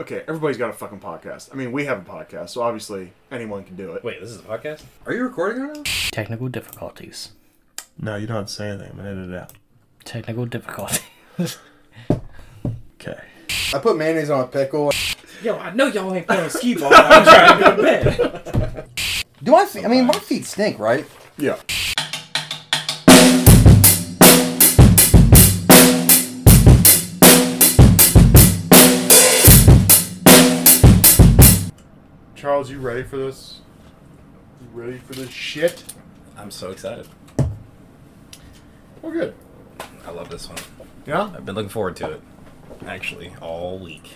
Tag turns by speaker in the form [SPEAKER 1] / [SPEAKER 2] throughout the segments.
[SPEAKER 1] okay, everybody's got a fucking podcast. I mean, we have a podcast, so obviously anyone can do it.
[SPEAKER 2] Wait, this is a podcast?
[SPEAKER 3] Are you recording right now?
[SPEAKER 4] Technical difficulties.
[SPEAKER 5] No, you don't have to say anything. I'm gonna edit it out.
[SPEAKER 4] Technical difficulties.
[SPEAKER 5] Okay.
[SPEAKER 3] I put mayonnaise on a pickle.
[SPEAKER 2] Yo, I know y'all ain't playing skee ball. I'm trying to go to bed.
[SPEAKER 3] Do my feet? I mean, my feet stink, right?
[SPEAKER 1] Yeah. Charles, you ready for this? You ready for this shit?
[SPEAKER 2] I'm so excited.
[SPEAKER 1] We're good.
[SPEAKER 2] I love this one.
[SPEAKER 1] Yeah,
[SPEAKER 2] I've been looking forward to it, actually, all week.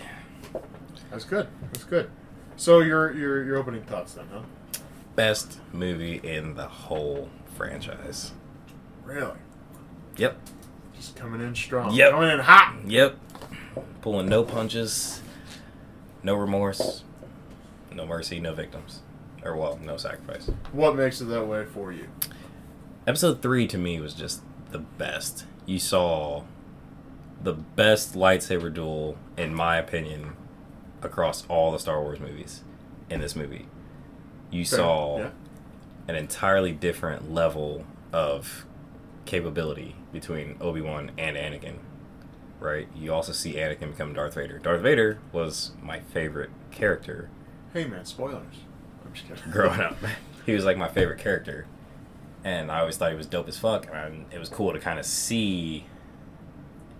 [SPEAKER 1] that's good. That's good. So your your your opening thoughts then, huh?
[SPEAKER 2] Best movie in the whole franchise.
[SPEAKER 1] Really?
[SPEAKER 2] Yep.
[SPEAKER 1] Just coming in strong.
[SPEAKER 2] Yep.
[SPEAKER 1] Coming in hot.
[SPEAKER 2] Yep. Pulling no punches, no remorse, no mercy, no victims. Or, well, no sacrifice.
[SPEAKER 1] What makes it that way for you?
[SPEAKER 2] Episode 3 to me was just the best. You saw the best lightsaber duel, in my opinion, across all the Star Wars movies in this movie. You saw
[SPEAKER 1] Yeah.
[SPEAKER 2] an entirely different level of capability between Obi Wan and Anakin, right? You also see Anakin become Darth Vader. Darth Vader was my favorite character
[SPEAKER 1] Hey man, spoilers. I'm just kidding.
[SPEAKER 2] growing up. he was like my favorite character, and I always thought he was dope as fuck. And it was cool to kind of see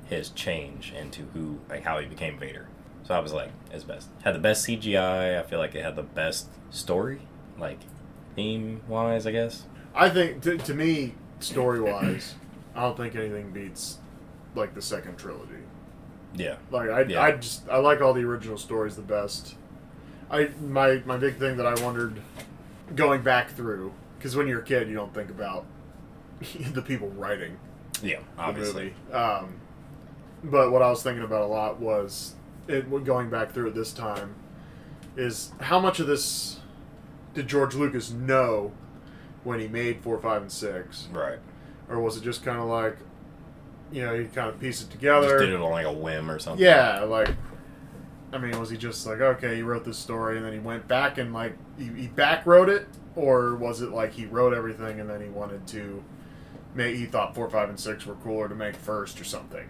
[SPEAKER 2] his change into who, like how he became Vader. So I was like, it's best. Had the best CGI. I feel like it had the best story, like theme wise, I guess.
[SPEAKER 1] I think to, to me, story wise, I don't think anything beats like the second trilogy.
[SPEAKER 2] Yeah.
[SPEAKER 1] Like I,
[SPEAKER 2] Yeah.
[SPEAKER 1] I just I like all the original stories the best. I my my big thing that I wondered going back through because when you're a kid you don't think about the people writing
[SPEAKER 2] Yeah,
[SPEAKER 1] the
[SPEAKER 2] obviously.
[SPEAKER 1] movie. Um, but what I was thinking about a lot was it going back through it this time is how much of this did George Lucas know when he made four, five, and six,
[SPEAKER 2] Right.
[SPEAKER 1] or was it just kind of like you know he kind of pieced it
[SPEAKER 2] Just did
[SPEAKER 1] together?
[SPEAKER 2] it on like a whim or something.
[SPEAKER 1] Yeah, like I mean, was he just like okay, he wrote this story and then he went back and like he, he back wrote it, or was it like he wrote everything and then he wanted to? Maybe he thought four, five, and six were cooler to make first or something,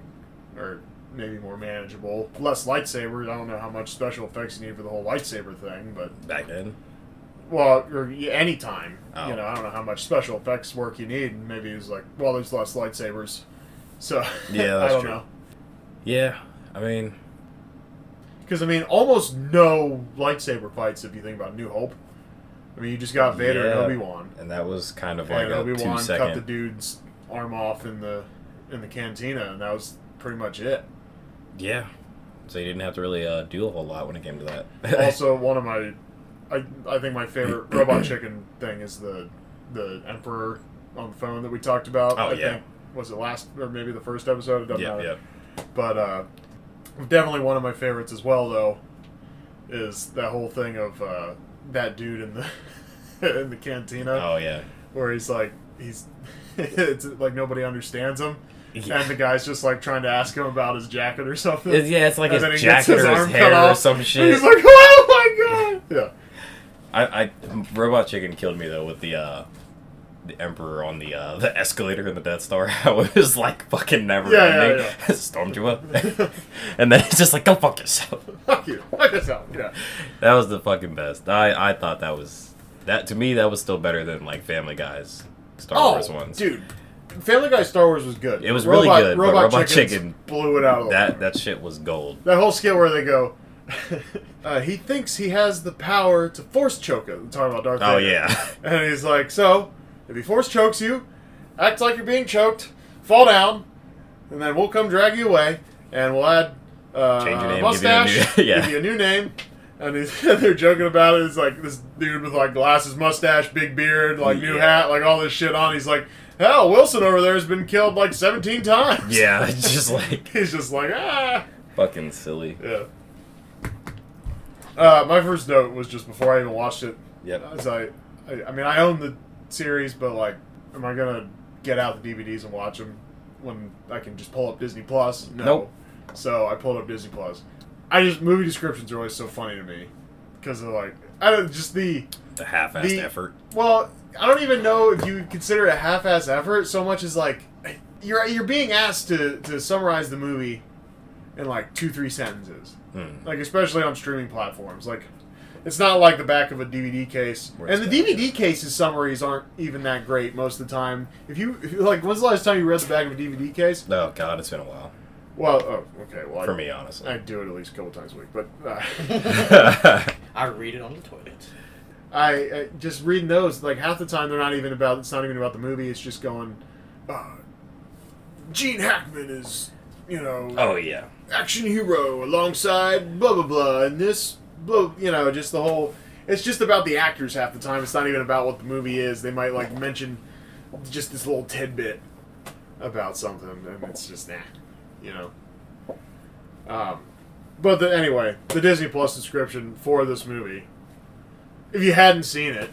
[SPEAKER 1] or maybe more manageable, less lightsabers. I don't know how much special effects you need for the whole lightsaber thing, but
[SPEAKER 2] Back then.
[SPEAKER 1] well, or y- any time.
[SPEAKER 2] Oh.
[SPEAKER 1] You know, I don't know how much special effects work you need. And maybe he was like, well, there's less lightsabers, so
[SPEAKER 2] Yeah,
[SPEAKER 1] I
[SPEAKER 2] that's
[SPEAKER 1] don't
[SPEAKER 2] true.
[SPEAKER 1] know.
[SPEAKER 2] Yeah. I mean,
[SPEAKER 1] Because I mean, almost no lightsaber fights if you think about New Hope. I mean, you just got Vader and
[SPEAKER 2] Yeah.
[SPEAKER 1] Obi Wan,
[SPEAKER 2] and that was kind of like
[SPEAKER 1] and Obi
[SPEAKER 2] a two
[SPEAKER 1] Wan cut the
[SPEAKER 2] second.
[SPEAKER 1] dude's arm off in the in the cantina, and that was pretty much it.
[SPEAKER 2] Yeah. So you didn't have to really uh, do a whole lot when it came to that.
[SPEAKER 1] also, one of my, I, I think my favorite robot chicken thing is the the Emperor on the phone that we talked about.
[SPEAKER 2] Oh,
[SPEAKER 1] I
[SPEAKER 2] yeah.
[SPEAKER 1] think was it last or maybe the first episode? It doesn't
[SPEAKER 2] yep,
[SPEAKER 1] matter.
[SPEAKER 2] yep.
[SPEAKER 1] But uh, definitely one of my favorites as well, though, is that whole thing of uh, that dude in the in the cantina
[SPEAKER 2] Oh, yeah.
[SPEAKER 1] where he's like he's it's like nobody understands him,
[SPEAKER 2] Yeah.
[SPEAKER 1] and the guy's just like trying to ask him about his jacket or something.
[SPEAKER 2] It's, yeah, it's like
[SPEAKER 1] and
[SPEAKER 2] his
[SPEAKER 1] then he gets
[SPEAKER 2] jacket or his
[SPEAKER 1] arm cut
[SPEAKER 2] hair or
[SPEAKER 1] off,
[SPEAKER 2] some
[SPEAKER 1] and
[SPEAKER 2] shit.
[SPEAKER 1] he's like, "Oh my god!"
[SPEAKER 2] I, I, Robot Chicken killed me though with the uh, the Emperor on the uh, the escalator in the Death Star. I was like fucking never
[SPEAKER 1] Yeah, yeah,
[SPEAKER 2] ending.
[SPEAKER 1] yeah.
[SPEAKER 2] Stormtrooper, and then it's just like go fuck yourself.
[SPEAKER 1] Yeah, fuck you, fuck yourself. Yeah,
[SPEAKER 2] That was the fucking best. I, I thought that was that to me that was still better than like Family Guy's Star Wars ones.
[SPEAKER 1] Oh, dude. Family Guy Star Wars was good.
[SPEAKER 2] It was really
[SPEAKER 1] Robot-
[SPEAKER 2] good, but
[SPEAKER 1] Robot,
[SPEAKER 2] Robot
[SPEAKER 1] Chickens
[SPEAKER 2] Chicken-
[SPEAKER 1] blew it out. Of the
[SPEAKER 2] That that shit was gold.
[SPEAKER 1] That whole skit where they go, uh, he thinks he has the power to force choke him. Talking about Darth
[SPEAKER 2] Oh
[SPEAKER 1] Vader.
[SPEAKER 2] yeah.
[SPEAKER 1] And he's like, so, if he force chokes you, act like you're being choked, fall down, and then we'll come drag you away, and we'll add uh,
[SPEAKER 2] Change your name, give you a
[SPEAKER 1] mustache,
[SPEAKER 2] new- yeah.
[SPEAKER 1] give you a new name. And he's, they're joking about it. It's like this dude with like glasses, mustache, big beard, like new
[SPEAKER 2] Yeah.
[SPEAKER 1] hat, like all this shit on. He's like, hell, Wilson over there has been killed like 17 times.
[SPEAKER 2] Yeah, it's just like
[SPEAKER 1] He's just like, ah.
[SPEAKER 2] fucking silly.
[SPEAKER 1] Yeah. Uh, my first note was just before I even watched it.
[SPEAKER 2] Yep.
[SPEAKER 1] I was like, I, I mean, I own the series, but like, am I gonna get out the DVDs and watch them when I can just pull up Disney Plus? No.
[SPEAKER 2] Nope.
[SPEAKER 1] So I pulled up Disney Plus, I just movie descriptions are always so funny to me because they're like I don't just the
[SPEAKER 2] The half-assed
[SPEAKER 1] The-
[SPEAKER 2] effort.
[SPEAKER 1] well I don't even know if you consider it a half-ass effort so much as like you're you're being asked to to summarize the movie in like two three sentences
[SPEAKER 2] Hmm.
[SPEAKER 1] like especially on streaming platforms like. It's not like the back of a DVD case,
[SPEAKER 2] Where
[SPEAKER 1] and
[SPEAKER 2] it's
[SPEAKER 1] the
[SPEAKER 2] bad,
[SPEAKER 1] DVD cases summaries aren't even that great most of the time. If you if you- like, when's the last time you read the back of a DVD case?
[SPEAKER 2] Oh God, it's been a while
[SPEAKER 1] Well, oh, okay, well, I-
[SPEAKER 2] for me, honestly.
[SPEAKER 1] I do it at least a couple times a week, but uh,
[SPEAKER 6] I read it on the toilet.
[SPEAKER 1] I, I just reading those like half the time they're not even about it's not even about the movie. It's just going, uh, Gene Hackman is you know
[SPEAKER 2] oh yeah,
[SPEAKER 1] action hero alongside blah blah blah and this blah you know just the whole. It's just about the actors half the time. It's not even about what the movie is. They might like mention just this little tidbit about something, and it's just nah, you know. Um, but the, anyway, the Disney Plus subscription for this movie. If you hadn't seen it,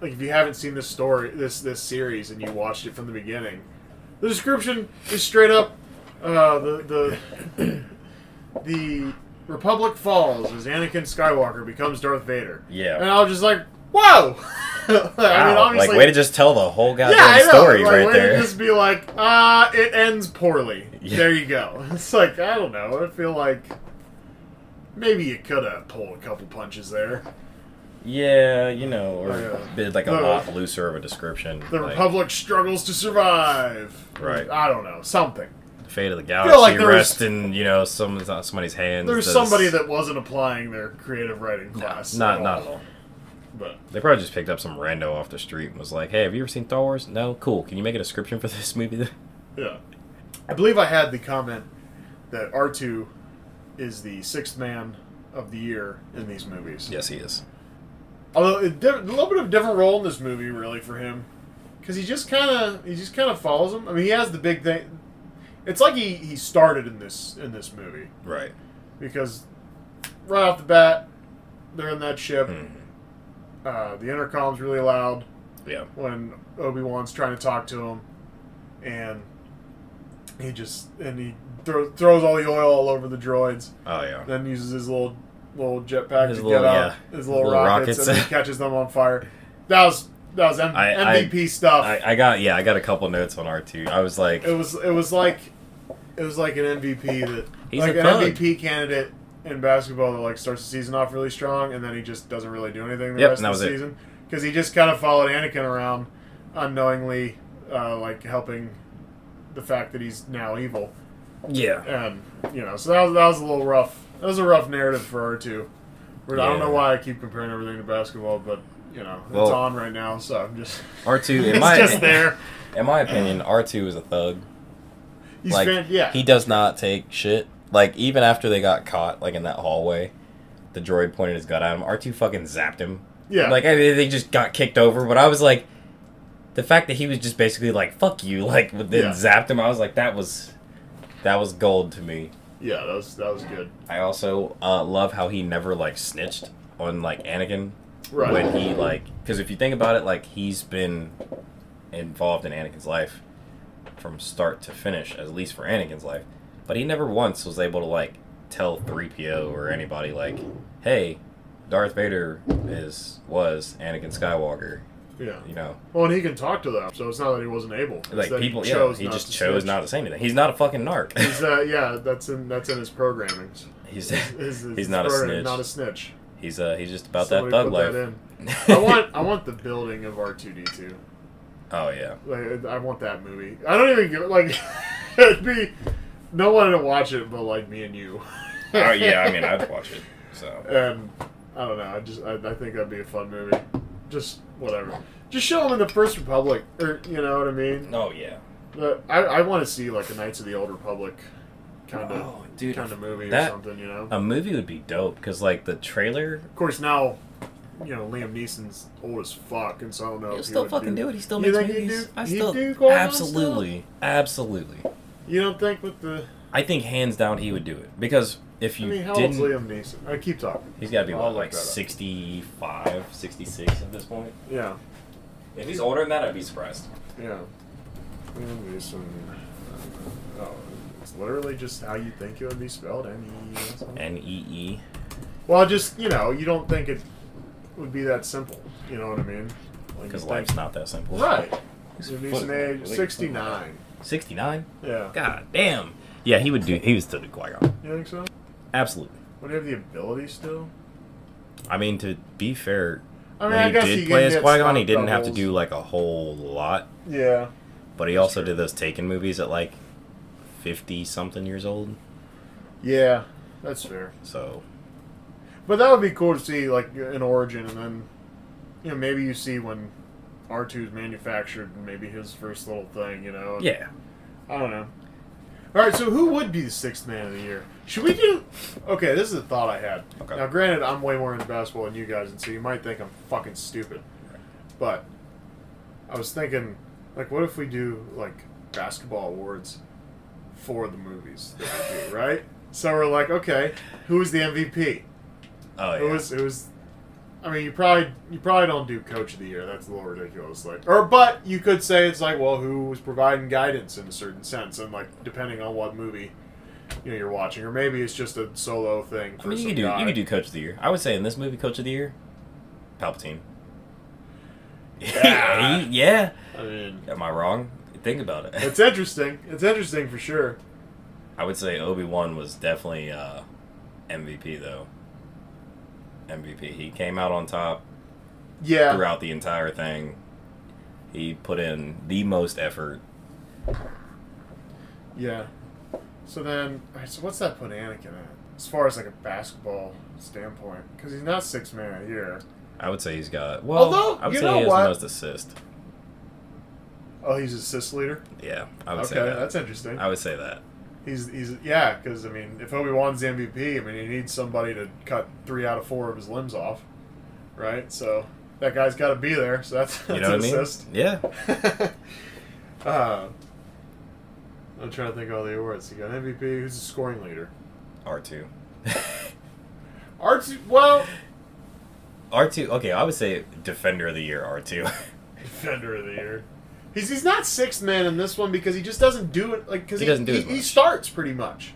[SPEAKER 1] like if you haven't seen this story, this this series, and you watched it from the beginning, the description is straight up. Uh, the the the Republic falls as Anakin Skywalker becomes Darth Vader.
[SPEAKER 2] Yeah.
[SPEAKER 1] and I was just like, whoa. I mean,
[SPEAKER 2] Wow, like
[SPEAKER 1] obviously,
[SPEAKER 2] way to just tell the whole goddamn
[SPEAKER 1] yeah, I know.
[SPEAKER 2] story
[SPEAKER 1] like,
[SPEAKER 2] right
[SPEAKER 1] way to
[SPEAKER 2] there.
[SPEAKER 1] just be like, ah, it ends poorly.
[SPEAKER 2] Yeah.
[SPEAKER 1] There you go. It's like I don't know. I feel like maybe you could have pulled a couple punches there.
[SPEAKER 2] Yeah, you know, or
[SPEAKER 1] Oh, Yeah.
[SPEAKER 2] did like a
[SPEAKER 1] The-
[SPEAKER 2] lot looser of a description.
[SPEAKER 1] The
[SPEAKER 2] like,
[SPEAKER 1] Republic struggles to survive.
[SPEAKER 2] Right.
[SPEAKER 1] I don't know. Something.
[SPEAKER 2] the fate of the
[SPEAKER 1] like
[SPEAKER 2] galaxy
[SPEAKER 1] there was-
[SPEAKER 2] rests in you know some somebody's hands.
[SPEAKER 1] There's
[SPEAKER 2] This-
[SPEAKER 1] somebody that wasn't applying their creative writing class.
[SPEAKER 2] not- not at all.
[SPEAKER 1] But
[SPEAKER 2] they probably just picked up some rando off the street and was like, "Hey, have you ever seen Star Wars? No, cool. Can you make a description for this movie?"
[SPEAKER 1] yeah, I believe I had the comment that R two is the sixth man of the year in these movies.
[SPEAKER 2] yes, he is.
[SPEAKER 1] Although a, di- a little bit of a different role in this movie, really, for him, because he just kind of he just kind of follows him. I mean, he has the big thing. It's like he, he started in this in this movie
[SPEAKER 2] Right.
[SPEAKER 1] because right off the bat they're in that ship.
[SPEAKER 2] Mhm.
[SPEAKER 1] Uh, the intercom's really loud
[SPEAKER 2] Yeah.
[SPEAKER 1] when Obi Wan's trying to talk to him, and he just and he throw, throws all the oil all over the droids
[SPEAKER 2] Oh yeah.
[SPEAKER 1] then uses his little little jetpack
[SPEAKER 2] His
[SPEAKER 1] to
[SPEAKER 2] little-
[SPEAKER 1] get out
[SPEAKER 2] yeah.
[SPEAKER 1] his little,
[SPEAKER 2] Little
[SPEAKER 1] rockets,
[SPEAKER 2] rockets.
[SPEAKER 1] and he catches them on fire. That was that was M-
[SPEAKER 2] I- I-
[SPEAKER 1] MVP stuff.
[SPEAKER 2] I, I got yeah, I got a couple notes on R two. I was like,
[SPEAKER 1] it was it was like it was like an MVP that
[SPEAKER 2] He's
[SPEAKER 1] like
[SPEAKER 2] a
[SPEAKER 1] an
[SPEAKER 2] thug.
[SPEAKER 1] MVP candidate in basketball that like starts the season off really strong and then he just doesn't really do anything the
[SPEAKER 2] Yep,
[SPEAKER 1] rest
[SPEAKER 2] and that
[SPEAKER 1] of the
[SPEAKER 2] was it.
[SPEAKER 1] season because he just kind of followed Anakin around unknowingly, uh, like helping the fact that he's now evil.
[SPEAKER 2] yeah,
[SPEAKER 1] and you know, so that was, that was a little rough. That was a rough narrative for R two. I don't
[SPEAKER 2] Yeah.
[SPEAKER 1] know why I keep comparing everything to basketball, but you know,
[SPEAKER 2] Well-
[SPEAKER 1] it's on right now, so I'm just
[SPEAKER 2] R two.
[SPEAKER 1] it's
[SPEAKER 2] In my
[SPEAKER 1] just there.
[SPEAKER 2] in my opinion, R two is a thug.
[SPEAKER 1] He's
[SPEAKER 2] like
[SPEAKER 1] fan- yeah,
[SPEAKER 2] he does not take shit. Like even after they got caught, like in that hallway, the droid pointed his gun at him. R two fucking zapped him.
[SPEAKER 1] yeah.
[SPEAKER 2] Like I mean, they just got kicked over. But I was like, the fact that he was just basically like "fuck you," like then
[SPEAKER 1] Yeah.
[SPEAKER 2] zapped him. I was like, that was that was gold to me.
[SPEAKER 1] yeah, that was that was good.
[SPEAKER 2] I also uh, love how he never like snitched on like Anakin
[SPEAKER 1] Right.
[SPEAKER 2] when he like because if you think about it, like he's been involved in Anakin's life from start to finish, at least for Anakin's life. But he never once was able to like tell three PO or anybody like, "Hey, Darth Vader is was Anakin Skywalker."
[SPEAKER 1] yeah.
[SPEAKER 2] You know,
[SPEAKER 1] Well, and he can talk to them, so it's not that he wasn't able. It's
[SPEAKER 2] like
[SPEAKER 1] that
[SPEAKER 2] people,
[SPEAKER 1] he
[SPEAKER 2] yeah,
[SPEAKER 1] chose
[SPEAKER 2] he
[SPEAKER 1] not
[SPEAKER 2] just
[SPEAKER 1] to
[SPEAKER 2] chose
[SPEAKER 1] snitch.
[SPEAKER 2] not to say anything. He's not a fucking narc.
[SPEAKER 1] He's, uh, yeah, that's in that's in his programming.
[SPEAKER 2] he's
[SPEAKER 1] His- his
[SPEAKER 2] he's not a
[SPEAKER 1] program-
[SPEAKER 2] snitch.
[SPEAKER 1] Not a snitch.
[SPEAKER 2] He's uh he's just about
[SPEAKER 1] Somebody put
[SPEAKER 2] that thug life.
[SPEAKER 1] in. I want I want the building of R two D two.
[SPEAKER 2] Oh yeah.
[SPEAKER 1] Like, I want that movie. I don't even give like it'd be no one to watch it but like me and you.
[SPEAKER 2] Oh yeah. I mean, I'd watch it. So
[SPEAKER 1] and I don't know. I just I, I think that'd be a fun movie. Just whatever. Just show them in the First Republic, or you know what I mean.
[SPEAKER 2] oh yeah.
[SPEAKER 1] But I, I want to see like the Knights of the Old Republic kind of
[SPEAKER 2] Oh, dude,
[SPEAKER 1] kind of movie
[SPEAKER 2] that-
[SPEAKER 1] or something. You know.
[SPEAKER 2] A movie would be dope because like the trailer.
[SPEAKER 1] of course now. You know Liam Neeson's old as fuck, and so I don't know.
[SPEAKER 2] He'll
[SPEAKER 1] if he
[SPEAKER 2] still
[SPEAKER 1] would
[SPEAKER 2] fucking do it. He still
[SPEAKER 1] You
[SPEAKER 2] makes
[SPEAKER 1] think he'd
[SPEAKER 2] movies.
[SPEAKER 1] do-
[SPEAKER 2] I
[SPEAKER 1] he'd
[SPEAKER 2] still
[SPEAKER 1] do Gorgon
[SPEAKER 2] absolutely, absolutely.
[SPEAKER 1] You don't think with the?
[SPEAKER 2] I think hands down he would do it because if
[SPEAKER 1] I
[SPEAKER 2] you
[SPEAKER 1] mean, how old's
[SPEAKER 2] didn't,
[SPEAKER 1] Liam Neeson? I keep talking.
[SPEAKER 2] he's got to be
[SPEAKER 1] I'll
[SPEAKER 2] what,
[SPEAKER 1] look
[SPEAKER 2] like
[SPEAKER 1] that up.
[SPEAKER 2] 65, 66 at this point.
[SPEAKER 1] Yeah.
[SPEAKER 2] If he's older than that, I'd be surprised.
[SPEAKER 1] Yeah. Liam Neeson. Oh, it's It's literally just how you think it would be spelled. N E E. S O N.
[SPEAKER 2] N E E.
[SPEAKER 1] Well, just you know, you don't think it would be that simple. You know what I mean? Like, you
[SPEAKER 2] Because
[SPEAKER 1] think-
[SPEAKER 2] life's not that simple.
[SPEAKER 1] right.
[SPEAKER 2] His
[SPEAKER 1] Liam
[SPEAKER 2] foot is
[SPEAKER 1] Neeson
[SPEAKER 2] really
[SPEAKER 1] age
[SPEAKER 2] fucking-
[SPEAKER 1] sixty nine.
[SPEAKER 2] 69?
[SPEAKER 1] Yeah.
[SPEAKER 2] God damn. Yeah, he would do. He would still do qui
[SPEAKER 1] You think so?
[SPEAKER 2] Absolutely.
[SPEAKER 1] Would he have the ability still?
[SPEAKER 2] I mean, to be fair,
[SPEAKER 1] I mean,
[SPEAKER 2] when
[SPEAKER 1] I
[SPEAKER 2] he
[SPEAKER 1] guess
[SPEAKER 2] did
[SPEAKER 1] he
[SPEAKER 2] play
[SPEAKER 1] can
[SPEAKER 2] as
[SPEAKER 1] get
[SPEAKER 2] Qui Gon,
[SPEAKER 1] stunt
[SPEAKER 2] he didn't have to
[SPEAKER 1] doubles.
[SPEAKER 2] do like a whole lot.
[SPEAKER 1] Yeah.
[SPEAKER 2] But he also did those Taken movies at like fifty something years old.
[SPEAKER 1] Yeah, that's fair.
[SPEAKER 2] So
[SPEAKER 1] But that would be cool to see, like an origin, and then you know maybe you see when R 2s manufactured, and maybe his first little thing. You know.
[SPEAKER 2] yeah,
[SPEAKER 1] I don't know. All right, so who would be the sixth man of the year? Should we do? Okay, this is a thought I had.
[SPEAKER 2] Okay.
[SPEAKER 1] Now, granted, I'm way more into basketball than you guys, and so you might think I'm fucking stupid. But I was thinking, like, what if we do like basketball awards for the movies that we do, right? So we're like, okay, who was the MVP?
[SPEAKER 2] oh
[SPEAKER 1] It
[SPEAKER 2] yeah,
[SPEAKER 1] was it was. I mean, you probably you probably don't do coach of the year. That's a little ridiculous. Like, or but you could say it's like, well, who was providing guidance in a certain sense, and like depending on what movie you know you're watching, or maybe it's just a solo thing.
[SPEAKER 2] I
[SPEAKER 1] For
[SPEAKER 2] mean, you
[SPEAKER 1] some
[SPEAKER 2] could do
[SPEAKER 1] guy.
[SPEAKER 2] you could do Coach of the Year. I would say in this movie, Coach of the Year, Palpatine.
[SPEAKER 1] Yeah.
[SPEAKER 2] He- yeah.
[SPEAKER 1] I mean,
[SPEAKER 2] Am I wrong? Think about it.
[SPEAKER 1] it's interesting. It's interesting for sure.
[SPEAKER 2] I would say Obi Wan was definitely uh, MVP though. MVP. He came out on top
[SPEAKER 1] Yeah,
[SPEAKER 2] throughout the entire thing. He put in the most effort.
[SPEAKER 1] yeah. So then, all right, so what's that put Anakin at as far as like a basketball standpoint? Because he's not six man of the year.
[SPEAKER 2] I would say he's got well.
[SPEAKER 1] Although,
[SPEAKER 2] I would
[SPEAKER 1] you
[SPEAKER 2] say
[SPEAKER 1] know
[SPEAKER 2] he has
[SPEAKER 1] what?
[SPEAKER 2] the most assist.
[SPEAKER 1] Oh, he's assist leader.
[SPEAKER 2] Yeah, I would
[SPEAKER 1] okay,
[SPEAKER 2] say that.
[SPEAKER 1] that's interesting.
[SPEAKER 2] I would say that.
[SPEAKER 1] He's he's yeah, because I mean, if Obi Wan's the MVP, I mean, he needs somebody to cut three out of four of his limbs off, right? So that guy's got to be there. So that's, that's
[SPEAKER 2] You know
[SPEAKER 1] an
[SPEAKER 2] what I mean?
[SPEAKER 1] assist.
[SPEAKER 2] Yeah.
[SPEAKER 1] uh, I'm trying to think of all the awards. You got MVP. Who's the scoring leader?
[SPEAKER 2] R two.
[SPEAKER 1] Arts. Well,
[SPEAKER 2] R two. Okay, I would say defender of the year. R two.
[SPEAKER 1] defender of the year. He's, he's not sixth man in this one because he just doesn't do it like because
[SPEAKER 2] He
[SPEAKER 1] he,
[SPEAKER 2] doesn't do
[SPEAKER 1] he,
[SPEAKER 2] as
[SPEAKER 1] he
[SPEAKER 2] much.
[SPEAKER 1] starts pretty much.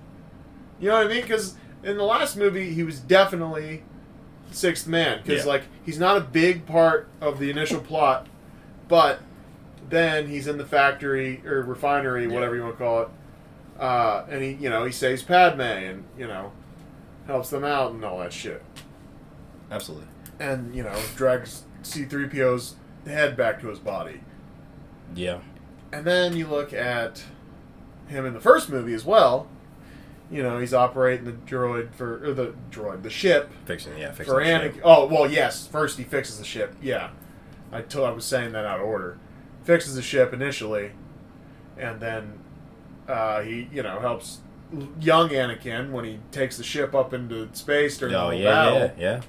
[SPEAKER 1] You know what I mean? Because in the last movie he was definitely sixth man because
[SPEAKER 2] Yeah.
[SPEAKER 1] like he's not a big part of the initial plot, but then he's in the factory or refinery, whatever you want to call it, uh, and he you know he saves Padme and you know helps them out and all that shit
[SPEAKER 2] Absolutely.
[SPEAKER 1] and you know drags C-3PO's head back to his body.
[SPEAKER 2] Yeah.
[SPEAKER 1] And then you look at him in the first movie as well. You know, he's operating the droid for or the droid, the ship
[SPEAKER 2] Fiction. Yeah. Fiction.
[SPEAKER 1] for Anakin. Oh well, yes. First, he fixes the ship. Yeah, I told I was saying that out of order. Fixes the ship initially, and then uh, he you know helps l- young Anakin when he takes the ship up into space during
[SPEAKER 2] Oh
[SPEAKER 1] the whole
[SPEAKER 2] yeah,
[SPEAKER 1] battle.
[SPEAKER 2] yeah, yeah.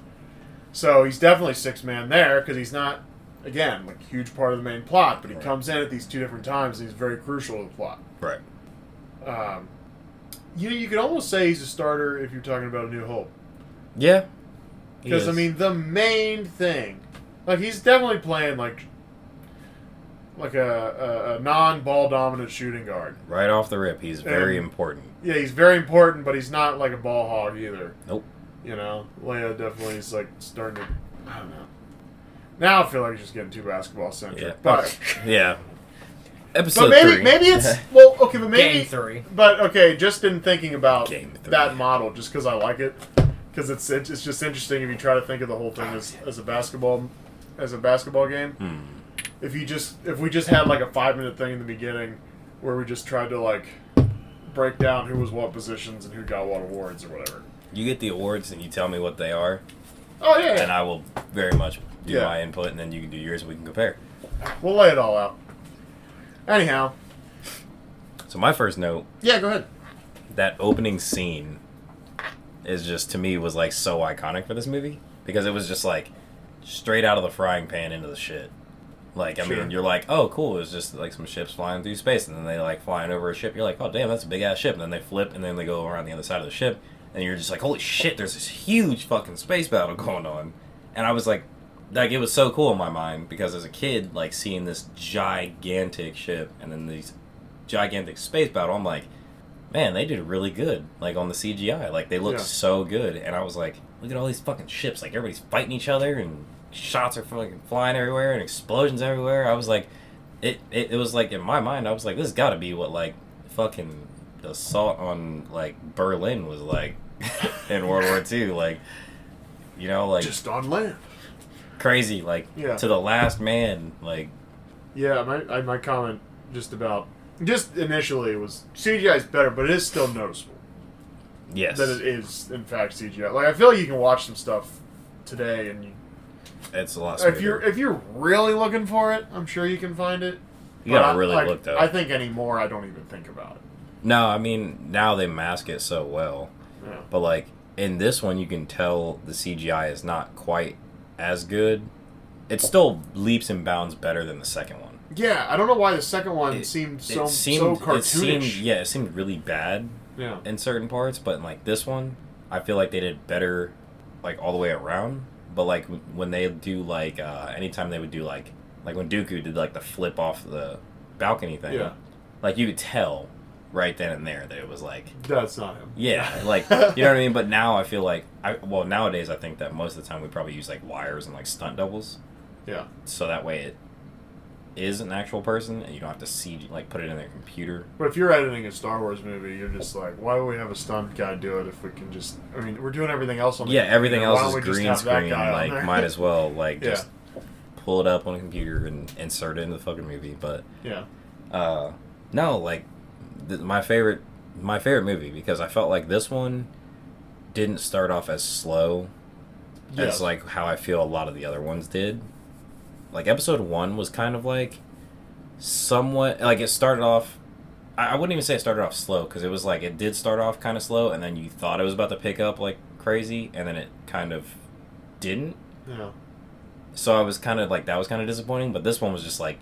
[SPEAKER 1] So he's definitely six man there because he's not, again, like huge part of the main plot, but he
[SPEAKER 2] Right.
[SPEAKER 1] comes in at these two different times and he's very crucial to the plot.
[SPEAKER 2] Right.
[SPEAKER 1] Um, you know, you could almost say he's a starter if you're talking about a New Hope,
[SPEAKER 2] Yeah. He
[SPEAKER 1] because I
[SPEAKER 2] is.
[SPEAKER 1] mean the main thing, like he's definitely playing like, like a, a, a non ball dominant shooting guard.
[SPEAKER 2] right off the rip, he's very
[SPEAKER 1] And-
[SPEAKER 2] important.
[SPEAKER 1] Yeah, he's very important, but he's not like a ball hog either.
[SPEAKER 2] Nope.
[SPEAKER 1] You know, Leia definitely is like starting to. I don't know. Now I feel like it's just getting too basketball centric,
[SPEAKER 2] Yeah.
[SPEAKER 1] but
[SPEAKER 2] Yeah. Episode
[SPEAKER 1] but maybe
[SPEAKER 2] three.
[SPEAKER 1] maybe it's well okay, but maybe
[SPEAKER 6] Game three.
[SPEAKER 1] but okay, just in thinking about
[SPEAKER 2] Game three.
[SPEAKER 1] that model, just because I like it, because it's it's just interesting if you try to think of the whole thing as, as a basketball as a basketball game.
[SPEAKER 2] Hmm.
[SPEAKER 1] If you just if we just had like a five minute thing in the beginning where we just tried to like break down who was what positions and who got what awards or whatever.
[SPEAKER 2] You get the awards and you tell me what they are,
[SPEAKER 1] Oh yeah,
[SPEAKER 2] and I will very much do
[SPEAKER 1] Yeah.
[SPEAKER 2] my input, and then you can do yours, and we can compare.
[SPEAKER 1] we'll lay it all out. Anyhow,
[SPEAKER 2] So my first note
[SPEAKER 1] yeah, go ahead.
[SPEAKER 2] that opening scene is just to me was like so iconic for this movie because it was just like straight out of the frying pan into the shit. Like I
[SPEAKER 1] Sure.
[SPEAKER 2] mean, you're like, oh cool, it's just like some ships flying through space, and then they like flying over a ship. You're like, oh damn, that's a big ass ship, and then they flip, and then they go around the other side of the ship, and you're just like, holy shit, there's this huge fucking space battle going on, and I was like, like it was so cool in my mind because as a kid, like seeing this gigantic ship and then these gigantic space battle, I'm like, man, they did really good. Like on the CGI, like they looked
[SPEAKER 1] Yeah.
[SPEAKER 2] so good, and I was like, look at all these fucking ships. Like everybody's fighting each other, and shots are fucking flying everywhere, and explosions everywhere. I was like, it, it, it was like in my mind, I was like, this has got to be what like fucking the assault on like Berlin was like in World War II. Like, you know, like
[SPEAKER 1] Just on land.
[SPEAKER 2] crazy, like
[SPEAKER 1] Yeah.
[SPEAKER 2] to the last man, like
[SPEAKER 1] Yeah, my I, my comment just about just initially was CGI is better, but it is still noticeable
[SPEAKER 2] yes,
[SPEAKER 1] that it is in fact CGI. Like I feel like you can watch some stuff today, and you,
[SPEAKER 2] it's a lot.
[SPEAKER 1] if you're if you're really looking for it, I'm sure you can find it.
[SPEAKER 2] You gotta
[SPEAKER 1] But I,
[SPEAKER 2] really
[SPEAKER 1] like,
[SPEAKER 2] look, though.
[SPEAKER 1] I think anymore, I don't even think about it.
[SPEAKER 2] no, I mean now they mask it so well,
[SPEAKER 1] Yeah.
[SPEAKER 2] but like in this one, you can tell the CGI is not quite as good. It's still leaps and bounds better than the second one.
[SPEAKER 1] Yeah, I don't know why the second one
[SPEAKER 2] It-
[SPEAKER 1] seemed so
[SPEAKER 2] it seemed,
[SPEAKER 1] so
[SPEAKER 2] it seemed,
[SPEAKER 1] cartoonish.
[SPEAKER 2] yeah, it seemed really bad
[SPEAKER 1] yeah.
[SPEAKER 2] in certain parts, but like this one, I feel like they did better, like all the way around. But like w- when they do like uh, anytime they would do like like when Dooku did like the flip off the balcony thing,
[SPEAKER 1] Yeah.
[SPEAKER 2] like you could tell right then and there that it was like
[SPEAKER 1] that's not him.
[SPEAKER 2] yeah, like you know what I mean. But now I feel like I well nowadays I think that most of the time we probably use like wires and like stunt doubles,
[SPEAKER 1] Yeah,
[SPEAKER 2] so that way it is an actual person and you don't have to see like put it in their computer.
[SPEAKER 1] but if you're editing a Star Wars movie, you're just like, why would we have a stunt guy do it if we can just? I mean, we're doing everything else on. The
[SPEAKER 2] Yeah, everything
[SPEAKER 1] computer. Why
[SPEAKER 2] else is
[SPEAKER 1] don't we just
[SPEAKER 2] green
[SPEAKER 1] have that
[SPEAKER 2] screen.
[SPEAKER 1] guy on
[SPEAKER 2] Like,
[SPEAKER 1] there?
[SPEAKER 2] might as well like
[SPEAKER 1] Yeah.
[SPEAKER 2] just pull it up on a computer and insert it in the fucking movie. But
[SPEAKER 1] yeah,
[SPEAKER 2] uh, no, like th- my favorite, my favorite movie because I felt like this one didn't start off as slow
[SPEAKER 1] Yes.
[SPEAKER 2] as like how I feel a lot of the other ones did. Like episode one was kind of like somewhat like it started off. I, I wouldn't even say it started off slow because it was like it did start off kind of slow, and then you thought it was about to pick up like crazy, and then it kind of didn't.
[SPEAKER 1] yeah,
[SPEAKER 2] So I was kind of like that was kind of disappointing, but this one was just like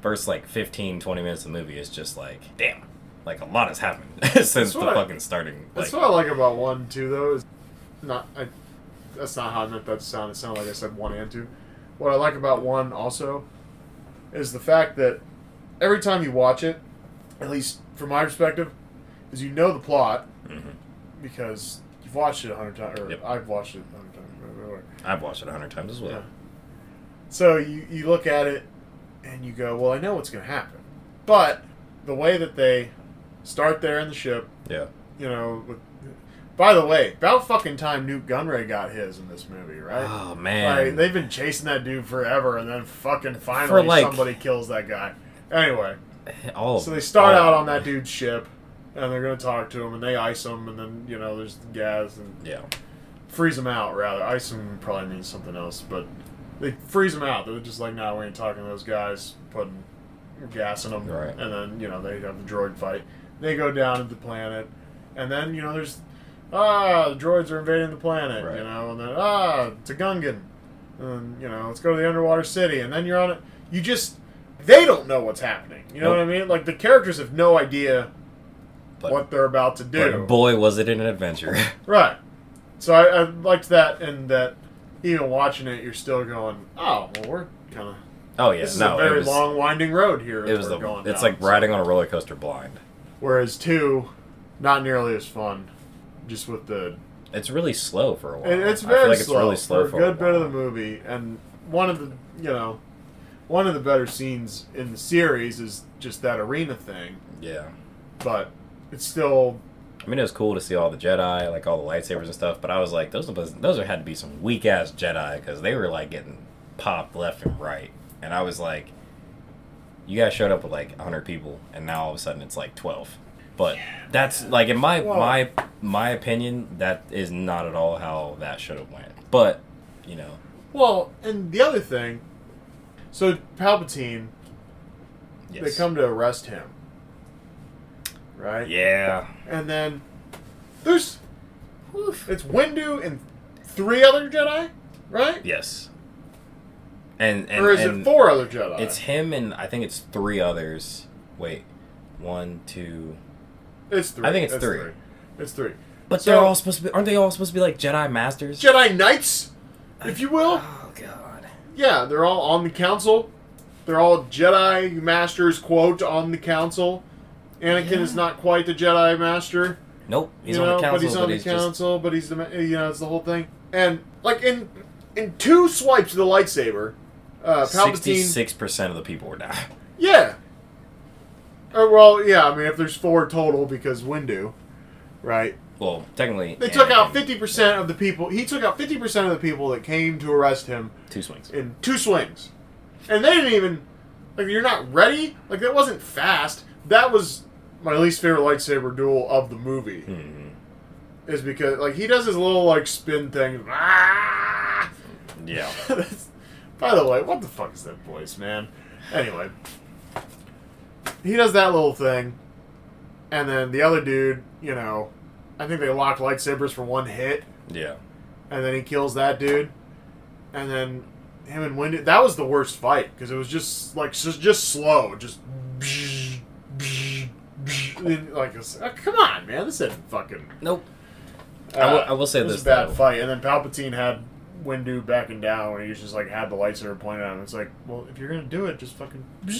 [SPEAKER 2] first like 15 20 minutes of the movie is just like damn. Like a lot has happened since the
[SPEAKER 1] what I-
[SPEAKER 2] fucking starting. Like,
[SPEAKER 1] that's what I like about one two though. Is not I. That's not how I meant that to sound. It sounded like I said one and two. What I like about one also is the fact that every time you watch it, at least from my perspective, is you know the plot
[SPEAKER 2] Mhm.
[SPEAKER 1] because you've watched it a hundred times, or
[SPEAKER 2] Yep.
[SPEAKER 1] I've watched it a hundred times. Whatever.
[SPEAKER 2] I've watched it a hundred times as well.
[SPEAKER 1] Yeah. So you, you look at it and you go, well, I know what's going to happen. But the way that they start there in the ship,
[SPEAKER 2] Yeah.
[SPEAKER 1] you know. With, by the way, about fucking time Newt Gunray got his in this movie, right?
[SPEAKER 2] Oh
[SPEAKER 1] like,
[SPEAKER 2] man.
[SPEAKER 1] they've been chasing that dude forever, and then fucking finally
[SPEAKER 2] like- Oh,
[SPEAKER 1] somebody kills that guy. Anyway,
[SPEAKER 2] all
[SPEAKER 1] so they start
[SPEAKER 2] all-
[SPEAKER 1] out on that dude's ship, and they're going to talk to him, and they ice him, and then, you know, there's the gas, and
[SPEAKER 2] Yeah.
[SPEAKER 1] freeze them out rather. Ice them probably means something else, but they freeze them out. They're just like, nah, we ain't talking to those guys, putting gas in them,
[SPEAKER 2] Right.
[SPEAKER 1] and then you know they have the droid fight. They go down to the planet, and then you know there's ah the droids are invading the planet,
[SPEAKER 2] Right.
[SPEAKER 1] you know, and then ah it's a Gungan, and you know let's go to the underwater city, and then you're on it. You just they don't know what's happening. You know
[SPEAKER 2] Nope.
[SPEAKER 1] what I mean? Like the characters have no idea
[SPEAKER 2] But,
[SPEAKER 1] what they're about to do.
[SPEAKER 2] but boy was it an adventure.
[SPEAKER 1] Right. So I, I liked that, and that even watching it, you're still going, "Oh, well, we're kind of
[SPEAKER 2] oh yeah.
[SPEAKER 1] this is
[SPEAKER 2] no,
[SPEAKER 1] a very
[SPEAKER 2] it was,
[SPEAKER 1] long, winding road here."
[SPEAKER 2] it
[SPEAKER 1] that
[SPEAKER 2] was
[SPEAKER 1] we're
[SPEAKER 2] the
[SPEAKER 1] going
[SPEAKER 2] it's
[SPEAKER 1] down."
[SPEAKER 2] like riding on a roller coaster blind.
[SPEAKER 1] Whereas two, not nearly as fun, just with the.
[SPEAKER 2] It's really slow for a while.
[SPEAKER 1] It, it's
[SPEAKER 2] I
[SPEAKER 1] very
[SPEAKER 2] feel like
[SPEAKER 1] slow.
[SPEAKER 2] It's really slow
[SPEAKER 1] for
[SPEAKER 2] for
[SPEAKER 1] a good
[SPEAKER 2] a
[SPEAKER 1] bit of the
[SPEAKER 2] while.
[SPEAKER 1] movie, and one of the you know, one of the better scenes in the series is just that arena thing,
[SPEAKER 2] Yeah.
[SPEAKER 1] but it's still
[SPEAKER 2] I mean, it was cool to see all the Jedi, like all the lightsabers and stuff. But I was like, those must- those had to be some weak ass Jedi because they were like getting popped left and right. And I was like, you guys showed up with like hundred people, and now all of a sudden it's like twelve. But that's like in my
[SPEAKER 1] Well-
[SPEAKER 2] my my opinion, that is not at all how that should have went. But you know,
[SPEAKER 1] well. And the other thing, so Palpatine
[SPEAKER 2] yes.
[SPEAKER 1] They come to arrest him. Right?
[SPEAKER 2] Yeah.
[SPEAKER 1] And then there's it's Windu and three other Jedi, right?
[SPEAKER 2] Yes. And and
[SPEAKER 1] or is
[SPEAKER 2] and-
[SPEAKER 1] it four other Jedi?
[SPEAKER 2] It's him and I think it's three others. Wait, one, two.
[SPEAKER 1] it's three.
[SPEAKER 2] I think it's
[SPEAKER 1] That's
[SPEAKER 2] three.
[SPEAKER 1] It's three.
[SPEAKER 2] But
[SPEAKER 1] So-
[SPEAKER 2] they're all supposed to be. Aren't they all supposed to be like Jedi masters?
[SPEAKER 1] Jedi Knights, if you will.
[SPEAKER 2] oh God.
[SPEAKER 1] Yeah, they're all on the council. They're all Jedi masters, quote, on the council. Anakin is not quite the Jedi Master,
[SPEAKER 2] Nope, he's
[SPEAKER 1] you
[SPEAKER 2] on
[SPEAKER 1] know,
[SPEAKER 2] the council,
[SPEAKER 1] but he's on the
[SPEAKER 2] just-
[SPEAKER 1] council, but he's the ma- you know it's the whole thing. And like in in two swipes of the lightsaber, uh, Palpatine.
[SPEAKER 2] Sixty-six percent of the people were die.
[SPEAKER 1] Yeah. Uh, well, yeah. I mean, if there's four total, because Windu, right?
[SPEAKER 2] Well, technically,
[SPEAKER 1] They took out
[SPEAKER 2] Anakin-
[SPEAKER 1] fifty percent of the people. He took out fifty percent of the people that came to arrest him
[SPEAKER 2] two swings.
[SPEAKER 1] in two swings, and they didn't even like. You're not ready. Like that wasn't fast. That was my least favorite lightsaber duel of the movie.
[SPEAKER 2] Mhm.
[SPEAKER 1] Is because like he does his little like spin thing. Ah!
[SPEAKER 2] Yeah,
[SPEAKER 1] That's- By the way, what the fuck is that voice, man? Anyway, he does that little thing, and then the other dude, you know, I think they locked lightsabers for one hit,
[SPEAKER 2] yeah.
[SPEAKER 1] and then he kills that dude, and then him and Windu. That was the worst fight because it was just like just just slow, just and, like it's- uh, come on, man, this isn't fucking.
[SPEAKER 2] Nope. I will- I will say
[SPEAKER 1] Uh, it was
[SPEAKER 2] this,
[SPEAKER 1] a bad
[SPEAKER 2] though.
[SPEAKER 1] fight, and then Palpatine had Windu backing down, where he just like had the lightsaber pointed at him. It's like, well, if you're gonna do it, just fucking, you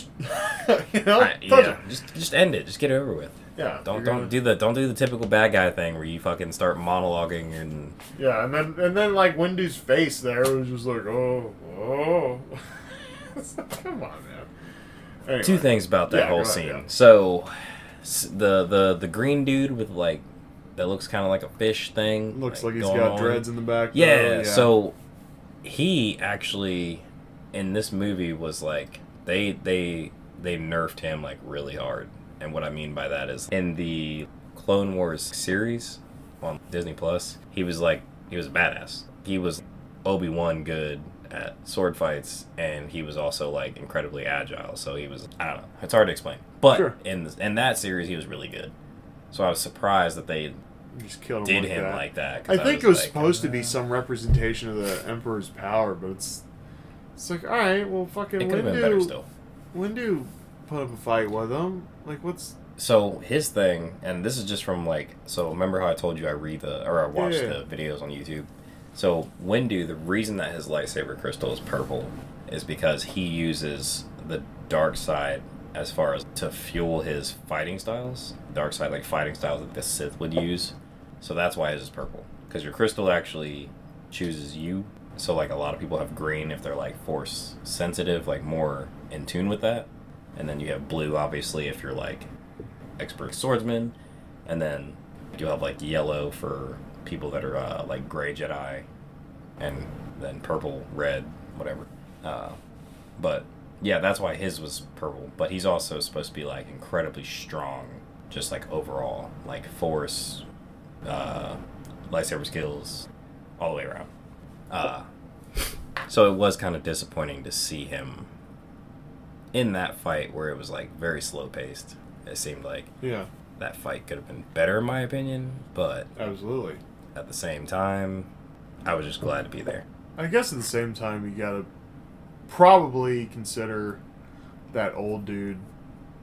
[SPEAKER 1] know,
[SPEAKER 2] I-
[SPEAKER 1] Told
[SPEAKER 2] yeah.
[SPEAKER 1] you.
[SPEAKER 2] Just just end it. Just get it over with.
[SPEAKER 1] yeah.
[SPEAKER 2] Don't
[SPEAKER 1] you're
[SPEAKER 2] don't
[SPEAKER 1] gonna-
[SPEAKER 2] do the don't do the typical bad guy thing where you fucking start monologuing and
[SPEAKER 1] Yeah, and then and then like Windu's face there was just like, oh, oh, It's like, come on, man. Anyway,
[SPEAKER 2] two things about that
[SPEAKER 1] Yeah, go
[SPEAKER 2] whole
[SPEAKER 1] ahead,
[SPEAKER 2] scene.
[SPEAKER 1] yeah.
[SPEAKER 2] So s- the the the green dude with like that looks kind of like a fish thing.
[SPEAKER 1] Looks like he's
[SPEAKER 2] going
[SPEAKER 1] got
[SPEAKER 2] on.
[SPEAKER 1] dreads in the back.
[SPEAKER 2] Yeah,
[SPEAKER 1] though,
[SPEAKER 2] So he actually in this movie was like they they they nerfed him like really hard. And what I mean by that is in the Clone Wars series on Disney Plus, he was like he was a badass. He was Obi Wan good at sword fights, and he was also like incredibly agile. So he was I don't know. It's hard to explain. But
[SPEAKER 1] Sure.
[SPEAKER 2] in this, in that series, he was really good. So I was surprised that they
[SPEAKER 1] You just killed him
[SPEAKER 2] did
[SPEAKER 1] like
[SPEAKER 2] him
[SPEAKER 1] that.
[SPEAKER 2] like that. 'cause
[SPEAKER 1] I think it was
[SPEAKER 2] like, uh,
[SPEAKER 1] supposed to be some representation of the Emperor's power, but it's it's like all right, well, fucking
[SPEAKER 2] It could have been better
[SPEAKER 1] Windu.
[SPEAKER 2] still.
[SPEAKER 1] Windu put up a fight with him. Like, what's
[SPEAKER 2] so his thing, and this is just from like, so remember how I told you I read the or I watched
[SPEAKER 1] Yeah.
[SPEAKER 2] the videos on YouTube. So Windu, the reason that his lightsaber crystal is purple is because he uses the dark side as far as to fuel his fighting styles. Dark side, like fighting styles that the Sith would use. So that's why his is purple. Because your crystal actually chooses you. So like a lot of people have green if they're like force sensitive, like more in tune with that. And then you have blue, obviously, if you're like expert swordsman, and then you'll have like yellow for people that are uh, like gray Jedi, and then purple, red, whatever. Uh, but yeah, that's why his was purple. But he's also supposed to be like incredibly strong, just like overall, like force, uh, lightsaber skills, all the way around. Uh, so it was kind of disappointing to see him in that fight where it was like very slow paced. It seemed like
[SPEAKER 1] yeah,
[SPEAKER 2] that fight could have been better in my opinion, but
[SPEAKER 1] absolutely.
[SPEAKER 2] at the same time, I was just glad to be there.
[SPEAKER 1] I guess at the same time, you gotta probably consider that old dude.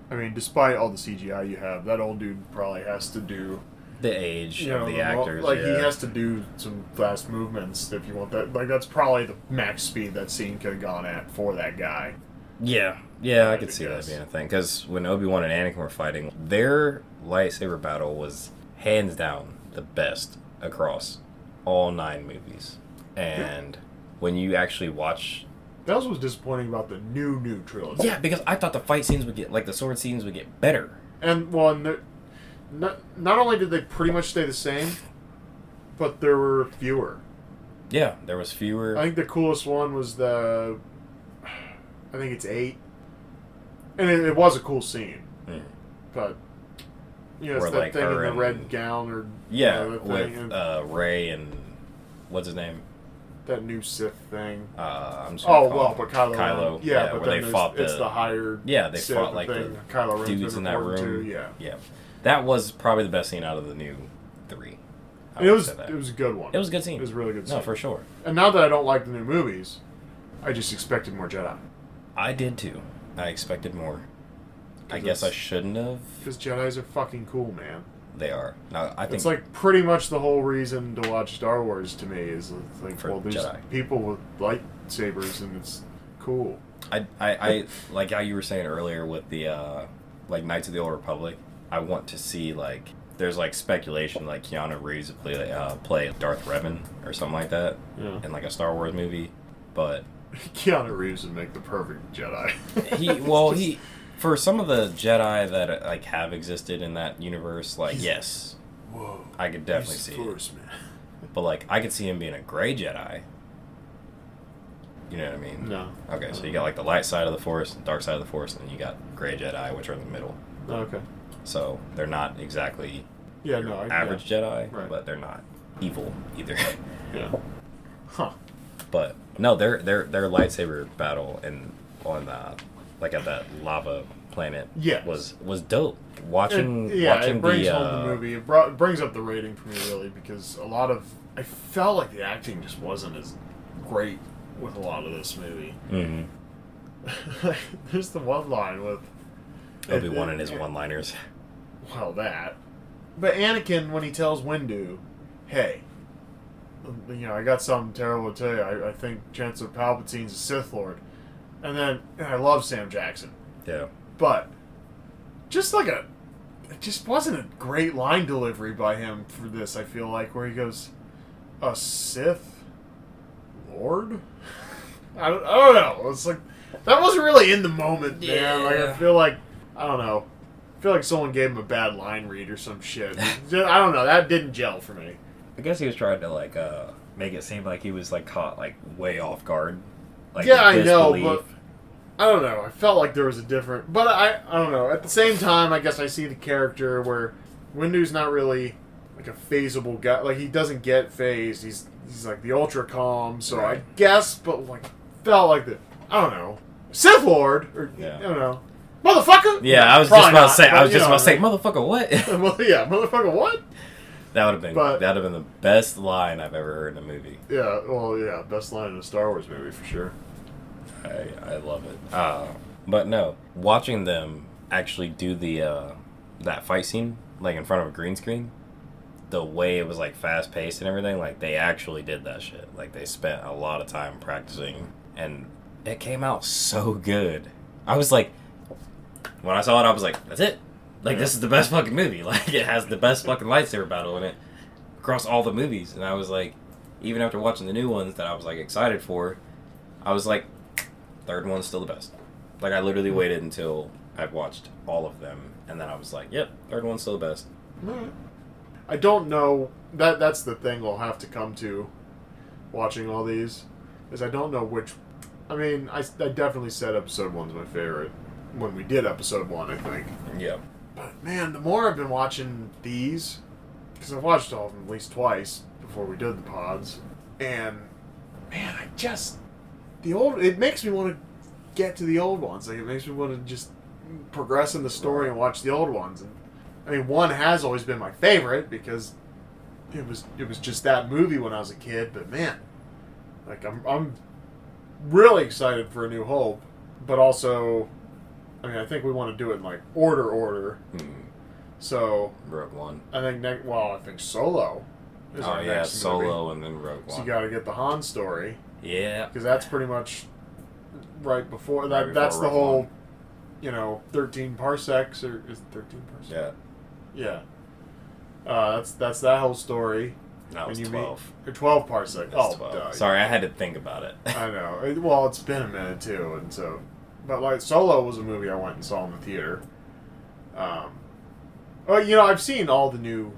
[SPEAKER 1] I mean, despite all the CGI you have, that old dude probably has to do
[SPEAKER 2] The age
[SPEAKER 1] you know
[SPEAKER 2] of the
[SPEAKER 1] mo-
[SPEAKER 2] actors,
[SPEAKER 1] Like
[SPEAKER 2] yeah.
[SPEAKER 1] he has to do some fast movements if you want that. Like that's probably the max speed that scene could have gone at for that guy.
[SPEAKER 2] yeah, yeah, I could
[SPEAKER 1] I
[SPEAKER 2] see that
[SPEAKER 1] guess.
[SPEAKER 2] being a thing because when Obi Wan and Anakin were fighting, their lightsaber battle was hands down the best across all nine movies, and when you actually watch
[SPEAKER 1] That was what's disappointing about the new new trilogy.
[SPEAKER 2] Yeah, because I thought the fight scenes would get like the sword scenes would get better.
[SPEAKER 1] and well, and there- not not only did they pretty much stay the same, but there were fewer.
[SPEAKER 2] Yeah, there was fewer. mm,
[SPEAKER 1] I think the coolest one was the, I think it's eight, and it, it was a cool scene,
[SPEAKER 2] Mm.
[SPEAKER 1] but you know, it's
[SPEAKER 2] Where,
[SPEAKER 1] that
[SPEAKER 2] like,
[SPEAKER 1] thing in
[SPEAKER 2] her
[SPEAKER 1] the
[SPEAKER 2] and-
[SPEAKER 1] red gown or
[SPEAKER 2] yeah,
[SPEAKER 1] you know, that thing,
[SPEAKER 2] with
[SPEAKER 1] and
[SPEAKER 2] uh, Ray and what's his name?
[SPEAKER 1] that new Sith thing.
[SPEAKER 2] Uh, I'm just gonna
[SPEAKER 1] Oh
[SPEAKER 2] call
[SPEAKER 1] well,
[SPEAKER 2] him
[SPEAKER 1] but Kylo, Ren.
[SPEAKER 2] Kylo.
[SPEAKER 1] yeah, but
[SPEAKER 2] where
[SPEAKER 1] then
[SPEAKER 2] they
[SPEAKER 1] there's-
[SPEAKER 2] fought
[SPEAKER 1] it's
[SPEAKER 2] the,
[SPEAKER 1] the higher,
[SPEAKER 2] yeah they
[SPEAKER 1] Sith
[SPEAKER 2] fought like
[SPEAKER 1] thing.
[SPEAKER 2] the
[SPEAKER 1] Kylo Ren's
[SPEAKER 2] dudes
[SPEAKER 1] been
[SPEAKER 2] in that room.
[SPEAKER 1] reporting to, yeah,
[SPEAKER 2] yeah, that was probably the best scene out of the new three. I
[SPEAKER 1] And it
[SPEAKER 2] would
[SPEAKER 1] was
[SPEAKER 2] say that.
[SPEAKER 1] it was a good one.
[SPEAKER 2] It was a good scene.
[SPEAKER 1] It was a really good.
[SPEAKER 2] no
[SPEAKER 1] scene.
[SPEAKER 2] for sure.
[SPEAKER 1] And now that I don't like the new movies, I just expected more Jedi
[SPEAKER 2] I did too. I expected more. I
[SPEAKER 1] 'Cause
[SPEAKER 2] guess I
[SPEAKER 1] it's-
[SPEAKER 2] shouldn't have.
[SPEAKER 1] because Jedi's are fucking cool, man.
[SPEAKER 2] They are. No, I think
[SPEAKER 1] It's like pretty much the whole reason to watch Star Wars to me is it's like,
[SPEAKER 2] For
[SPEAKER 1] well, there's
[SPEAKER 2] Jedi.
[SPEAKER 1] people with lightsabers and it's cool.
[SPEAKER 2] I, I, I like how you were saying earlier with the uh, like Knights of the Old Republic. I want to see like there's like speculation like Keanu Reeves would play uh, play Darth Revan or something like that
[SPEAKER 5] Yeah.
[SPEAKER 2] in like a Star Wars movie, but
[SPEAKER 1] Keanu Reeves would make the perfect Jedi.
[SPEAKER 2] he well he for some of the Jedi that uh, like have existed in that universe like yes
[SPEAKER 1] Whoa.
[SPEAKER 2] I could definitely
[SPEAKER 1] He's
[SPEAKER 2] see it.
[SPEAKER 1] force, man.
[SPEAKER 2] But like I could see him being a gray Jedi. You know what I mean?
[SPEAKER 5] No.
[SPEAKER 2] Okay, so you got like the light side of the force, the dark side of the force, and then you got gray Jedi, which are in the middle.
[SPEAKER 5] Okay.
[SPEAKER 2] So they're not exactly
[SPEAKER 1] Yeah, no, I,
[SPEAKER 2] average Jedi,
[SPEAKER 5] Right.
[SPEAKER 2] but they're not evil either.
[SPEAKER 5] Yeah.
[SPEAKER 1] yeah. Huh.
[SPEAKER 2] but no, their their their lightsaber battle and on the like at that lava planet
[SPEAKER 1] Yes.
[SPEAKER 2] was was dope. Watching
[SPEAKER 1] It- yeah,
[SPEAKER 2] watching
[SPEAKER 1] it brings
[SPEAKER 2] the,
[SPEAKER 1] home
[SPEAKER 2] uh,
[SPEAKER 1] the movie. It brought, brings up the rating for me really because a lot of I felt like the acting just wasn't as great with a lot of this movie.
[SPEAKER 2] mhm.
[SPEAKER 1] There's the one line with
[SPEAKER 2] Obi Wan and his one liners.
[SPEAKER 1] Well, that. But Anakin, when he tells Windu, "Hey, you know, I got something terrible to tell you. I, I think Chancellor Palpatine's a Sith Lord," and then and I love Sam Jackson,
[SPEAKER 2] Yeah.
[SPEAKER 1] but just like a, it just wasn't a great line delivery by him for this. I feel like where he goes, "A Sith Lord." I don't, I don't know. It's like that wasn't really in the moment, man. Like I
[SPEAKER 6] Yeah.
[SPEAKER 1] feel like I don't know. I feel like someone gave him a bad line read or some shit. Just- I don't know. That didn't gel for me.
[SPEAKER 2] I guess he was trying to like uh make it seem like he was like caught like way off guard. Like
[SPEAKER 1] yeah, I know,
[SPEAKER 2] disbelief.
[SPEAKER 1] but I don't know. I felt like there was a different, but I I don't know. At the same time, I guess I see the character where Windu's not really like a phasable guy. Like he doesn't get phased. He's he's like the ultra calm. So I
[SPEAKER 2] Right.
[SPEAKER 1] guess, but like felt like the I don't know Sith Lord or
[SPEAKER 2] Yeah.
[SPEAKER 1] I don't know motherfucker.
[SPEAKER 2] yeah, I was
[SPEAKER 1] Probably
[SPEAKER 2] just about
[SPEAKER 1] not,
[SPEAKER 2] to say. I
[SPEAKER 1] but
[SPEAKER 2] was
[SPEAKER 1] you
[SPEAKER 2] just
[SPEAKER 1] know
[SPEAKER 2] about to say,
[SPEAKER 1] what
[SPEAKER 2] motherfucker, what?
[SPEAKER 1] I mean. Well, yeah, motherfucker. What?
[SPEAKER 2] that would have been
[SPEAKER 1] But-
[SPEAKER 2] that would have been the best line I've ever heard in a movie.
[SPEAKER 1] Yeah. Well, yeah. Best line in a Star Wars movie for sure.
[SPEAKER 2] I, I love it. Uh, but no, watching them actually do the uh, that fight scene like in front of a green screen, the way it was like fast paced and everything, like they actually did that shit. Like they spent a lot of time practicing, and it came out so good. I was like, when I saw it, I was like, that's it. Like this is the best fucking movie. Like it has the best fucking lightsaber battle in it across all the movies, and I was like, even after watching the new ones that I was like excited for, I was like, third one's still the best. Like I literally waited until I'd watched all of them, and then I was like, yep, third one's still the best.
[SPEAKER 1] I don't know that that's the thing we'll have to come to watching all these is I don't know which I mean I, I definitely said episode one's my favorite when we did episode one I think
[SPEAKER 2] Yeah.
[SPEAKER 1] but man the more I've been watching these because I've watched all of them at least twice before we did the pods and man I just the old it makes me want to get to the old ones like it makes me want to just progress in the story and watch the old ones and I mean, one has always been my favorite because it was it was just that movie when I was a kid. But man, like I'm I'm really excited for A New Hope, but also, I mean, I think we want to do it in like order order.
[SPEAKER 2] Hmm.
[SPEAKER 1] So
[SPEAKER 2] Rogue One.
[SPEAKER 1] I think next, well, I think Solo. Is
[SPEAKER 2] Oh
[SPEAKER 1] our
[SPEAKER 2] yeah,
[SPEAKER 1] next movie.
[SPEAKER 2] Solo and then Rogue
[SPEAKER 1] So you
[SPEAKER 2] One.
[SPEAKER 1] got to get the Han story
[SPEAKER 2] yeah.
[SPEAKER 1] because that's pretty much right before that.
[SPEAKER 2] Right before
[SPEAKER 1] that's the
[SPEAKER 2] Rogue
[SPEAKER 1] whole,
[SPEAKER 2] One.
[SPEAKER 1] you know, thirteen parsecs or is it thirteen parsecs?
[SPEAKER 2] Yeah.
[SPEAKER 1] Yeah. Uh, that's that's that whole story.
[SPEAKER 2] That was
[SPEAKER 1] you
[SPEAKER 2] twelve.
[SPEAKER 1] Meet, or twelve parsec.
[SPEAKER 2] That's
[SPEAKER 1] Oh,
[SPEAKER 2] twelve.
[SPEAKER 1] duh.
[SPEAKER 2] Sorry, I had to think about it.
[SPEAKER 1] I know. It- well, it's been a minute too, and so, but like Solo was a movie I went and saw in the theater. Um, well, you know, I've seen all the new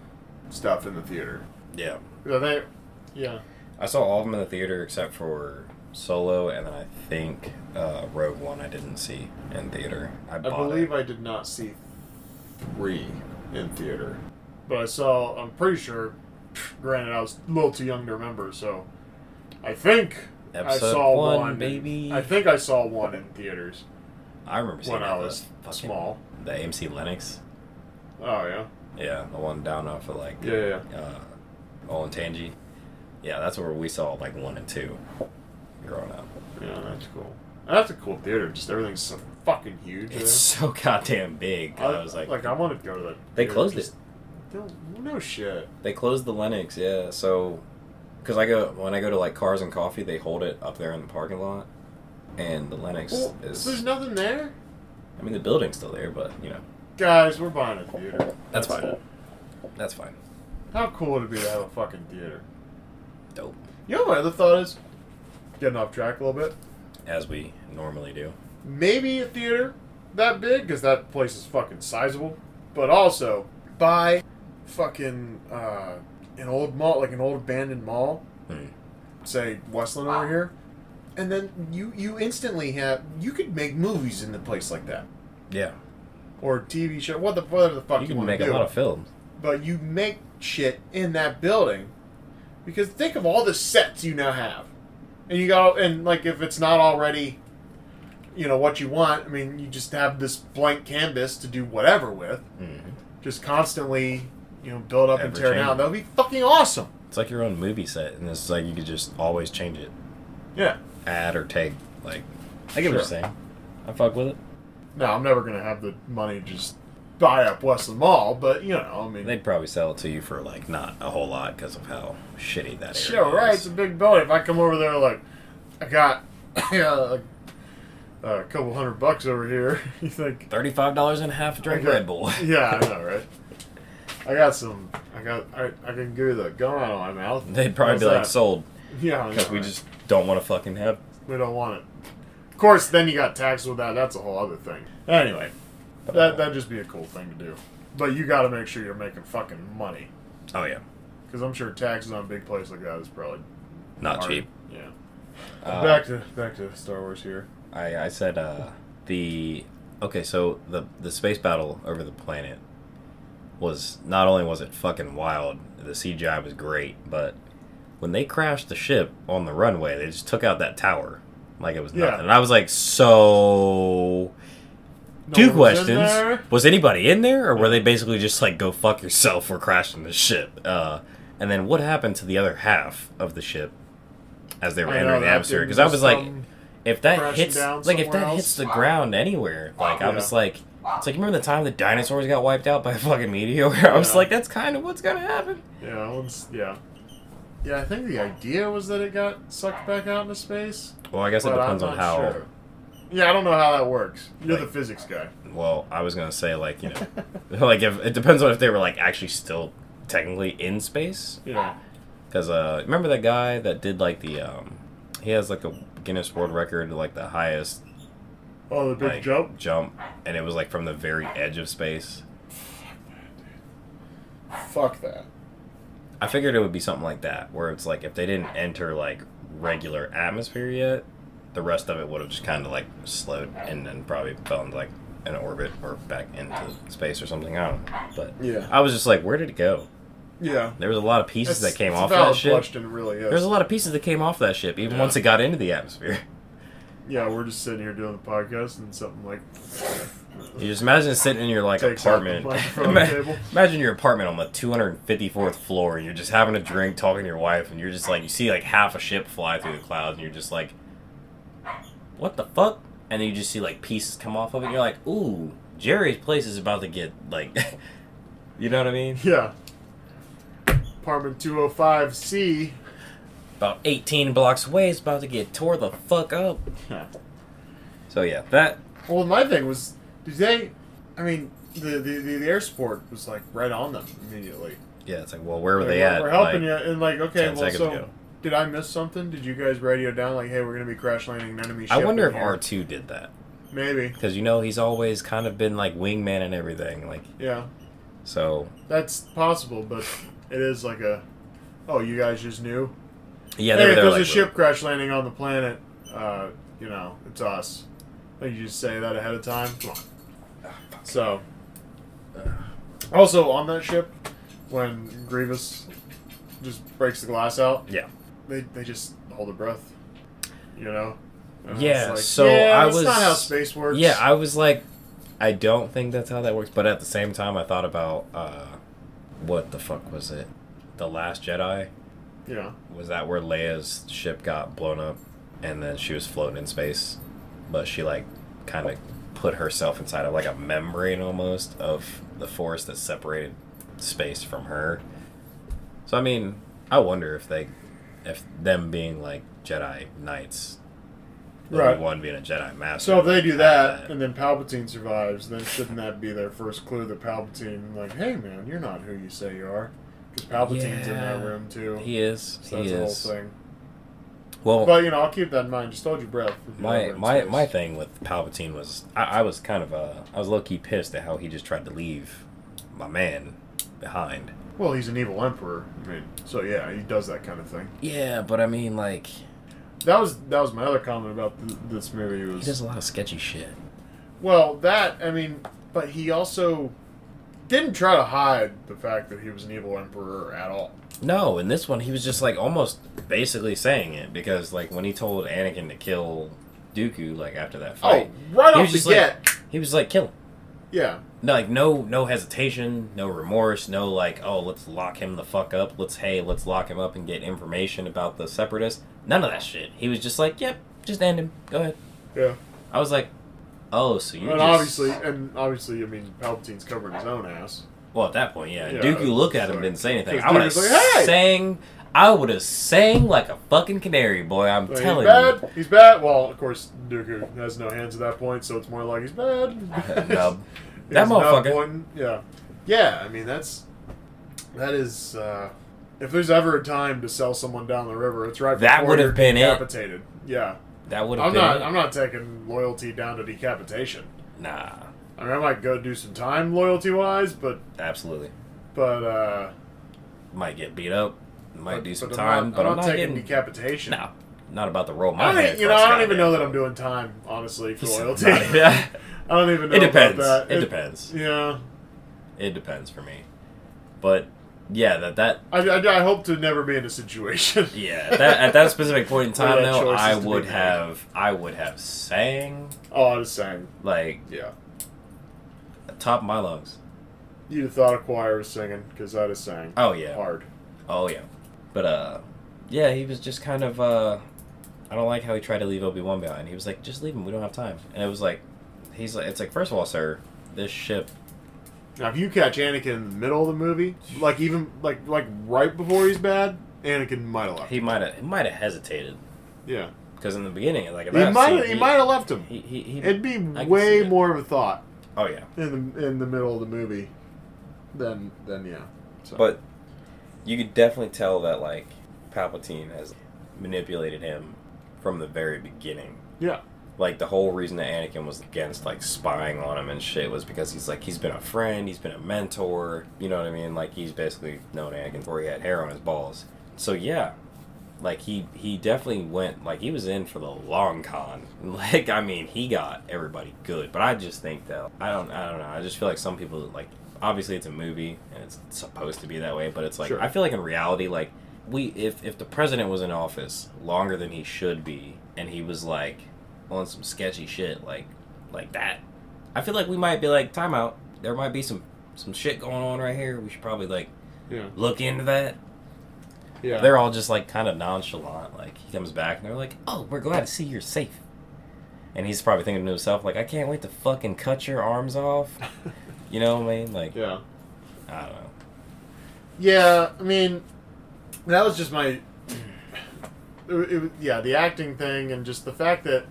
[SPEAKER 1] stuff in the theater.
[SPEAKER 2] yeah.
[SPEAKER 1] Yeah, They, yeah,
[SPEAKER 2] I saw all of them in the theater except for Solo, and then I think uh, Rogue One I didn't see in theater. I,
[SPEAKER 1] I
[SPEAKER 2] bought
[SPEAKER 1] believe
[SPEAKER 2] it.
[SPEAKER 1] I did not see three in theater, but I saw. I'm pretty sure. Granted, I was a little too young to remember, so I think
[SPEAKER 2] Episode
[SPEAKER 1] I saw
[SPEAKER 2] one,
[SPEAKER 1] one,
[SPEAKER 2] baby.
[SPEAKER 1] I think I saw one in theaters.
[SPEAKER 2] I remember seeing
[SPEAKER 1] when
[SPEAKER 2] that
[SPEAKER 1] I
[SPEAKER 2] the
[SPEAKER 1] was
[SPEAKER 2] fucking-
[SPEAKER 1] small.
[SPEAKER 2] The AMC Lennox.
[SPEAKER 1] Oh yeah,
[SPEAKER 2] Yeah, the one down off of like
[SPEAKER 1] yeah, yeah.
[SPEAKER 2] uh, all in Tangy. Yeah, that's where we saw like one and two growing up.
[SPEAKER 1] Yeah, that's cool. And that's a cool theater. Just everything's so fucking huge.
[SPEAKER 2] It's so goddamn big.
[SPEAKER 1] there.
[SPEAKER 2] I, was like,
[SPEAKER 1] like I want to go to that.
[SPEAKER 2] they
[SPEAKER 1] theater.
[SPEAKER 2] closed it.
[SPEAKER 1] Just- don't- No shit.
[SPEAKER 2] They closed the Lennox. Yeah, so because I go when I go to like Cars and Coffee, they hold it up there in the parking lot, and the Lennox
[SPEAKER 1] Well,
[SPEAKER 2] is.
[SPEAKER 1] there's nothing there.
[SPEAKER 2] I mean, the building's still there, but you know,
[SPEAKER 1] Guys, we're buying a theater.
[SPEAKER 2] That's fine.
[SPEAKER 1] it.
[SPEAKER 2] That's fine.
[SPEAKER 1] How cool would it be to have a fucking theater?
[SPEAKER 2] Dope.
[SPEAKER 1] You know what my other thought is? Getting off track a little bit.
[SPEAKER 2] As we normally do.
[SPEAKER 1] Maybe a theater that big, because that place is fucking sizable. But also, buy fucking uh, an old mall, like an old abandoned mall,
[SPEAKER 2] Hmm.
[SPEAKER 1] say Westland over here. And then you, you instantly have you could make movies in the place like that
[SPEAKER 2] Yeah.
[SPEAKER 1] or TV show what the whatever the fuck
[SPEAKER 2] You
[SPEAKER 1] you,
[SPEAKER 2] can
[SPEAKER 1] want
[SPEAKER 2] make
[SPEAKER 1] to
[SPEAKER 2] a
[SPEAKER 1] do.
[SPEAKER 2] lot of films.
[SPEAKER 1] but you make shit in that building because think of all the sets you now have and you go and like if it's not already you know what you want i mean you just have this blank canvas to do whatever with
[SPEAKER 2] hmm
[SPEAKER 1] just constantly you know build up and
[SPEAKER 2] Ever
[SPEAKER 1] tear down
[SPEAKER 2] changing.
[SPEAKER 1] that would be fucking awesome
[SPEAKER 2] It's like your own movie set, and it's like you could just always change it,
[SPEAKER 1] yeah
[SPEAKER 2] add or take. Like, I get what
[SPEAKER 1] Sure.
[SPEAKER 2] you're saying. I fuck with it.
[SPEAKER 1] no i'm never gonna have the money to just buy up westland mall but you know i mean
[SPEAKER 2] They'd probably sell it to you for like not a whole lot because of how shitty that area
[SPEAKER 1] Sure, right.
[SPEAKER 2] is.
[SPEAKER 1] It's a big building. If I come over there, like, I got uh, a couple hundred bucks over here, you think?
[SPEAKER 2] Thirty-five dollars and a half a drink
[SPEAKER 1] Okay.
[SPEAKER 2] Red Bull.
[SPEAKER 1] Yeah, I know, right? I got some. I got. I, I can give you the gum out of my mouth.
[SPEAKER 2] They'd probably
[SPEAKER 1] How's
[SPEAKER 2] be like
[SPEAKER 1] that?
[SPEAKER 2] sold
[SPEAKER 1] yeah, I know,
[SPEAKER 2] because we
[SPEAKER 1] right?
[SPEAKER 2] just don't want to fucking have.
[SPEAKER 1] we don't want it. Of course, then you got taxed with that. That's a whole other thing. Anyway, that that'd just be a cool thing to do. But you got to make sure you're making fucking money,
[SPEAKER 2] Oh yeah,
[SPEAKER 1] because I'm sure taxes on a big place like that is probably
[SPEAKER 2] not
[SPEAKER 1] hard.
[SPEAKER 2] cheap.
[SPEAKER 1] Yeah.
[SPEAKER 2] Uh,
[SPEAKER 1] back to back to Star Wars here.
[SPEAKER 2] I, I said uh, the okay. So the the space battle over the planet was not only was it fucking wild, the CGI was great, but when they crashed the ship on the runway, they just took out that tower like it was
[SPEAKER 1] Yeah.
[SPEAKER 2] nothing. And I was like, so
[SPEAKER 1] No
[SPEAKER 2] two
[SPEAKER 1] one was in
[SPEAKER 2] questions:
[SPEAKER 1] there.
[SPEAKER 2] Was anybody in there, or were they basically just like, go fuck yourself, we're crashing the ship? Uh, and then what happened to the other half of the ship? As they were
[SPEAKER 1] I know,
[SPEAKER 2] entering the
[SPEAKER 1] that
[SPEAKER 2] atmosphere,
[SPEAKER 1] didn't
[SPEAKER 2] because I was
[SPEAKER 1] just
[SPEAKER 2] like,
[SPEAKER 1] come
[SPEAKER 2] if that
[SPEAKER 1] crashing
[SPEAKER 2] hits
[SPEAKER 1] down
[SPEAKER 2] like if
[SPEAKER 1] somewhere
[SPEAKER 2] that
[SPEAKER 1] else.
[SPEAKER 2] hits the ground anywhere like i
[SPEAKER 1] Yeah.
[SPEAKER 2] was like it's like you remember the time the dinosaurs got wiped out by a fucking meteor i was
[SPEAKER 1] Yeah.
[SPEAKER 2] like that's kind of what's gonna happen
[SPEAKER 1] Yeah, once, yeah. Yeah, I think the idea was that it got sucked back out into space.
[SPEAKER 2] well i guess it
[SPEAKER 1] but
[SPEAKER 2] depends
[SPEAKER 1] I'm
[SPEAKER 2] on
[SPEAKER 1] not
[SPEAKER 2] how
[SPEAKER 1] sure. Yeah, I don't know how that works. You're the
[SPEAKER 2] Like-
[SPEAKER 1] physics guy.
[SPEAKER 2] well i was gonna say like you know like if it depends on if they were like actually still technically in space
[SPEAKER 1] Yeah.
[SPEAKER 2] because uh remember that guy that did like the um he has like a guinness world record like the highest
[SPEAKER 1] Oh, the big
[SPEAKER 2] like,
[SPEAKER 1] jump.
[SPEAKER 2] jump and it was like from the very edge of space
[SPEAKER 1] Fuck that.
[SPEAKER 2] I figured it would be something like that, where it's like if they didn't enter like regular atmosphere yet, the rest of it would have just kind of like slowed and then probably fell into like an orbit or back into space or something. I don't know. But
[SPEAKER 1] Yeah.
[SPEAKER 2] I was just like, where did it go?
[SPEAKER 1] Yeah.
[SPEAKER 2] There was a lot of pieces that came
[SPEAKER 1] it's
[SPEAKER 2] off
[SPEAKER 1] a valid
[SPEAKER 2] that ship.
[SPEAKER 1] question, it really is.
[SPEAKER 2] There's a lot of pieces that came off that ship, even
[SPEAKER 1] Yeah.
[SPEAKER 2] once it got into the atmosphere.
[SPEAKER 1] yeah, we're just sitting here doing the podcast and something like.
[SPEAKER 2] You just imagine sitting in your like
[SPEAKER 1] Takes out the
[SPEAKER 2] apartment.
[SPEAKER 1] microphone
[SPEAKER 2] Ima-
[SPEAKER 1] cable.
[SPEAKER 2] Imagine your apartment on the 254th floor, and you're just having a drink, talking to your wife, and you're just like, you see like half a ship fly through the clouds, and you're just like, what the fuck? And then you just see like pieces come off of it, and you're like, ooh, Jerry's place is about to get like, you know what I mean?
[SPEAKER 1] Yeah. Apartment 205C.
[SPEAKER 2] About 18 blocks away, it's about to get tore the fuck up. So yeah, that
[SPEAKER 1] Well, my thing was, did they? I mean, the the, the, the air support was like right on them immediately.
[SPEAKER 2] yeah, it's like, well, where were
[SPEAKER 1] Like,
[SPEAKER 2] they
[SPEAKER 1] we're,
[SPEAKER 2] at?
[SPEAKER 1] we're helping
[SPEAKER 2] Like,
[SPEAKER 1] you, and like, okay,
[SPEAKER 2] 10
[SPEAKER 1] well,
[SPEAKER 2] seconds
[SPEAKER 1] so
[SPEAKER 2] ago.
[SPEAKER 1] did I miss something? Did you guys radio down like, hey, we're gonna be crash landing an enemy ship?
[SPEAKER 2] I wonder
[SPEAKER 1] in
[SPEAKER 2] if
[SPEAKER 1] here?
[SPEAKER 2] R two did that
[SPEAKER 1] maybe,
[SPEAKER 2] because you know he's always kind of been like wingman and everything, like.
[SPEAKER 1] yeah,
[SPEAKER 2] So
[SPEAKER 1] that's possible, but it is like a, oh, you guys just knew.
[SPEAKER 2] yeah,
[SPEAKER 1] hey,
[SPEAKER 2] they were
[SPEAKER 1] if
[SPEAKER 2] there
[SPEAKER 1] there's
[SPEAKER 2] like
[SPEAKER 1] a ship crash landing on the planet, uh, you know, it's us. Like you just say that ahead of time. Come on. So, uh, also on that ship, when Grievous just breaks the glass out,
[SPEAKER 2] Yeah.
[SPEAKER 1] they, they just hold their breath, you know. And
[SPEAKER 2] Yeah,
[SPEAKER 1] it's
[SPEAKER 2] so
[SPEAKER 1] yeah,
[SPEAKER 2] I
[SPEAKER 1] that's
[SPEAKER 2] was-
[SPEAKER 1] not how space works.
[SPEAKER 2] Yeah, I was like, I don't think that's how that works. But at the same time, I thought about uh, what the fuck was it? The Last Jedi
[SPEAKER 1] yeah,
[SPEAKER 2] was that where Leia's ship got blown up, and then she was floating in space, but she like kind of put herself inside of like a membrane almost of the force that separated space from her. So I mean, I wonder if they, if them being like Jedi knights,
[SPEAKER 1] Right.
[SPEAKER 2] Obi Wan being a Jedi Master.
[SPEAKER 1] So if they do
[SPEAKER 2] Uh,
[SPEAKER 1] that, and then Palpatine survives, then shouldn't that be their first clue that Palpatine, like, hey man, you're not who you say you are? Because Palpatine's in that
[SPEAKER 2] Yeah.
[SPEAKER 1] room too.
[SPEAKER 2] he is.
[SPEAKER 1] so
[SPEAKER 2] he
[SPEAKER 1] that's
[SPEAKER 2] is.
[SPEAKER 1] the whole thing.
[SPEAKER 2] Well,
[SPEAKER 1] But you know, I'll keep that in mind. Just hold your breath. if you're
[SPEAKER 2] my
[SPEAKER 1] ever in
[SPEAKER 2] my
[SPEAKER 1] space.
[SPEAKER 2] my thing with Palpatine was I, I was kind of uh I was low key pissed at how he just tried to leave my man behind.
[SPEAKER 1] Well, he's an evil emperor. I mean, so yeah, he does that kind of thing.
[SPEAKER 2] Yeah, but I mean, like
[SPEAKER 1] That was that was my other comment about th- this movie
[SPEAKER 2] he
[SPEAKER 1] was
[SPEAKER 2] does a lot of sketchy shit.
[SPEAKER 1] Well, that I mean, but he also didn't try to hide the fact that he was an evil emperor at all.
[SPEAKER 2] No, in this one he was just like almost basically saying it because like when he told Anakin to kill Dooku like after that fight,
[SPEAKER 1] Oh, right
[SPEAKER 2] He
[SPEAKER 1] off
[SPEAKER 2] was
[SPEAKER 1] the
[SPEAKER 2] just like-
[SPEAKER 1] get,
[SPEAKER 2] he was like kill him.
[SPEAKER 1] yeah,
[SPEAKER 2] No, like no no hesitation, no remorse, no like oh let's lock him the fuck up. Let's hey let's lock him up and get information about the separatists. None of that shit. He was just like yep, just end him. Go ahead.
[SPEAKER 1] yeah.
[SPEAKER 2] I was like, oh so you
[SPEAKER 1] and
[SPEAKER 2] just-
[SPEAKER 1] obviously, and obviously, I mean, Palpatine's covering his own ass.
[SPEAKER 2] Well, at that point, yeah.
[SPEAKER 1] Yeah,
[SPEAKER 2] Dooku looked at him,
[SPEAKER 1] so-
[SPEAKER 2] didn't say anything.
[SPEAKER 1] Because
[SPEAKER 2] I would have
[SPEAKER 1] Dooku's like, "Hey!"
[SPEAKER 2] sang. I would have sang like a fucking canary, boy. I'm
[SPEAKER 1] Like, he's
[SPEAKER 2] telling
[SPEAKER 1] bad.
[SPEAKER 2] you.
[SPEAKER 1] He's bad. Well, of course, Dooku has no hands at that point, so it's more like he's bad.
[SPEAKER 2] Nub.
[SPEAKER 1] He
[SPEAKER 2] That
[SPEAKER 1] was nub
[SPEAKER 2] motherfucker.
[SPEAKER 1] pointing. Yeah, yeah. I mean, that's that is. uh if there's ever a time to sell someone down the river, it's right.
[SPEAKER 2] That
[SPEAKER 1] before
[SPEAKER 2] would've
[SPEAKER 1] you're
[SPEAKER 2] been it.
[SPEAKER 1] decapitated. Yeah.
[SPEAKER 2] That would have
[SPEAKER 1] I'm
[SPEAKER 2] been.
[SPEAKER 1] not. I'm not taking loyalty down to decapitation.
[SPEAKER 2] Nah,
[SPEAKER 1] I mean, I might go do some time loyalty wise, but
[SPEAKER 2] absolutely.
[SPEAKER 1] but uh,
[SPEAKER 2] Might get beat up. Might
[SPEAKER 1] but-
[SPEAKER 2] do some
[SPEAKER 1] but
[SPEAKER 2] time,
[SPEAKER 1] I'm not,
[SPEAKER 2] but
[SPEAKER 1] I'm not taking
[SPEAKER 2] getting.
[SPEAKER 1] decapitation.
[SPEAKER 2] No, not about the roll. My
[SPEAKER 1] I don't.
[SPEAKER 2] head
[SPEAKER 1] e- You know,
[SPEAKER 2] across
[SPEAKER 1] I don't even
[SPEAKER 2] goddamn
[SPEAKER 1] know that
[SPEAKER 2] road.
[SPEAKER 1] I'm doing time honestly for
[SPEAKER 2] It's
[SPEAKER 1] loyalty.
[SPEAKER 2] not-
[SPEAKER 1] I
[SPEAKER 2] yeah.
[SPEAKER 1] don't even know.
[SPEAKER 2] It
[SPEAKER 1] about
[SPEAKER 2] depends.
[SPEAKER 1] that.
[SPEAKER 2] It depends.
[SPEAKER 1] Yeah,
[SPEAKER 2] It depends for me, but yeah, that that
[SPEAKER 1] I, I, I hope to never be in a situation.
[SPEAKER 2] yeah that at that specific point in
[SPEAKER 1] Where
[SPEAKER 2] time
[SPEAKER 1] that
[SPEAKER 2] though,
[SPEAKER 1] choice
[SPEAKER 2] I
[SPEAKER 1] is to be
[SPEAKER 2] would
[SPEAKER 1] made.
[SPEAKER 2] have I would have sang
[SPEAKER 1] Oh, I was saying.
[SPEAKER 2] like
[SPEAKER 1] Yeah,
[SPEAKER 2] top of my lungs.
[SPEAKER 1] you'd have thought a choir was singing because I'd have sang
[SPEAKER 2] Oh yeah,
[SPEAKER 1] hard.
[SPEAKER 2] Oh yeah, but uh, yeah, he was just kind of uh, I don't like how he tried to leave Obi Wan behind. He was like, just leave him. We don't have time. And it was like, he's like, it's like, first of all, sir, this ship.
[SPEAKER 1] Now, if you catch Anakin in the middle of the movie, like even like like right before he's bad, Anakin might have left.
[SPEAKER 2] He might have, he might have hesitated
[SPEAKER 1] yeah,
[SPEAKER 2] because in the beginning, like,
[SPEAKER 1] he
[SPEAKER 2] about
[SPEAKER 1] might have, he might have left him.
[SPEAKER 2] He, he, he-
[SPEAKER 1] It'd be
[SPEAKER 2] I can
[SPEAKER 1] way
[SPEAKER 2] see it.
[SPEAKER 1] more of a thought
[SPEAKER 2] Oh yeah,
[SPEAKER 1] in the in the middle of the movie than than yeah. So.
[SPEAKER 2] but you could definitely tell that like Palpatine has manipulated him from the very beginning.
[SPEAKER 1] yeah,
[SPEAKER 2] like the whole reason that Anakin was against like spying on him and shit was because he's like he's been a friend, he's been a mentor, you know what I mean? Like he's basically known Anakin before he had hair on his balls. So yeah, like he he definitely went like he was in for the long con. Like I mean, he got everybody good, but I just think that I don't I don't know. I just feel like some people like obviously it's a movie and it's supposed to be that way, but it's like
[SPEAKER 1] Sure.
[SPEAKER 2] I feel like in reality like we if if the president was in office longer than he should be and he was like on some sketchy shit like like that, I feel like we might be like time out. There might be some some shit going on right here. We should probably like
[SPEAKER 1] yeah,
[SPEAKER 2] look into that.
[SPEAKER 1] yeah.
[SPEAKER 2] They're all just like kind of nonchalant. Like he comes back and they're like, "Oh, we're glad to see you're safe." And he's probably thinking to himself, like, "I can't wait to fucking cut your arms off." You know what I mean? Like,
[SPEAKER 1] yeah.
[SPEAKER 2] I don't know.
[SPEAKER 1] Yeah, I mean, that was just my. It, wa- it, wa- yeah, the acting thing and just the fact that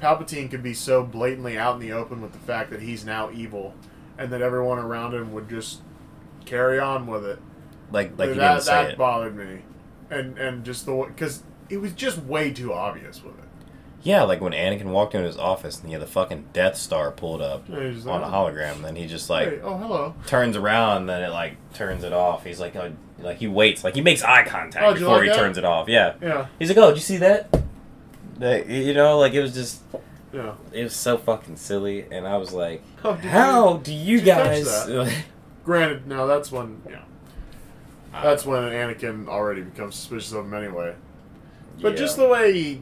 [SPEAKER 1] Palpatine could be so blatantly out in the open with the fact that he's now evil and that everyone around him would just carry on with it.
[SPEAKER 2] Like, like he
[SPEAKER 1] that
[SPEAKER 2] didn't say
[SPEAKER 1] that
[SPEAKER 2] it.
[SPEAKER 1] bothered me. And, and just the. Because it was just way too obvious with it.
[SPEAKER 2] yeah, like when Anakin walked into his office and he had the fucking Death Star pulled up
[SPEAKER 1] Yeah, he's
[SPEAKER 2] on a
[SPEAKER 1] like,
[SPEAKER 2] hologram, then he just like
[SPEAKER 1] Hey, oh, hello.
[SPEAKER 2] turns around, and then it like turns it off. He's like, uh, like he waits, like he makes eye contact
[SPEAKER 1] Oh, did you
[SPEAKER 2] before
[SPEAKER 1] like
[SPEAKER 2] he
[SPEAKER 1] that?
[SPEAKER 2] turns it off. Yeah,
[SPEAKER 1] Yeah,
[SPEAKER 2] he's like, "Oh, did you see that?" Like, you know, like it was just.
[SPEAKER 1] yeah.
[SPEAKER 2] it was so fucking silly, and I was like,
[SPEAKER 1] Oh, did you-
[SPEAKER 2] "How do you
[SPEAKER 1] did you catch
[SPEAKER 2] guys?"
[SPEAKER 1] Granted, now that's when. Yeah.
[SPEAKER 2] Uh,
[SPEAKER 1] That's when Anakin already becomes suspicious of him anyway. But just the way he,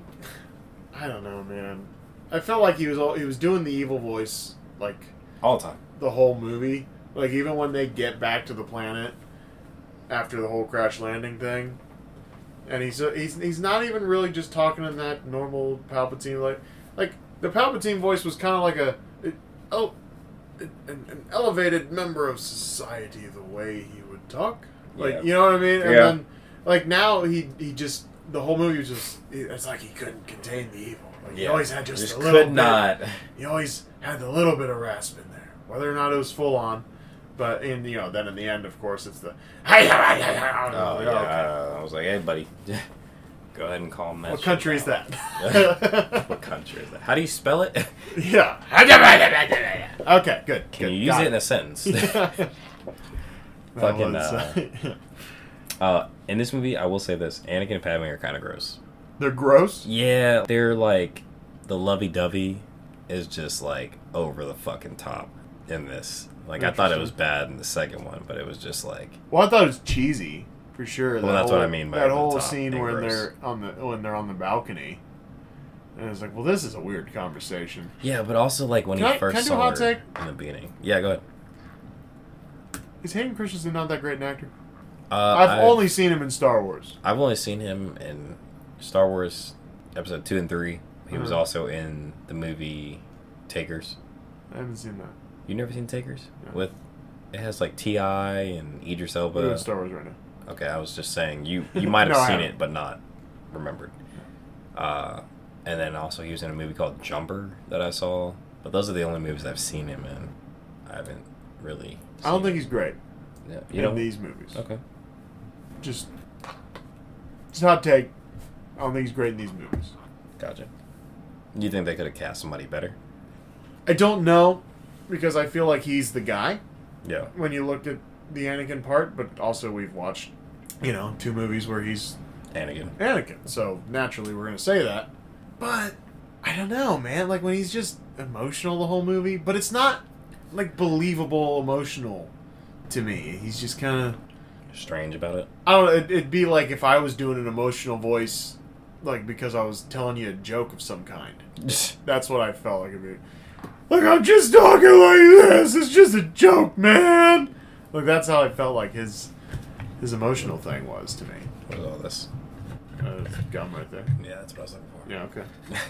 [SPEAKER 1] I don't know, man. I felt like he was all, he was doing the evil voice like
[SPEAKER 2] all the time.
[SPEAKER 1] the whole movie. Like even when they get back to the planet after the whole crash landing thing, and he's uh, he's he's not even really just talking in that normal Palpatine like like the Palpatine voice was kind of like a it, oh an, an elevated member of society the way he would talk like
[SPEAKER 2] Yeah.
[SPEAKER 1] you know what I mean and
[SPEAKER 2] Yeah.
[SPEAKER 1] then like now he he just the whole movie was just it's like he couldn't contain the evil. Like he
[SPEAKER 2] Yeah.
[SPEAKER 1] always had just,
[SPEAKER 2] Just
[SPEAKER 1] a little
[SPEAKER 2] could
[SPEAKER 1] bit. Oh,
[SPEAKER 2] not.
[SPEAKER 1] He always had the little bit of rasp in there, whether or not it was full on. But in you know, then in the end, of course, it's the hey, hey, hey, hey, hey.
[SPEAKER 2] Oh,
[SPEAKER 1] Oh,
[SPEAKER 2] yeah.
[SPEAKER 1] okay.
[SPEAKER 2] I was like, hey, buddy, go ahead and call him that
[SPEAKER 1] What
[SPEAKER 2] shit
[SPEAKER 1] country is
[SPEAKER 2] down.
[SPEAKER 1] that?
[SPEAKER 2] What country is that? How do you spell it?
[SPEAKER 1] yeah. okay, good.
[SPEAKER 2] Can
[SPEAKER 1] good.
[SPEAKER 2] you use
[SPEAKER 1] Got
[SPEAKER 2] it in a sentence?
[SPEAKER 1] That
[SPEAKER 2] Fucking,
[SPEAKER 1] was,
[SPEAKER 2] uh, uh, in this movie, I will say this: Anakin and Padme are kind of gross.
[SPEAKER 1] they're gross.
[SPEAKER 2] Yeah, they're like the lovey-dovey is just like over the fucking top in this. Like I thought it was bad in the second one, but it was just like
[SPEAKER 1] Well, I thought it was cheesy for sure.
[SPEAKER 2] Well,
[SPEAKER 1] That
[SPEAKER 2] that's what
[SPEAKER 1] whole-
[SPEAKER 2] I mean by
[SPEAKER 1] that
[SPEAKER 2] the
[SPEAKER 1] whole
[SPEAKER 2] top
[SPEAKER 1] scene
[SPEAKER 2] being
[SPEAKER 1] where
[SPEAKER 2] gross.
[SPEAKER 1] they're on the when they're on the balcony, and it's like, well, this is a weird conversation.
[SPEAKER 2] yeah, but also like when
[SPEAKER 1] Can
[SPEAKER 2] he
[SPEAKER 1] I-
[SPEAKER 2] first
[SPEAKER 1] can I do a
[SPEAKER 2] saw
[SPEAKER 1] hot
[SPEAKER 2] her in the beginning. Yeah, go ahead.
[SPEAKER 1] Is Hayden Christensen not that great an actor?
[SPEAKER 2] Uh,
[SPEAKER 1] I've,
[SPEAKER 2] I-
[SPEAKER 1] only seen him in Star Wars.
[SPEAKER 2] I've only seen him in Star Wars Episode Two and Three. He was
[SPEAKER 1] Mhm.
[SPEAKER 2] also in the movie Takers.
[SPEAKER 1] I haven't seen that.
[SPEAKER 2] You never seen Takers?
[SPEAKER 1] No.
[SPEAKER 2] With it has like Ti and Idris Elba.
[SPEAKER 1] We're doing uh, Star Wars right now.
[SPEAKER 2] Okay, I was just saying you you might have
[SPEAKER 1] No, I
[SPEAKER 2] seen
[SPEAKER 1] haven't.
[SPEAKER 2] it but not remembered. Uh, and then also he was in a movie called Jumper that I saw. But those are the only movies I've seen him in. I haven't really.
[SPEAKER 1] I don't
[SPEAKER 2] seen
[SPEAKER 1] think he's great
[SPEAKER 2] him. Yeah,
[SPEAKER 1] in
[SPEAKER 2] you know.
[SPEAKER 1] these movies.
[SPEAKER 2] Okay.
[SPEAKER 1] Just, just hot take. I don't think he's great in these movies.
[SPEAKER 2] Gotcha. You think they could have cast somebody better?
[SPEAKER 1] I don't know because I feel like he's the guy.
[SPEAKER 2] Yeah.
[SPEAKER 1] when you looked at the Anakin part, but also we've watched, you know, two movies where he's
[SPEAKER 2] Anakin.
[SPEAKER 1] Anakin. So naturally we're going to say that. But I don't know, man. Like when he's just emotional the whole movie, but it's not like believable emotional to me. He's just kind of
[SPEAKER 2] Strange about it.
[SPEAKER 1] I don't know, it, it'd be like if I was doing an emotional voice like because I was telling you a joke of some kind. That's what I felt like. It'd be, like I'm just talking like this. It's just a joke, man. Like that's how I felt like his his emotional thing was to me.
[SPEAKER 2] What is all this?
[SPEAKER 1] Uh, there's gum right there.
[SPEAKER 2] Yeah, that's what I was looking for.
[SPEAKER 1] Yeah. Okay.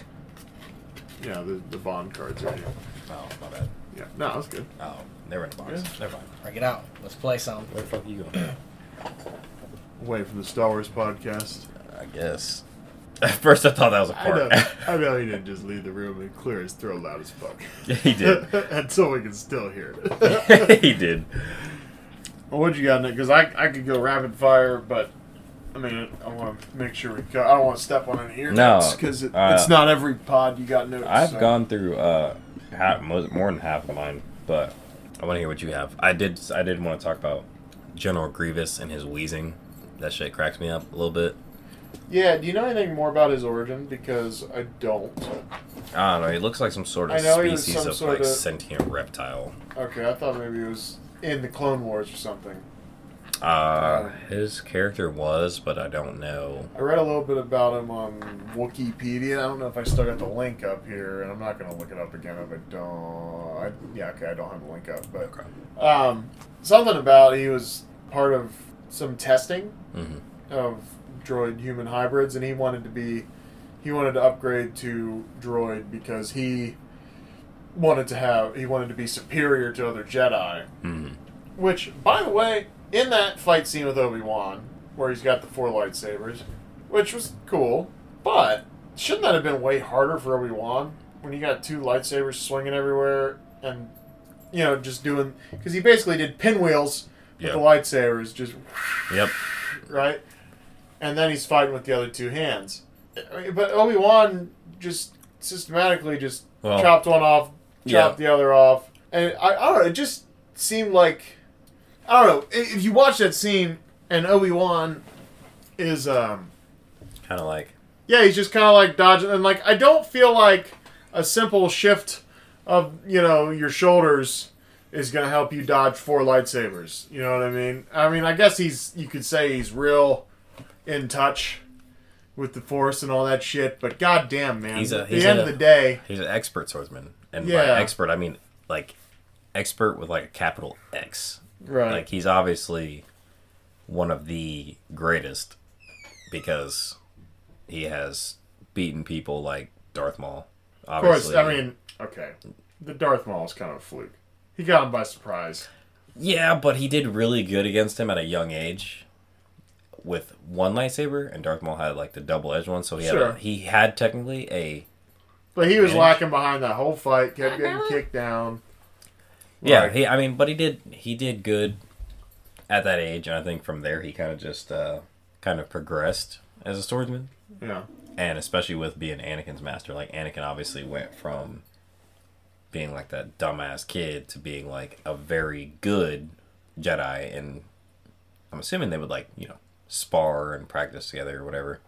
[SPEAKER 1] Yeah. The the bond cards right here.
[SPEAKER 2] Oh, my bad.
[SPEAKER 1] Yeah. No, that's good.
[SPEAKER 2] Oh, they were in a box.
[SPEAKER 1] Yeah.
[SPEAKER 2] Never mind.
[SPEAKER 6] Break it out. Let's play some.
[SPEAKER 2] Where the fuck are you going?
[SPEAKER 1] Away from the Star Wars podcast.
[SPEAKER 2] I guess. At first, I thought that was a
[SPEAKER 1] I
[SPEAKER 2] part.
[SPEAKER 1] know. I know he didn't just leave the room and clear his throat loud as fuck.
[SPEAKER 2] Yeah, he did.
[SPEAKER 1] Until we can still hear it.
[SPEAKER 2] he did.
[SPEAKER 1] Well, what you got in it? Because I, I could go rapid fire, but I mean, I want to make sure we. Co- I don't want to step on any ear
[SPEAKER 2] No,
[SPEAKER 1] because it,
[SPEAKER 2] uh,
[SPEAKER 1] it's not every pod you got notes.
[SPEAKER 2] I've
[SPEAKER 1] so-
[SPEAKER 2] gone through uh, half, mo- more than half of mine, but I want to hear what you have. I did. I did want to talk about General Grievous and his wheezing. That shit cracks me up a little bit.
[SPEAKER 1] Yeah. Do you know anything more about his origin? Because I don't.
[SPEAKER 2] I don't know. He looks like some sort
[SPEAKER 1] I
[SPEAKER 2] of
[SPEAKER 1] know he was
[SPEAKER 2] species
[SPEAKER 1] some
[SPEAKER 2] of
[SPEAKER 1] sort
[SPEAKER 2] like
[SPEAKER 1] of-
[SPEAKER 2] sentient reptile.
[SPEAKER 1] Okay, I thought maybe it was in the Clone Wars or something.
[SPEAKER 2] Uh, his character was, but I don't know.
[SPEAKER 1] I read a little bit about him on Wikipedia. I don't know if I still got the link up here, and I'm not gonna look it up again if I don't. I, yeah. Okay. I don't have the link up, but
[SPEAKER 2] Okay.
[SPEAKER 1] um, something about he was part of some testing
[SPEAKER 2] hmm
[SPEAKER 1] of droid human hybrids and he wanted to be he wanted to upgrade to droid because he wanted to have he wanted to be superior to other jedi
[SPEAKER 2] hmm
[SPEAKER 1] which by the way in that fight scene with obi-wan where he's got the four lightsabers which was cool but shouldn't that have been way harder for obi-wan when he got two lightsabers swinging everywhere and you know just doing because he basically did pinwheels with
[SPEAKER 2] Yeah.
[SPEAKER 1] the lightsabers just
[SPEAKER 2] Yep.
[SPEAKER 1] right? And then he's fighting with the other two hands. I mean, But Obi Wan just systematically just
[SPEAKER 2] Well,
[SPEAKER 1] chopped one off,
[SPEAKER 2] yeah.
[SPEAKER 1] chopped the other off, and I, I don't know. It just seemed like I don't know. i- If you watch that scene and Obi Wan is um
[SPEAKER 2] Kind of like
[SPEAKER 1] yeah, he's just kind of like dodging and like I don't feel like a simple shift of you know your shoulders is going to help you dodge four lightsabers. You know what I mean? I mean, I guess he's you could say he's real in touch with the force and all that shit, but goddamn, man,
[SPEAKER 2] He's a-
[SPEAKER 1] at
[SPEAKER 2] he's
[SPEAKER 1] the end
[SPEAKER 2] a-
[SPEAKER 1] of the day,
[SPEAKER 2] He's an expert swordsman, and
[SPEAKER 1] Yeah.
[SPEAKER 2] by expert I mean like expert with like a capital X.
[SPEAKER 1] right?
[SPEAKER 2] Like he's obviously one of the greatest because he has beaten people like Darth Maul.
[SPEAKER 1] of course,
[SPEAKER 2] Obviously.
[SPEAKER 1] I mean, okay, the Darth Maul is kind of a fluke. He got him by surprise.
[SPEAKER 2] yeah, but he did really good against him at a young age. with one lightsaber, and Darth Maul had like the double edged one, so he
[SPEAKER 1] Sure.
[SPEAKER 2] had a, he had technically a
[SPEAKER 1] But he was
[SPEAKER 2] Manage.
[SPEAKER 1] lacking behind that whole fight. Kept getting kicked down.
[SPEAKER 2] yeah.
[SPEAKER 1] Like,
[SPEAKER 2] He I mean, but he did he did good at that age, and I think from there he kind of just uh, kind of progressed as a swordsman.
[SPEAKER 1] yeah.
[SPEAKER 2] and especially with being Anakin's master, like Anakin obviously went from being like that dumbass kid to being like a very good Jedi, and I'm assuming they would like you know spar and practice together or whatever.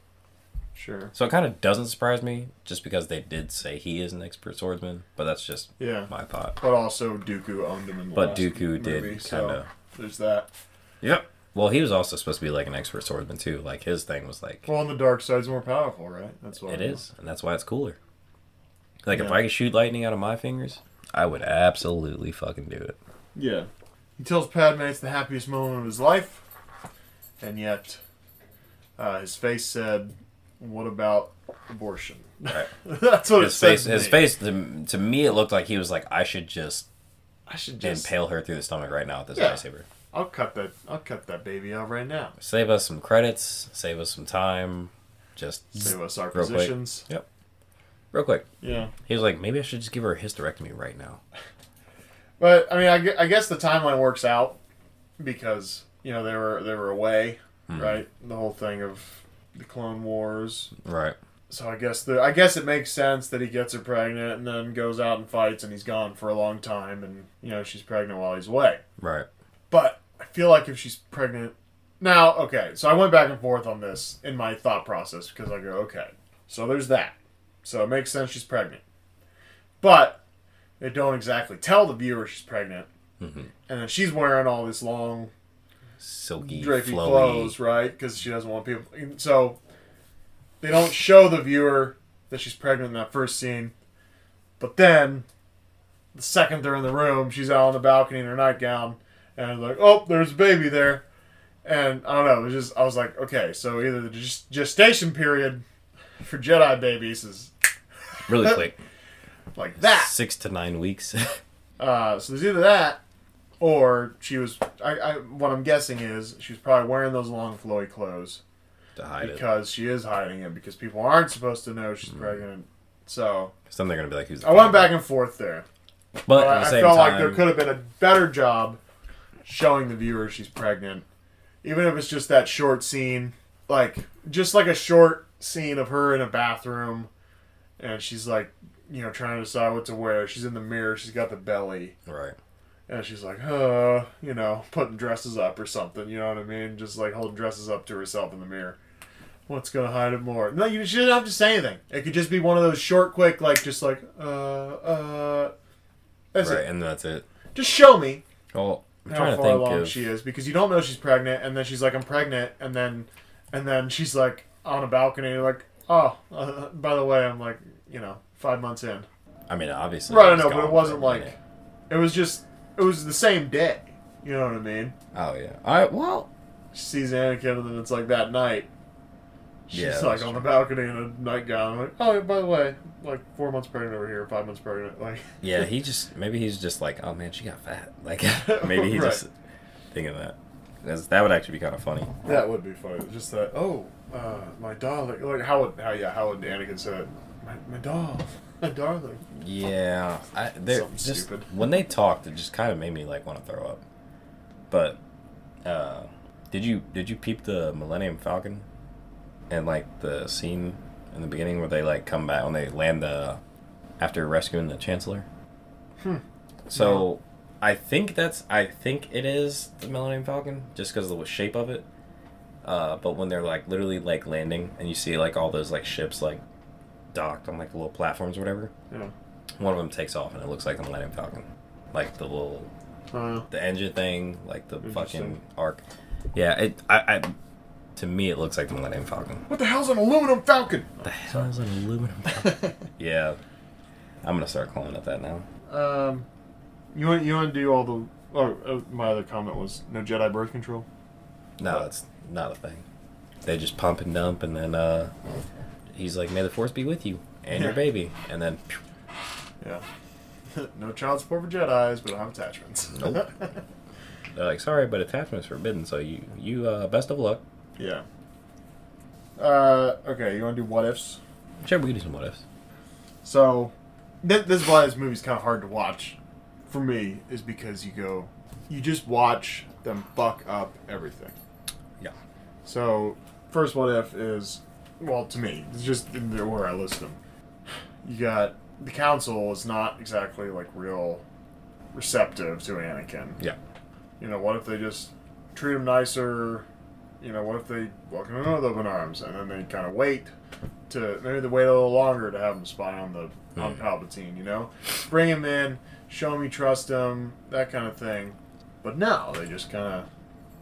[SPEAKER 1] Sure.
[SPEAKER 2] So it kind of doesn't surprise me, just because they did say he is an expert swordsman, but that's just
[SPEAKER 1] Yeah.
[SPEAKER 2] my thought.
[SPEAKER 1] But also, Dooku owned him in the
[SPEAKER 2] But
[SPEAKER 1] last
[SPEAKER 2] Dooku did
[SPEAKER 1] movie, so
[SPEAKER 2] kinda-
[SPEAKER 1] There's that.
[SPEAKER 2] Yep. Well, he was also supposed to be like an expert swordsman too. Like his thing was like
[SPEAKER 1] Well, and the dark side's more powerful, right? That's why
[SPEAKER 2] It is, and that's why it's cooler. Like if
[SPEAKER 1] Yeah.
[SPEAKER 2] I could shoot lightning out of my fingers, I would absolutely fucking do it.
[SPEAKER 1] Yeah. He tells Padme it's the happiest moment of his life, and yet uh, his face said, "What about abortion?"
[SPEAKER 2] Right.
[SPEAKER 1] That's what
[SPEAKER 2] His
[SPEAKER 1] it says
[SPEAKER 2] face,
[SPEAKER 1] to
[SPEAKER 2] his
[SPEAKER 1] me.
[SPEAKER 2] face, to, to me, it looked like he was like, I should just,
[SPEAKER 1] I should just.
[SPEAKER 2] impale her through the stomach right now with this
[SPEAKER 1] Yeah.
[SPEAKER 2] lightsaber.
[SPEAKER 1] I'll cut that. I'll cut that baby out right now.
[SPEAKER 2] Save us some credits, save us some time, just
[SPEAKER 1] Save us our
[SPEAKER 2] Real quick.
[SPEAKER 1] positions.
[SPEAKER 2] real quick.
[SPEAKER 1] Yeah.
[SPEAKER 2] He was like, maybe I should just give her a hysterectomy right now.
[SPEAKER 1] But I mean, I, gue- I guess the timeline works out because you know they were they were away, right? The whole thing of the Clone Wars.
[SPEAKER 2] Right.
[SPEAKER 1] So I guess the I guess it makes sense that he gets her pregnant and then goes out and fights and he's gone for a long time and you know she's pregnant while he's away.
[SPEAKER 2] Right.
[SPEAKER 1] But I feel like if she's pregnant now, okay. So I went back and forth on this in my thought process because I go, okay. So there's that. So it makes sense she's pregnant, but they don't exactly tell the viewer she's pregnant, and then she's wearing all this long
[SPEAKER 2] Silky,
[SPEAKER 1] drapey
[SPEAKER 2] flowy.
[SPEAKER 1] clothes, right? Because she doesn't want people. and So they don't show the viewer that she's pregnant in that first scene, but then the second they're in the room, she's out on the balcony in her nightgown, and like, oh, there's a baby there, and I don't know. It was just I was like, okay, so either the gest- gestation period for Jedi babies is
[SPEAKER 2] Really quick.
[SPEAKER 1] like that,
[SPEAKER 2] Six to nine weeks.
[SPEAKER 1] Uh, so there's either that, or she was. I, I what I'm guessing is she was probably wearing those long flowy clothes
[SPEAKER 2] to hide it.
[SPEAKER 1] because she is hiding it because people aren't supposed to know
[SPEAKER 2] Hmm.
[SPEAKER 1] she's pregnant. So
[SPEAKER 2] So then they're going to be like, who's the
[SPEAKER 1] I went
[SPEAKER 2] father?
[SPEAKER 1] back and forth there.
[SPEAKER 2] But
[SPEAKER 1] But
[SPEAKER 2] at
[SPEAKER 1] I,
[SPEAKER 2] the
[SPEAKER 1] I
[SPEAKER 2] same
[SPEAKER 1] felt
[SPEAKER 2] time,
[SPEAKER 1] like there could have been a better job showing the viewer she's pregnant, even if it's just that short scene, like just like a short scene of her in a bathroom, and she's like, you know, trying to decide what to wear. She's in the mirror. She's got the belly.
[SPEAKER 2] Right.
[SPEAKER 1] And she's like, uh, you know, putting dresses up or something, you know what I mean? Just like holding dresses up to herself in the mirror. What's gonna hide it more? No, you shouldn't have to say anything. It could just be one of those short, quick, like just like, uh, uh. That's
[SPEAKER 2] Right.
[SPEAKER 1] it.
[SPEAKER 2] And that's it.
[SPEAKER 1] Just show me
[SPEAKER 2] Well, I'm
[SPEAKER 1] how
[SPEAKER 2] trying to
[SPEAKER 1] far
[SPEAKER 2] think
[SPEAKER 1] along
[SPEAKER 2] of.
[SPEAKER 1] she is because you don't know she's pregnant, and then she's like, I'm pregnant, and then, and then she's like on a balcony, like, oh, uh, by the way, I'm like, you know, five months in.
[SPEAKER 2] I mean, obviously.
[SPEAKER 1] Right, I
[SPEAKER 2] he's
[SPEAKER 1] know, but
[SPEAKER 2] gone
[SPEAKER 1] it
[SPEAKER 2] for
[SPEAKER 1] wasn't
[SPEAKER 2] a
[SPEAKER 1] like,
[SPEAKER 2] minute.
[SPEAKER 1] it was just, it was the same day. You know what I mean?
[SPEAKER 2] Oh yeah. I well.
[SPEAKER 1] She sees Anakin, and then it's like that night. She's
[SPEAKER 2] Yeah,
[SPEAKER 1] like
[SPEAKER 2] that's
[SPEAKER 1] on the balcony in a nightgown. like, oh, yeah, by the way, like four months pregnant over here, five months pregnant. Like,
[SPEAKER 2] Yeah, he just maybe he's just like, oh man, she got fat. Like maybe he
[SPEAKER 1] Right.
[SPEAKER 2] just thinking that. That's, that would actually be kind of funny.
[SPEAKER 1] that would be funny. Just that. Oh, uh, my darling. Like, how would how yeah how would Anakin say it? My my doll, my darling.
[SPEAKER 2] Yeah, I, they're
[SPEAKER 1] Something
[SPEAKER 2] just
[SPEAKER 1] stupid.
[SPEAKER 2] when they talked, it just kind of made me like want to throw up. But uh, did you did you peep the Millennium Falcon and like the scene in the beginning where they like come back when they land the after rescuing the Chancellor?
[SPEAKER 1] Hmm.
[SPEAKER 2] So I think that's I think it is the Millennium Falcon just because of the shape of it. Uh, but when they're like literally like landing and you see like all those like ships like docked on like little platforms or whatever
[SPEAKER 1] Yeah.
[SPEAKER 2] one of them takes off and it looks like the Millennium Falcon, like the little
[SPEAKER 1] Uh,
[SPEAKER 2] the engine thing, like the fucking
[SPEAKER 1] Interesting.
[SPEAKER 2] arc. Yeah, it. I, I to me it looks like the Millennium Falcon.
[SPEAKER 1] what the hell's an aluminum falcon?
[SPEAKER 2] The hell is an aluminum? yeah, I'm gonna start calling it that now.
[SPEAKER 1] Um, you want you want to do all the. Oh, uh, my other comment was no Jedi birth control.
[SPEAKER 2] No, it's not a thing. They just pump and dump, and then uh, he's like, "May the force be with you and your
[SPEAKER 1] Yeah.
[SPEAKER 2] baby," and then pew,
[SPEAKER 1] Yeah. no child support for Jedi's, but I have attachments.
[SPEAKER 2] Nope. they're like, "Sorry, but attachment's forbidden, so you you uh, best of luck."
[SPEAKER 1] Yeah. Uh, okay, you want to do what ifs?
[SPEAKER 2] Sure, we can do some what ifs.
[SPEAKER 1] So, th- this is why this movie's kind of hard to watch for me, is because you go, you just watch them fuck up everything.
[SPEAKER 2] Yeah.
[SPEAKER 1] So, first what if is, well, to me, it's just in the order I list them. You got the council is not exactly like real receptive to Anakin.
[SPEAKER 2] Yeah.
[SPEAKER 1] You know, what if they just treat him nicer? You know, what if they welcome him in with open arms and then they kind of wait to maybe they wait a little longer to have him spy on the on
[SPEAKER 2] Hmm.
[SPEAKER 1] Palpatine? You know, bring him in, show him you trust him, that kind of thing. But no, they just kind of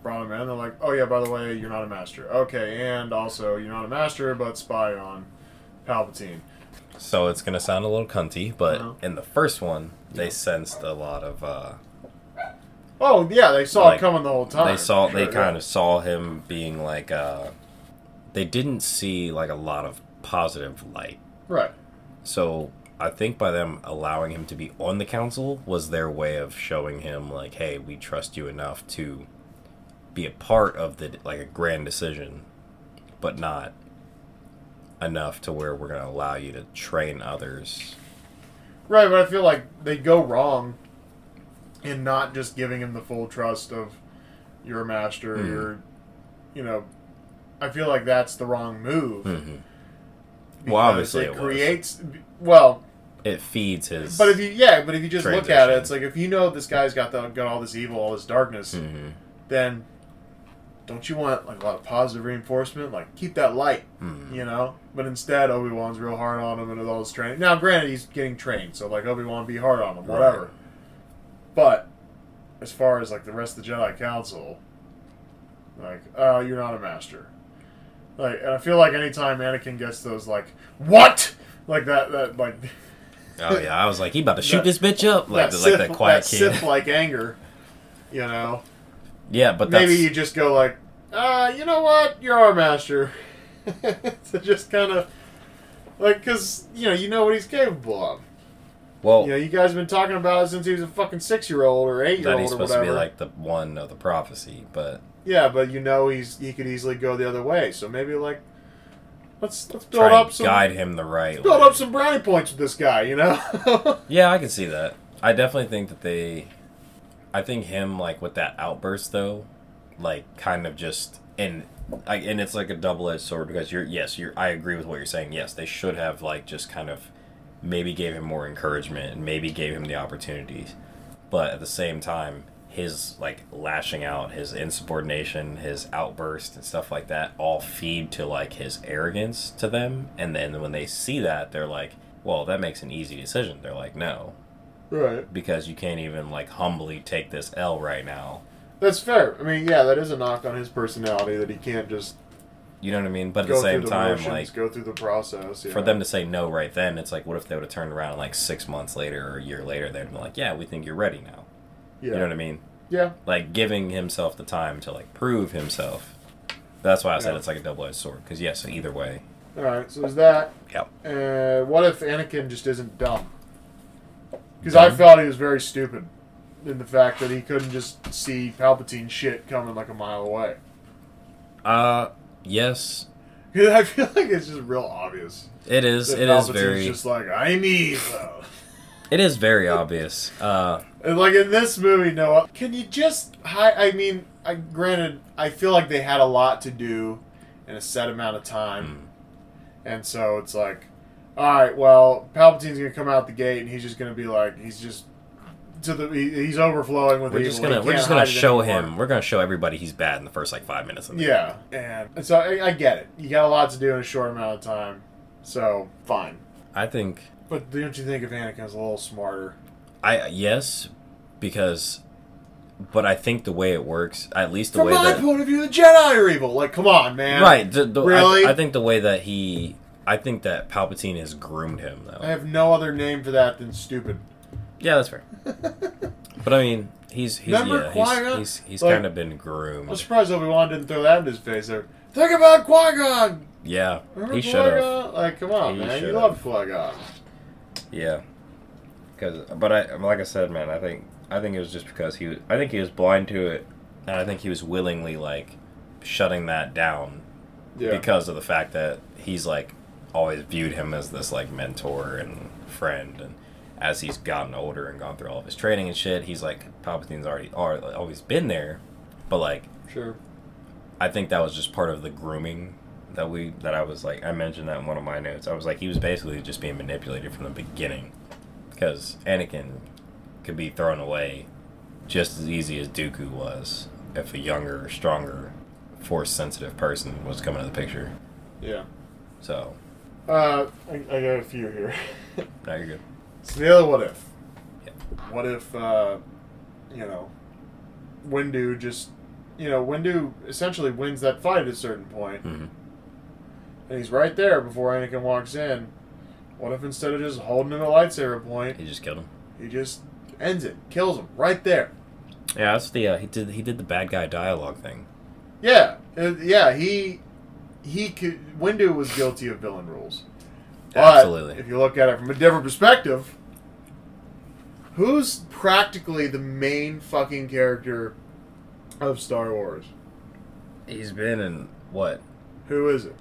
[SPEAKER 1] brought him in. They're like, oh yeah, by the way, you're not a master. Okay, and also you're not a master, but spy on Palpatine.
[SPEAKER 2] So it's gonna sound a little cunty, but
[SPEAKER 1] Uh-huh.
[SPEAKER 2] in the first one, they sensed a lot of. uh
[SPEAKER 1] Oh yeah, they saw
[SPEAKER 2] Like,
[SPEAKER 1] it coming the whole time.
[SPEAKER 2] They saw.
[SPEAKER 1] Oh, Sure,
[SPEAKER 2] they
[SPEAKER 1] yeah.
[SPEAKER 2] kind of saw him being like. uh They didn't see like a lot of positive light.
[SPEAKER 1] right.
[SPEAKER 2] So I think by them allowing him to be on the council was their way of showing him like, hey, we trust you enough to be a part of the like a grand decision, but not enough to where we're gonna allow you to train others.
[SPEAKER 1] Right, but I feel like they go wrong in not just giving him the full trust of your master,
[SPEAKER 2] Hmm.
[SPEAKER 1] your, you know, I feel like that's the wrong move.
[SPEAKER 2] hmm
[SPEAKER 1] because
[SPEAKER 2] Well, obviously
[SPEAKER 1] it
[SPEAKER 2] it was.
[SPEAKER 1] creates. Well,
[SPEAKER 2] It feeds his.
[SPEAKER 1] but if you yeah, but if you just look at it,
[SPEAKER 2] Transition.
[SPEAKER 1] it's like if you know this guy's got the, got all this evil, all this darkness,
[SPEAKER 2] Mhm.
[SPEAKER 1] then don't you want like a lot of positive reinforcement? Like keep that light,
[SPEAKER 2] Hmm.
[SPEAKER 1] you know. But instead, Obi Wan's real hard on him and with all his training. Now, granted, he's getting trained, so like Obi Wan be hard on him,
[SPEAKER 2] Right.
[SPEAKER 1] whatever. But as far as like the rest of the Jedi Council, like, oh, you're not a master. Like, and I feel like anytime Anakin gets those, like, what, like that, that like
[SPEAKER 2] Oh yeah, I was like, he about to shoot
[SPEAKER 1] That-
[SPEAKER 2] this bitch up, like
[SPEAKER 1] that
[SPEAKER 2] the, like that quiet kid.
[SPEAKER 1] Sith like anger, you know.
[SPEAKER 2] yeah, but that's,
[SPEAKER 1] Maybe you just go like, uh, you know what, you're our master. so just kind of like, cause you know, you know what he's capable of.
[SPEAKER 2] well,
[SPEAKER 1] You know, you guys have been talking about it since he was a fucking six year old or eight year
[SPEAKER 2] that
[SPEAKER 1] old
[SPEAKER 2] he's
[SPEAKER 1] or
[SPEAKER 2] supposed
[SPEAKER 1] whatever.
[SPEAKER 2] to be like the one of the prophecy, but
[SPEAKER 1] yeah, but you know he's he could easily go the other way. So maybe like, let's let's build
[SPEAKER 2] try
[SPEAKER 1] up
[SPEAKER 2] and
[SPEAKER 1] some
[SPEAKER 2] guide him the right.
[SPEAKER 1] build
[SPEAKER 2] way.
[SPEAKER 1] up some brownie points with this guy. You know.
[SPEAKER 2] Yeah, I can see that. I definitely think that they. I think him like with that outburst though, like kind of just and I, and it's like a double edged sword because you're yes you're I agree with what you're saying yes they should have like just kind of maybe gave him more encouragement and maybe gave him the opportunities, but at the same time his like lashing out his insubordination his outburst and stuff like that all feed to like his arrogance to them and then when they see that they're like well that makes an easy decision they're like no
[SPEAKER 1] right.
[SPEAKER 2] because you can't even like humbly take this L right now.
[SPEAKER 1] That's fair. I mean, yeah, that is a knock on his personality that he can't just
[SPEAKER 2] You know what I mean? But at
[SPEAKER 1] go
[SPEAKER 2] the same
[SPEAKER 1] through the
[SPEAKER 2] time,
[SPEAKER 1] motions,
[SPEAKER 2] like
[SPEAKER 1] go through the process. yeah.
[SPEAKER 2] for them to say no right then, it's like what if they would have turned around like six months later or a year later? They'd be like, yeah, we think you're ready now.
[SPEAKER 1] yeah,
[SPEAKER 2] You know what I mean?
[SPEAKER 1] yeah,
[SPEAKER 2] Like giving himself the time to like prove himself. That's why I said
[SPEAKER 1] Yeah.
[SPEAKER 2] it's like a double edged sword. Because yes, either way.
[SPEAKER 1] all right. So is that?
[SPEAKER 2] Yep.
[SPEAKER 1] Uh, what if Anakin just isn't dumb? Because I
[SPEAKER 2] Dumb?
[SPEAKER 1] felt he was very stupid in the fact that he couldn't just see Palpatine shit coming like a mile away.
[SPEAKER 2] Uh, yes,
[SPEAKER 1] 'Cause I feel like it's just real obvious.
[SPEAKER 2] it is.
[SPEAKER 1] that
[SPEAKER 2] It
[SPEAKER 1] Palpatine's
[SPEAKER 2] is very.
[SPEAKER 1] just like I'm evil.
[SPEAKER 2] It is very obvious. Uh,
[SPEAKER 1] And like in this movie, Noah, can you just? Hi, I mean, I granted, I feel like they had a lot to do in a set amount of
[SPEAKER 2] hmm.
[SPEAKER 1] time, and so it's like, all right, well, Palpatine's gonna come out the gate, and he's just gonna be like, he's just to the, he, he's overflowing with
[SPEAKER 2] we're
[SPEAKER 1] evil.
[SPEAKER 2] just
[SPEAKER 1] He
[SPEAKER 2] gonna we're
[SPEAKER 1] can't
[SPEAKER 2] just gonna
[SPEAKER 1] hide it
[SPEAKER 2] show
[SPEAKER 1] anymore.
[SPEAKER 2] him. We're gonna show everybody he's bad in the first like five minutes. Of the movie.
[SPEAKER 1] Yeah, and and so I, I get it. You got a lot to do in a short amount of time, so fine.
[SPEAKER 2] I think
[SPEAKER 1] But don't you think if Anakin's a little smarter?
[SPEAKER 2] I yes, because, but I think the way it works, at least the
[SPEAKER 1] From
[SPEAKER 2] way
[SPEAKER 1] my
[SPEAKER 2] that
[SPEAKER 1] point of view, the Jedi are evil. Like, come on, man.
[SPEAKER 2] right, the, the, I-
[SPEAKER 1] Really?
[SPEAKER 2] I, think the way that he, I think that Palpatine has groomed him though.
[SPEAKER 1] I have no other name for that than stupid.
[SPEAKER 2] yeah, that's fair. but I mean, he's he's
[SPEAKER 1] Remember
[SPEAKER 2] yeah, he's
[SPEAKER 1] Qui-Gon?
[SPEAKER 2] he's, he's
[SPEAKER 1] Like-
[SPEAKER 2] kind of been groomed.
[SPEAKER 1] I'm surprised Obi Wan didn't throw that in his face there. Think about Qui Gon.
[SPEAKER 2] yeah,
[SPEAKER 1] Remember
[SPEAKER 2] he
[SPEAKER 1] Qui
[SPEAKER 2] should have.
[SPEAKER 1] Gon? Like, come on,
[SPEAKER 2] He
[SPEAKER 1] man. You
[SPEAKER 2] should've.
[SPEAKER 1] love Qui Gon.
[SPEAKER 2] Yeah, because but I like I said, man, I think I think it was just because he was I think he was blind to it, and I think he was willingly like shutting that down
[SPEAKER 3] Yeah.
[SPEAKER 2] because of the fact that he's like always viewed him as this like mentor and friend and as he's gotten older and gone through all of his training and shit he's like palpatine's already al- always been there but like
[SPEAKER 3] sure.
[SPEAKER 2] i think that was just part of the grooming that we that i was like i mentioned that in one of my notes i was like he was basically just being manipulated from the beginning because anakin could be thrown away just as easy as dooku was if a younger stronger force sensitive person was coming to the picture
[SPEAKER 3] Yeah.
[SPEAKER 2] so
[SPEAKER 1] Uh, I, I got a few here.
[SPEAKER 2] now you're good
[SPEAKER 1] so the other what if?
[SPEAKER 2] Yeah.
[SPEAKER 1] What if, uh, you know, Windu just, you know, Windu essentially wins that fight at a certain point,
[SPEAKER 2] Mhm.
[SPEAKER 1] and he's right there before Anakin walks in. What if instead of just holding him a lightsaber point,
[SPEAKER 2] He just killed him.
[SPEAKER 1] he just ends it, kills him right there?
[SPEAKER 2] Yeah, that's the uh, he did he did the bad guy dialogue thing.
[SPEAKER 1] Yeah, uh, yeah. He he could. Windu was guilty of villain rules. But
[SPEAKER 2] Absolutely.
[SPEAKER 1] If you look at it from a different perspective, who's practically the main fucking character of Star Wars?
[SPEAKER 2] He's been in what
[SPEAKER 1] Who is it?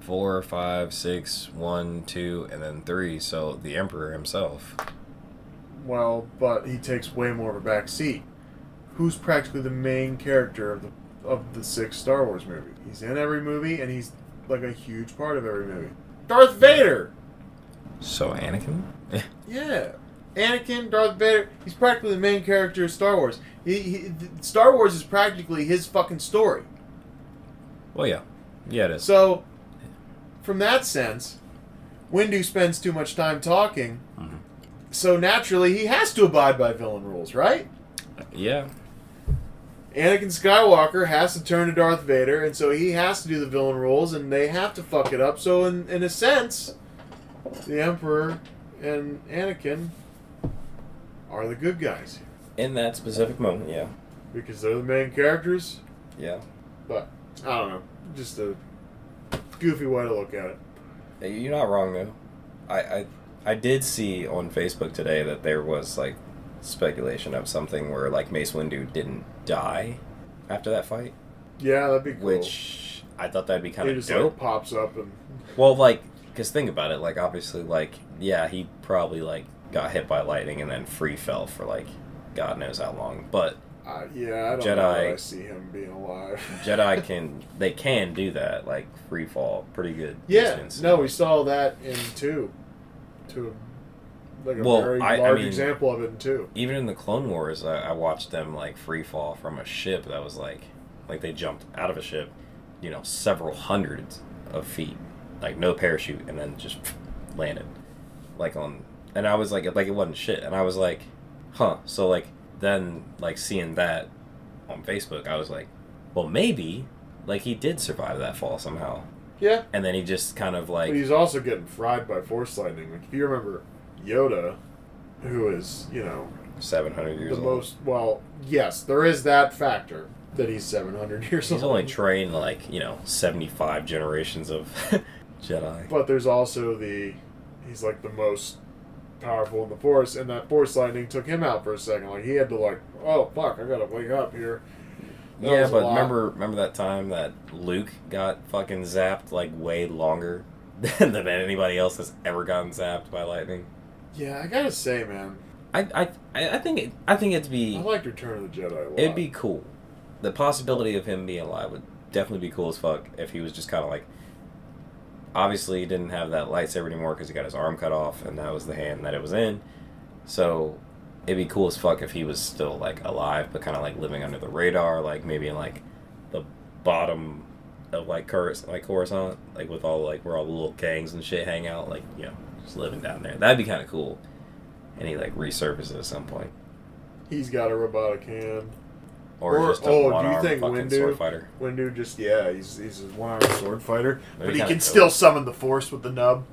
[SPEAKER 2] four, five, six, one, two, and then three. So the Emperor himself.
[SPEAKER 1] Well, but he takes way more of a back seat. Who's practically the main character of the of the six Star Wars movies? He's in every movie, and he's like a huge part of every movie. Darth Vader.
[SPEAKER 2] So Anakin.
[SPEAKER 1] Yeah. Anakin, Darth Vader, he's practically the main character of Star Wars. He, he, th- Star Wars is practically his fucking story.
[SPEAKER 2] well, yeah, yeah, it is.
[SPEAKER 1] So, from that sense, Windu spends too much time talking,
[SPEAKER 2] Mhm.
[SPEAKER 1] so naturally he has to abide by villain rules, right?
[SPEAKER 2] yeah,
[SPEAKER 1] Anakin Skywalker has to turn to Darth Vader, and so he has to do the villain rules, and they have to fuck it up. So, in, in a sense, the Emperor and Anakin are the good guys here.
[SPEAKER 2] in that specific moment, yeah,
[SPEAKER 1] because they're the main characters.
[SPEAKER 2] yeah.
[SPEAKER 1] But I don't know, just a goofy way to look at it.
[SPEAKER 2] Hey, You're not wrong though. I, I I did see on Facebook today that there was like speculation of something where like Mace Windu didn't die after that fight,
[SPEAKER 1] Yeah, that'd be cool.
[SPEAKER 2] which I thought that'd be kind
[SPEAKER 1] it
[SPEAKER 2] of
[SPEAKER 1] just
[SPEAKER 2] dope.
[SPEAKER 1] like pops up and
[SPEAKER 2] Well, like, because think about it. Like, obviously, like, yeah, he probably, like, got hit by lightning and then free fell for, like, God knows how long. But
[SPEAKER 1] uh, yeah, I don't know
[SPEAKER 2] Jedi.
[SPEAKER 1] that I see him being alive.
[SPEAKER 2] Jedi can, they can do that, like, free fall pretty good.
[SPEAKER 1] yeah,
[SPEAKER 2] distance.
[SPEAKER 1] no, we saw that in two, to like a
[SPEAKER 2] Well,
[SPEAKER 1] very
[SPEAKER 2] I- I
[SPEAKER 1] large
[SPEAKER 2] mean-
[SPEAKER 1] example of it in two.
[SPEAKER 2] Even in the Clone Wars, I, I watched them, like, free fall from a ship that was, like, like, they jumped out of a ship, you know, several hundreds of feet, like, no parachute, and then just landed, like, on, and I was like, like, it wasn't shit. And I was like, huh. So, like, then, like, seeing that, on Facebook, I was like, well, maybe, like, he did survive that fall somehow.
[SPEAKER 1] Yeah,
[SPEAKER 2] And then he just kind of like,
[SPEAKER 1] but he's also getting fried by force lightning. Like, if you remember Yoda, who is you know
[SPEAKER 2] 700 years
[SPEAKER 1] the
[SPEAKER 2] old.
[SPEAKER 1] most well, yes, there is that factor that he's seven hundred years
[SPEAKER 2] he's
[SPEAKER 1] old.
[SPEAKER 2] only trained, like, you know, 75 generations of Jedi.
[SPEAKER 1] But there's also the he's like the most powerful in the force, and that force lightning took him out for a second. Like he had to like, oh fuck, I gotta wake up here. That
[SPEAKER 2] yeah,
[SPEAKER 1] was a
[SPEAKER 2] but
[SPEAKER 1] lot.
[SPEAKER 2] remember remember that time that Luke got fucking zapped, like, way longer than anybody else has ever gotten zapped by lightning?
[SPEAKER 1] Yeah, I gotta say, man,
[SPEAKER 2] I, I, I I think it, I think it'd be
[SPEAKER 1] I liked Return of the Jedi a lot.
[SPEAKER 2] It'd be cool. The possibility of him being alive would definitely be cool as fuck if he was just kind of like. Obviously, he didn't have that lightsaber anymore because he got his arm cut off, and that was the hand that it was in. So, it'd be cool as fuck if he was still like alive, but kind of like living under the radar, like maybe in like the bottom of like Corus- like Coruscant, like with all like where all the little gangs and shit hang out, like you know, just living down there. That'd be kind of cool. And he like resurfaces at some point,
[SPEAKER 1] He's got a robotic hand.
[SPEAKER 2] or,
[SPEAKER 1] Or-
[SPEAKER 2] just a
[SPEAKER 1] oh, do you
[SPEAKER 2] one-armed
[SPEAKER 1] think
[SPEAKER 2] fucking
[SPEAKER 1] Windu-
[SPEAKER 2] sword fighter.
[SPEAKER 1] Windu just yeah, he's he's a one armed sword fighter, but he
[SPEAKER 2] kinda
[SPEAKER 1] can
[SPEAKER 2] dope.
[SPEAKER 1] still summon the force with the nub.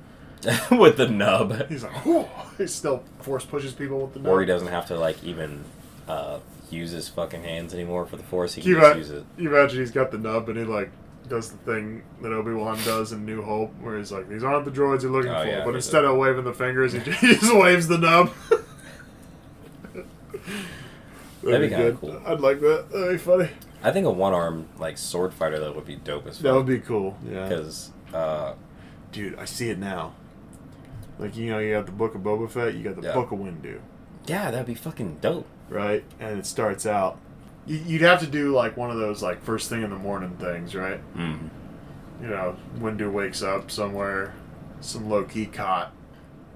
[SPEAKER 2] with the nub,
[SPEAKER 1] He's like, whoo, he still force pushes people with the nub.
[SPEAKER 2] or he doesn't have to like even uh, use his fucking hands anymore for the force. He can
[SPEAKER 1] Keep
[SPEAKER 2] just
[SPEAKER 1] it.
[SPEAKER 2] use it.
[SPEAKER 1] You imagine he's got the nub and he like does the thing that Obi Wan does in New Hope, where he's like, "These aren't the droids you're looking
[SPEAKER 2] Oh,
[SPEAKER 1] for,"
[SPEAKER 2] yeah,
[SPEAKER 1] but
[SPEAKER 2] he
[SPEAKER 1] instead
[SPEAKER 2] does.
[SPEAKER 1] of waving the fingers, he just, he just waves the nub. That'd
[SPEAKER 2] That'd be kinda cool.
[SPEAKER 1] I'd like that. That'd be funny.
[SPEAKER 2] I think a one arm like sword fighter though would be dope as
[SPEAKER 1] That
[SPEAKER 2] fuck.
[SPEAKER 1] would be cool. Yeah.
[SPEAKER 2] Because uh,
[SPEAKER 1] Dude, I see it now. Like, you know, you got the Book of Boba Fett, you got the
[SPEAKER 2] Yeah.
[SPEAKER 1] Book of Windu,
[SPEAKER 2] yeah, that'd be fucking dope.
[SPEAKER 1] right? And it starts out. you- You'd have to do, like, one of those, like, first thing in the morning things, right?
[SPEAKER 2] Mm.
[SPEAKER 1] You know, Windu wakes up somewhere, some low key cot.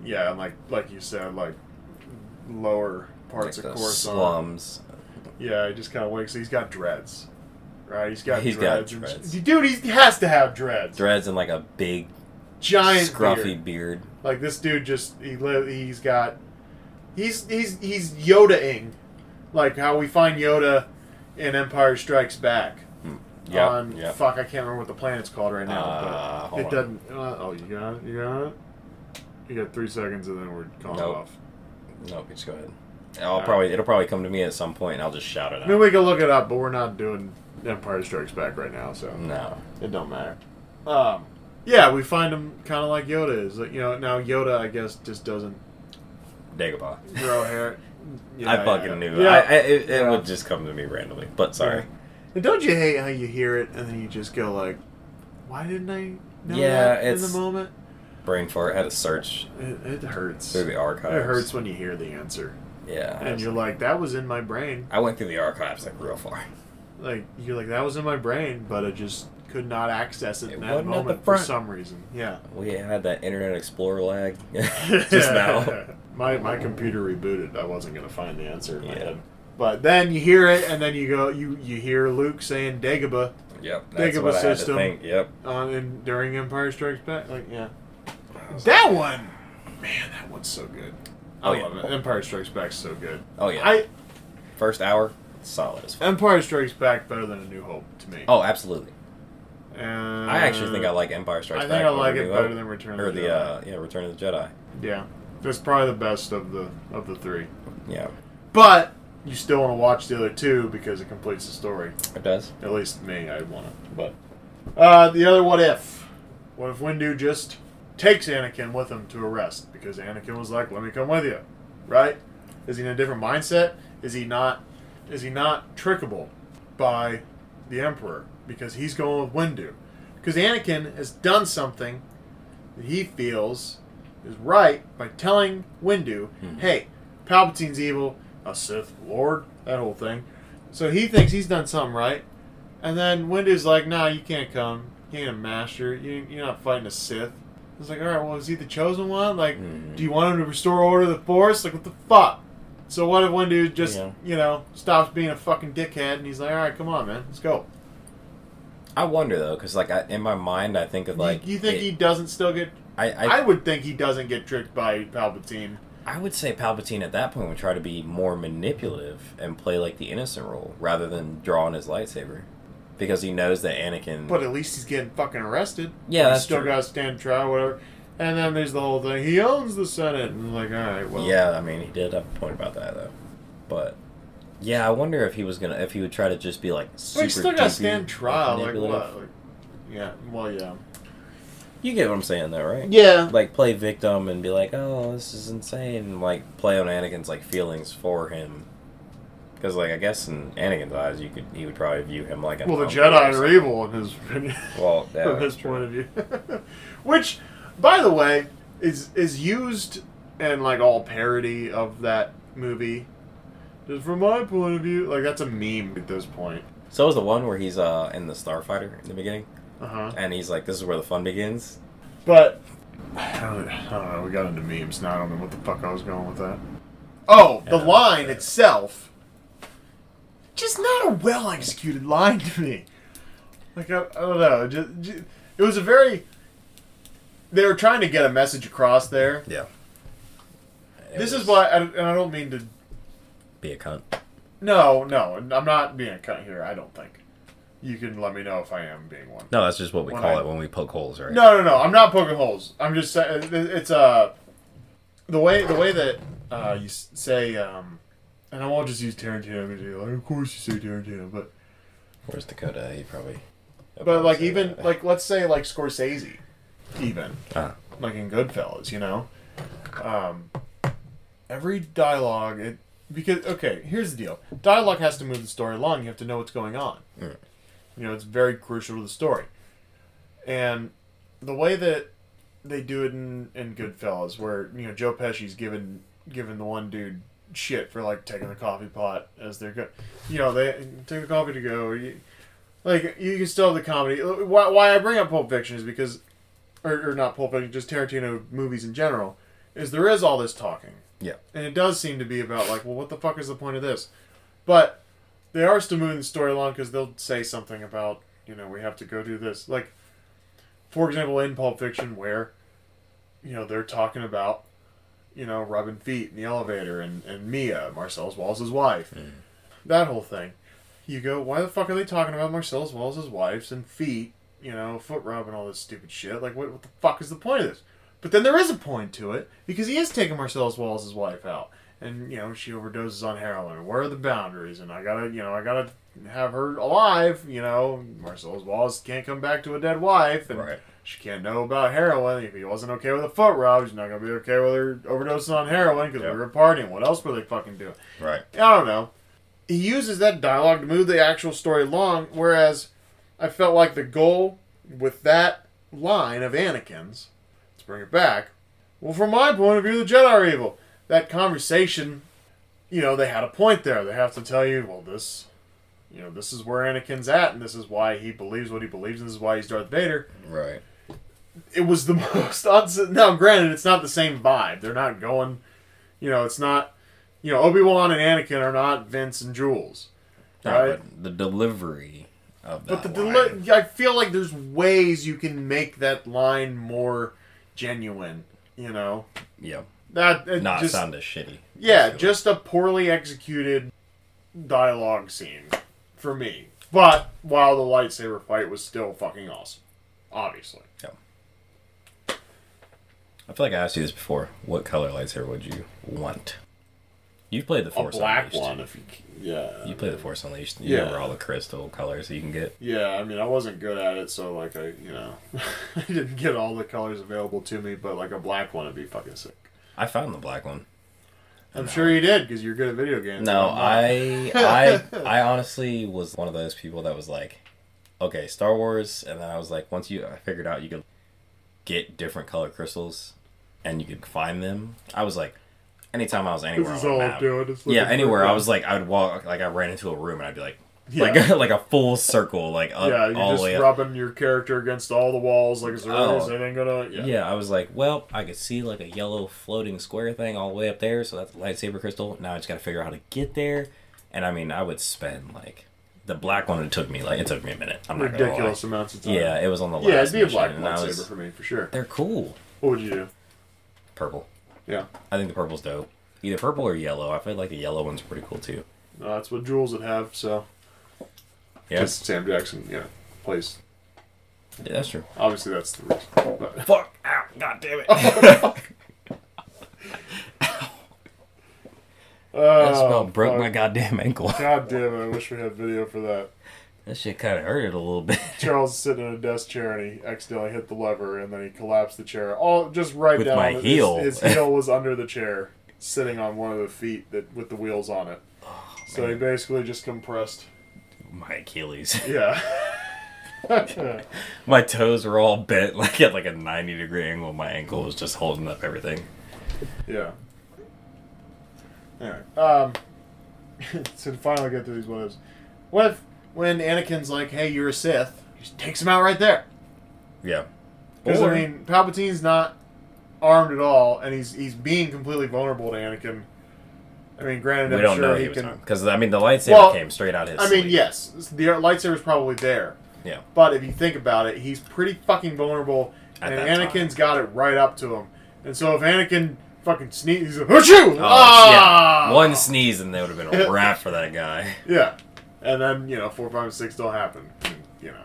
[SPEAKER 1] Yeah, and, like, like you said, like, lower parts
[SPEAKER 2] Like
[SPEAKER 1] of
[SPEAKER 2] the
[SPEAKER 1] Coruscant.
[SPEAKER 2] slums.
[SPEAKER 1] Yeah, he just kind of wakes. He's got dreads, right? He's got
[SPEAKER 2] He's got
[SPEAKER 1] dreads.
[SPEAKER 2] dreads.
[SPEAKER 1] And, dude, he has to have dreads.
[SPEAKER 2] Dreads and like a big
[SPEAKER 1] Giant
[SPEAKER 2] scruffy
[SPEAKER 1] beard.
[SPEAKER 2] beard.
[SPEAKER 1] Like this dude just he li- he's got he's he's he's Yoda-ing, like how we find Yoda in Empire Strikes Back.
[SPEAKER 2] Yep,
[SPEAKER 1] on
[SPEAKER 2] yep.
[SPEAKER 1] fuck, I can't remember what the planet's called right now.
[SPEAKER 2] Uh,
[SPEAKER 1] but
[SPEAKER 2] hold
[SPEAKER 1] it
[SPEAKER 2] on.
[SPEAKER 1] doesn't. Uh, oh, you got it. You got it. You got three seconds, and then we're calling it
[SPEAKER 2] Nope.
[SPEAKER 1] off.
[SPEAKER 2] Nope, just go ahead. I'll probably it'll probably come to me at some point and I'll just shout it
[SPEAKER 1] I
[SPEAKER 2] out.
[SPEAKER 1] mean, we can look it up, but we're not doing Empire Strikes Back right now, so.
[SPEAKER 2] No.
[SPEAKER 1] It don't matter. Um, yeah, we find him kind of like Yoda is. Like, you know, now Yoda, I guess, just doesn't
[SPEAKER 2] Dagobah.
[SPEAKER 1] grow hair. Yeah,
[SPEAKER 2] I fucking
[SPEAKER 1] yeah.
[SPEAKER 2] knew.
[SPEAKER 1] Yeah.
[SPEAKER 2] I, I, it it
[SPEAKER 1] Yeah.
[SPEAKER 2] would just come to me randomly. But sorry.
[SPEAKER 1] And don't you hate how you hear it and then you just go like, "Why didn't I know
[SPEAKER 2] Yeah,
[SPEAKER 1] that in
[SPEAKER 2] it's-
[SPEAKER 1] the moment?"
[SPEAKER 2] Brain fart. I had to search
[SPEAKER 1] It, it hurts.
[SPEAKER 2] through
[SPEAKER 1] It
[SPEAKER 2] the archives.
[SPEAKER 1] hurts when you hear the answer,
[SPEAKER 2] Yeah. I
[SPEAKER 1] and
[SPEAKER 2] was-
[SPEAKER 1] you're like, "That was in my brain."
[SPEAKER 2] I went through the archives like real far.
[SPEAKER 1] Like you're like, "That was in my brain," but I just could not access it,
[SPEAKER 2] It
[SPEAKER 1] in that
[SPEAKER 2] wasn't at the
[SPEAKER 1] moment for
[SPEAKER 2] front.
[SPEAKER 1] some reason. Yeah.
[SPEAKER 2] We had that Internet Explorer lag just now.
[SPEAKER 1] My my computer rebooted. I wasn't gonna find the answer in my
[SPEAKER 2] Yeah.
[SPEAKER 1] head. But then you hear it, and then you go you you hear Luke saying Dagobah
[SPEAKER 2] Yep.
[SPEAKER 1] Think
[SPEAKER 2] That's
[SPEAKER 1] of
[SPEAKER 2] what
[SPEAKER 1] a
[SPEAKER 2] I had to
[SPEAKER 1] system.
[SPEAKER 2] think. Yep.
[SPEAKER 1] on in during Empire Strikes Back. Like yeah, that one, man, that one's so good. I
[SPEAKER 2] Oh, yeah.
[SPEAKER 1] love it. Empire Strikes Back's so good.
[SPEAKER 2] Oh yeah.
[SPEAKER 1] I
[SPEAKER 2] First hour, solid as fuck.
[SPEAKER 1] Empire Strikes Back better than A New Hope to me.
[SPEAKER 2] Oh, absolutely.
[SPEAKER 1] And-
[SPEAKER 2] I actually think I like Empire
[SPEAKER 1] Uh, I
[SPEAKER 2] Strikes
[SPEAKER 1] think
[SPEAKER 2] Back.
[SPEAKER 1] I like
[SPEAKER 2] over
[SPEAKER 1] it
[SPEAKER 2] New
[SPEAKER 1] better
[SPEAKER 2] Hope.
[SPEAKER 1] than Return
[SPEAKER 2] or
[SPEAKER 1] of the
[SPEAKER 2] the
[SPEAKER 1] Jedi.
[SPEAKER 2] uh, yeah Return of the Jedi.
[SPEAKER 1] yeah, that's probably the best of the of the three.
[SPEAKER 2] Yeah,
[SPEAKER 1] But you still want to watch the other two because it completes the story.
[SPEAKER 2] it does.
[SPEAKER 1] At least me, I want to. But uh, the other what if? What if Windu just takes Anakin with him to arrest because Anakin was like, "Let me come with you," right? Is he in a different mindset? Is he not? Is he not trickable by the Emperor because he's going with Windu? Because Anakin has done something that he feels is right by telling Windu,
[SPEAKER 2] Hmm.
[SPEAKER 1] "Hey, Palpatine's evil, a Sith Lord, that whole thing." So he thinks he's done something right, and then Windu's like, "Nah, you can't come. You ain't a master. You, you're not fighting a Sith." It's like, all right, well, is he the chosen one? Like,
[SPEAKER 2] Mhm.
[SPEAKER 1] do you want him to restore order to the Force? Like, what the fuck? So what if Windu just,
[SPEAKER 2] Yeah.
[SPEAKER 1] you know, stops being a fucking dickhead and he's like, all right, come on, man, let's go.
[SPEAKER 2] I wonder though, because like I, in my mind, I think of like
[SPEAKER 1] you, you think
[SPEAKER 2] it-
[SPEAKER 1] he doesn't still get?
[SPEAKER 2] I, I,
[SPEAKER 1] I, would think he doesn't get tricked by Palpatine.
[SPEAKER 2] I would say Palpatine at that point would try to be more manipulative and play like the innocent role rather than drawing his lightsaber, because he knows that Anakin.
[SPEAKER 1] But at least he's getting fucking arrested.
[SPEAKER 2] Yeah,
[SPEAKER 1] he's
[SPEAKER 2] that's
[SPEAKER 1] still
[SPEAKER 2] true.
[SPEAKER 1] got to stand trial, whatever. And then there's the whole thing. He owns the Senate, and like, all right, well,
[SPEAKER 2] yeah, I mean, he did have a point about that though, but. Yeah, I wonder if he was gonna if he would try to just be like
[SPEAKER 1] But
[SPEAKER 2] super.
[SPEAKER 1] he still got to
[SPEAKER 2] deepy,
[SPEAKER 1] stand trial, like
[SPEAKER 2] manipulative.
[SPEAKER 1] what? Like, yeah, well, yeah,
[SPEAKER 2] You get what I'm saying though, right?
[SPEAKER 1] yeah.
[SPEAKER 2] like play victim and be like, "Oh, this is insane," and like play on Anakin's like feelings for him, because like I guess in Anakin's eyes, you could he would probably view him like an
[SPEAKER 1] Well, the
[SPEAKER 2] uncle
[SPEAKER 1] Jedi
[SPEAKER 2] or
[SPEAKER 1] are
[SPEAKER 2] something.
[SPEAKER 1] evil in his opinion.
[SPEAKER 2] Well, Oh, yeah,
[SPEAKER 1] from
[SPEAKER 2] that's
[SPEAKER 1] his
[SPEAKER 2] true.
[SPEAKER 1] point of view. Which, by the way, is is used in like all parody of that movie. Just from my point of view, like that's a meme at this point.
[SPEAKER 2] So is the one where he's uh in the starfighter in the beginning,
[SPEAKER 1] Uh huh.
[SPEAKER 2] and he's like, "This is where the fun begins."
[SPEAKER 1] But I don't, I don't know. We got into memes now. I don't know what the fuck I was going with that. Oh, the
[SPEAKER 2] Yeah.
[SPEAKER 1] line itself, just not a well executed line to me. Like I, I don't know. Just, it was a very. They were trying to get a message across there.
[SPEAKER 2] Yeah.
[SPEAKER 1] This is why, I, and I don't mean to.
[SPEAKER 2] be a cunt.
[SPEAKER 1] No, no, I'm not being a cunt here. I don't think. You can let me know if I am being one.
[SPEAKER 2] No, that's just what we
[SPEAKER 1] When
[SPEAKER 2] call
[SPEAKER 1] I-
[SPEAKER 2] it when we poke holes, right?
[SPEAKER 1] No, no, no. I'm not poking holes. I'm just saying it- it's uh the way the way that uh, you s- say um, and I won't just use Tarantino. because you're Like, of course you say Tarantino, but
[SPEAKER 2] Where's Dakota? He probably.
[SPEAKER 1] but like
[SPEAKER 2] say
[SPEAKER 1] even
[SPEAKER 2] that.
[SPEAKER 1] like let's say like Scorsese, even
[SPEAKER 2] Uh-huh.
[SPEAKER 1] like in Goodfellas, you know, um, every dialogue it because okay, here's the deal: dialogue has to move the story along. You have to know what's going on. You know, it's very crucial to the story. And the way that they do it in, in Goodfellas, where you know Joe Pesci's given given the one dude shit for like taking the coffee pot as they're go, you know, they take the coffee to go. You, like you can still have the comedy. Why, why I bring up Pulp Fiction is because, or, or not Pulp Fiction, just Tarantino movies in general, is there is all this talking.
[SPEAKER 2] Yeah.
[SPEAKER 1] And it does seem to be about like, well, what the fuck is the point of this? But they are still moving the story along because they'll say something about, you know, we have to go do this. Like, for example, in Pulp Fiction, where, you know, they're talking about, you know, rubbing feet in the elevator and, and Mia, Marcellus Wallace's wife, that whole thing. You go, why the fuck are they talking about Marcellus Wallace's wives and feet, you know, foot rub and all this stupid shit? Like, what, what the fuck is the point of this? But then there is a point to it because he is taking Marcellus Wallace's wife out, and you know she overdoses on heroin. Where are the boundaries? And I gotta, you know, I gotta have her alive. You know, Marcellus Wallace can't come back to a dead wife, and
[SPEAKER 2] Right.
[SPEAKER 1] she can't know about heroin. If he wasn't okay with a foot rub, she's not gonna be okay with her overdosing on heroin because
[SPEAKER 2] Yep.
[SPEAKER 1] we were partying. What else were they fucking doing?
[SPEAKER 2] Right.
[SPEAKER 1] I don't know. He uses that dialogue to move the actual story along, whereas I felt like the goal with that line of Anakin's, let's bring it back. Well, from my point of view, the Jedi are evil. That conversation, you know, they had a point there. They have to tell you, well, this, you know, this is where Anakin's at, and this is why he believes what he believes, and this is why he's Darth Vader
[SPEAKER 2] Right.
[SPEAKER 1] it was the most odds. Now, granted, it's not the same vibe. They're not going, you know, it's not, you know, Obi Wan and Anakin are not Vince and Jules,
[SPEAKER 2] No,
[SPEAKER 1] right?
[SPEAKER 2] but the delivery of that.
[SPEAKER 1] But the
[SPEAKER 2] line-
[SPEAKER 1] deli- I feel like there's ways you can make that line more genuine. You know,
[SPEAKER 2] Yeah.
[SPEAKER 1] that it
[SPEAKER 2] Not
[SPEAKER 1] just
[SPEAKER 2] sound as shitty.
[SPEAKER 1] yeah,
[SPEAKER 2] Basically.
[SPEAKER 1] just a poorly executed dialogue scene for me. But while the lightsaber fight was still fucking awesome, obviously.
[SPEAKER 2] I feel like I asked you this before. What color lightsaber would you want? You played the Force
[SPEAKER 1] a black
[SPEAKER 2] Unleashed.
[SPEAKER 1] one, if you, c- yeah.
[SPEAKER 2] You play the Force Unleashed. You
[SPEAKER 1] Yeah.
[SPEAKER 2] remember all the crystal colors that you can get.
[SPEAKER 1] Yeah, I mean, I wasn't good at it, so like I, you know, I didn't get all the colors available to me. But like a black one would be fucking sick.
[SPEAKER 2] I found the black one.
[SPEAKER 1] I'm sure you did because you're good at video games.
[SPEAKER 2] No,
[SPEAKER 1] I'm not.
[SPEAKER 2] I, I, I honestly was one of those people that was like, okay, Star Wars, and then I was like, once you, I figured out you could get different color crystals, and you could find them. I was like, anytime I was
[SPEAKER 1] This
[SPEAKER 2] anywhere
[SPEAKER 1] is
[SPEAKER 2] on a
[SPEAKER 1] all
[SPEAKER 2] map,
[SPEAKER 1] I'm doing. is looking
[SPEAKER 2] yeah,
[SPEAKER 1] for-
[SPEAKER 2] anywhere, I was like, I would walk, like I ran into a room, and I'd be like,
[SPEAKER 1] Yeah.
[SPEAKER 2] like, like a full circle, like up
[SPEAKER 1] yeah, you're
[SPEAKER 2] all the way
[SPEAKER 1] just
[SPEAKER 2] up.
[SPEAKER 1] rubbing your character against all the walls. Like, is there
[SPEAKER 2] Oh.
[SPEAKER 1] is anything gonna?
[SPEAKER 2] Yeah.
[SPEAKER 1] Yeah.
[SPEAKER 2] I was like, well, I could see like a yellow floating square thing all the way up there, so that's a lightsaber crystal. Now I just got to figure out how to get there. And I mean, I would spend like the black one. It took me like it took me a minute. I'm not
[SPEAKER 1] ridiculous amounts of time.
[SPEAKER 2] Gonna lie. Yeah, it was on the last.
[SPEAKER 1] yeah, it'd be a
[SPEAKER 2] mission,
[SPEAKER 1] black
[SPEAKER 2] and I
[SPEAKER 1] lightsaber
[SPEAKER 2] was-
[SPEAKER 1] for me for sure.
[SPEAKER 2] They're cool.
[SPEAKER 1] What would you do?
[SPEAKER 2] Purple.
[SPEAKER 1] Yeah,
[SPEAKER 2] I think the purple's dope. Either purple or yellow. I feel like the yellow one's pretty cool too.
[SPEAKER 1] no, uh, that's what Jules would have. So,
[SPEAKER 2] Yeah,
[SPEAKER 1] just Sam Jackson, yeah, plays.
[SPEAKER 2] yeah that's true.
[SPEAKER 1] Obviously, that's the reason. But,
[SPEAKER 2] Fuck! Ow! God damn it! that
[SPEAKER 1] Oh,
[SPEAKER 2] smell broke my goddamn ankle.
[SPEAKER 1] God damn it! I wish we had video for that.
[SPEAKER 2] that shit kind of hurted a little bit.
[SPEAKER 1] Charles is sitting in a desk chair and he accidentally hit the lever and then he collapsed the chair. All just right
[SPEAKER 2] With
[SPEAKER 1] down
[SPEAKER 2] my
[SPEAKER 1] on it.
[SPEAKER 2] heel.
[SPEAKER 1] His, his heel was under the chair, sitting on one of the feet that with the wheels on it.
[SPEAKER 2] Oh,
[SPEAKER 1] so he basically just compressed.
[SPEAKER 2] my Achilles.
[SPEAKER 1] Yeah.
[SPEAKER 2] My toes were all bent, like at like a ninety degree angle. My ankle was just holding up everything.
[SPEAKER 1] yeah. Anyway, um, to finally get through these what ifs. What if when Anakin's like, "Hey, you're a Sith," he just takes him out right there.
[SPEAKER 2] Yeah.
[SPEAKER 1] Because
[SPEAKER 2] Or-
[SPEAKER 1] I mean, Palpatine's not armed at all, and he's he's being completely vulnerable to Anakin. I mean, granted,
[SPEAKER 2] we
[SPEAKER 1] I'm
[SPEAKER 2] don't
[SPEAKER 1] sure
[SPEAKER 2] know
[SPEAKER 1] he,
[SPEAKER 2] he was
[SPEAKER 1] can.
[SPEAKER 2] because I mean the lightsaber
[SPEAKER 1] Well,
[SPEAKER 2] came straight out of his.
[SPEAKER 1] I mean,
[SPEAKER 2] sleeve.
[SPEAKER 1] yes, the lightsaber's probably there,
[SPEAKER 2] yeah,
[SPEAKER 1] but if you think about it, he's pretty fucking vulnerable,
[SPEAKER 2] At
[SPEAKER 1] and
[SPEAKER 2] that time.
[SPEAKER 1] Anakin's got it right up to him. And so if Anakin fucking sneezes, he's like, "Achoo!"
[SPEAKER 2] Oh,
[SPEAKER 1] ah!
[SPEAKER 2] yeah. One sneeze and there would have been a wrap for that guy.
[SPEAKER 1] Yeah, and then you know, four, five, and six don't happen. And, you know,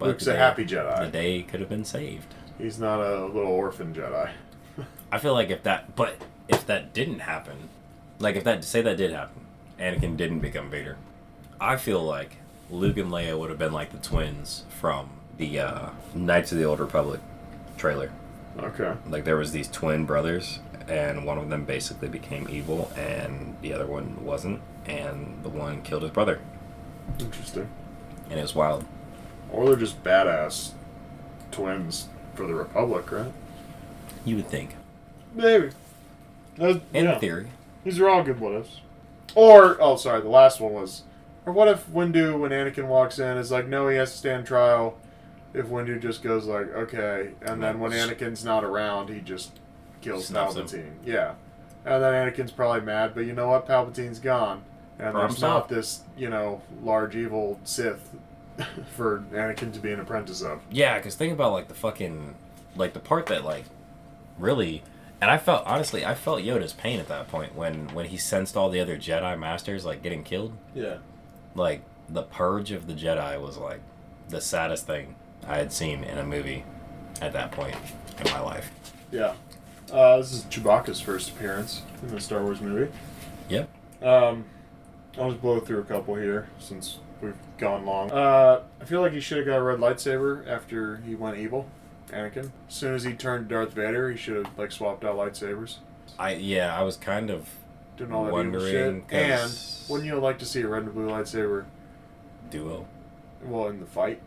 [SPEAKER 2] But
[SPEAKER 1] Luke's
[SPEAKER 2] the
[SPEAKER 1] a
[SPEAKER 2] day-
[SPEAKER 1] happy
[SPEAKER 2] The
[SPEAKER 1] Jedi.
[SPEAKER 2] day could have been saved.
[SPEAKER 1] He's not a little orphan Jedi.
[SPEAKER 2] I feel like if that, but if that didn't happen, like if that say that did happen, Anakin didn't become Vader. I feel like Luke and Leia would have been like the twins from the uh, Knights of the Old Republic trailer.
[SPEAKER 1] Okay.
[SPEAKER 2] Like there was these twin brothers, and one of them basically became evil, and the other one wasn't, and the one killed his brother,
[SPEAKER 1] Interesting.
[SPEAKER 2] and it was wild.
[SPEAKER 1] Or they're just badass twins for the Republic, right?
[SPEAKER 2] You would think,
[SPEAKER 1] Maybe. That-
[SPEAKER 2] in
[SPEAKER 1] yeah.
[SPEAKER 2] theory,
[SPEAKER 1] These are all good what ifs. Or oh, sorry, the last one was. Or what if Windu, when Anakin walks in, is like, no, he has to stand trial. If Windu just goes like, okay, and then when Anakin's not around, he just kills
[SPEAKER 2] Snaps him.
[SPEAKER 1] Palpatine. Yeah, and then Anakin's probably mad, but you know what? Palpatine's gone, and
[SPEAKER 2] Problem
[SPEAKER 1] there's not
[SPEAKER 2] solved.
[SPEAKER 1] this, you know, large evil Sith for Anakin to be an apprentice of.
[SPEAKER 2] yeah. Because think about like the fucking, like the part that like really, and I felt honestly, I felt Yoda's pain at that point when when he sensed all the other Jedi masters like getting killed.
[SPEAKER 5] Yeah.
[SPEAKER 2] like the purge of the Jedi was like the saddest thing I had seen in a movie at that point in my life.
[SPEAKER 1] Yeah, uh, this is Chewbacca's first appearance in the Star Wars movie.
[SPEAKER 2] Yep.
[SPEAKER 1] Um, I'll just blow through a couple here since we've gone long. Uh, I feel like he should have got a red lightsaber after he went evil, Anakin. As soon as he turned Darth Vader, he should have like swapped out lightsabers.
[SPEAKER 2] I yeah, I was kind of
[SPEAKER 1] Didn't all that evil
[SPEAKER 2] Wondering,
[SPEAKER 1] shit. And
[SPEAKER 2] 'cause-
[SPEAKER 1] wouldn't you like to see a red and blue lightsaber?
[SPEAKER 2] duo.
[SPEAKER 1] Well, in the fight.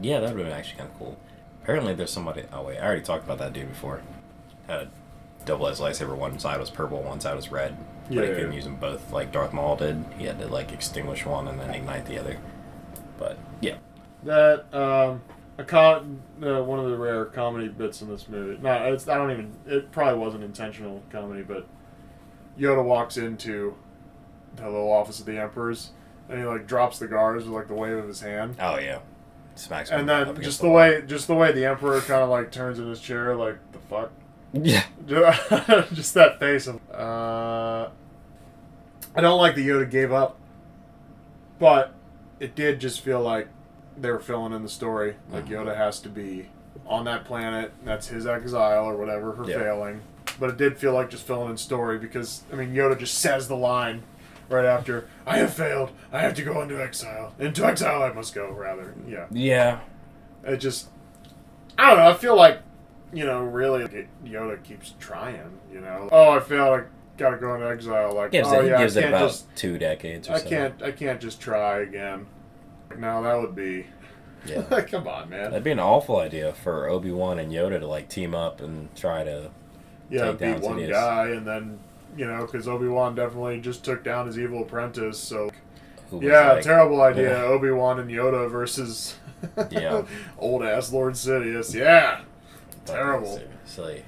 [SPEAKER 2] Yeah, that would have been actually kind of cool. Apparently, there's somebody. Oh wait, I already talked about that dude before. Had a double-edged lightsaber. One side was purple, one side was red. But
[SPEAKER 1] Yeah,
[SPEAKER 2] he
[SPEAKER 1] yeah,
[SPEAKER 2] couldn't
[SPEAKER 1] yeah.
[SPEAKER 2] use them both, like Darth Maul did. He had to like extinguish one and then ignite the other. But yeah,
[SPEAKER 1] That um, a com- uh, one of the rare comedy bits in this movie. No, it's I don't even. It probably wasn't intentional comedy, but Yoda walks into the little office of the Emperor's, and he like drops the guards with like the wave of his hand.
[SPEAKER 2] oh yeah, smacks.
[SPEAKER 1] And
[SPEAKER 2] him up
[SPEAKER 1] then
[SPEAKER 2] against
[SPEAKER 1] just the
[SPEAKER 2] wall.
[SPEAKER 1] way, just the way the emperor kind of like turns in his chair, like the fuck,
[SPEAKER 2] Yeah.
[SPEAKER 1] just that face of. Uh, I don't like that Yoda gave up, but it did just feel like they were filling in the story. Like Yoda has to be on that planet. That's his exile or whatever for
[SPEAKER 2] Yeah.
[SPEAKER 1] failing. But it did feel like just filling in story because I mean Yoda just says the line right after I have failed. I have to go into exile. Into exile I must go. Rather, yeah.
[SPEAKER 2] Yeah.
[SPEAKER 1] It just, I don't know. I feel like, you know, really, it, Yoda keeps trying. You know, oh, I failed. I gotta go into exile. Like,
[SPEAKER 2] Gives
[SPEAKER 1] oh
[SPEAKER 2] it,
[SPEAKER 1] yeah, I
[SPEAKER 2] gives it
[SPEAKER 1] can't
[SPEAKER 2] about
[SPEAKER 1] just,
[SPEAKER 2] two decades or
[SPEAKER 1] I
[SPEAKER 2] so.
[SPEAKER 1] can't, I can't just try again. Like, no, that would be.
[SPEAKER 2] Yeah.
[SPEAKER 1] Come on, man.
[SPEAKER 2] That'd be an awful idea for Obi Wan and Yoda to like team up and try to.
[SPEAKER 1] Yeah, be
[SPEAKER 2] takedowns
[SPEAKER 1] one
[SPEAKER 2] it is.
[SPEAKER 1] guy, and then you know, because Obi Wan definitely just took down his evil apprentice. So
[SPEAKER 2] Who was
[SPEAKER 1] yeah,
[SPEAKER 2] like-
[SPEAKER 1] terrible idea.
[SPEAKER 2] Yeah.
[SPEAKER 1] Obi Wan and Yoda versus.
[SPEAKER 2] Yeah.
[SPEAKER 1] Old ass Lord Sidious. Yeah.
[SPEAKER 2] like,
[SPEAKER 1] Terrible.
[SPEAKER 2] Silly.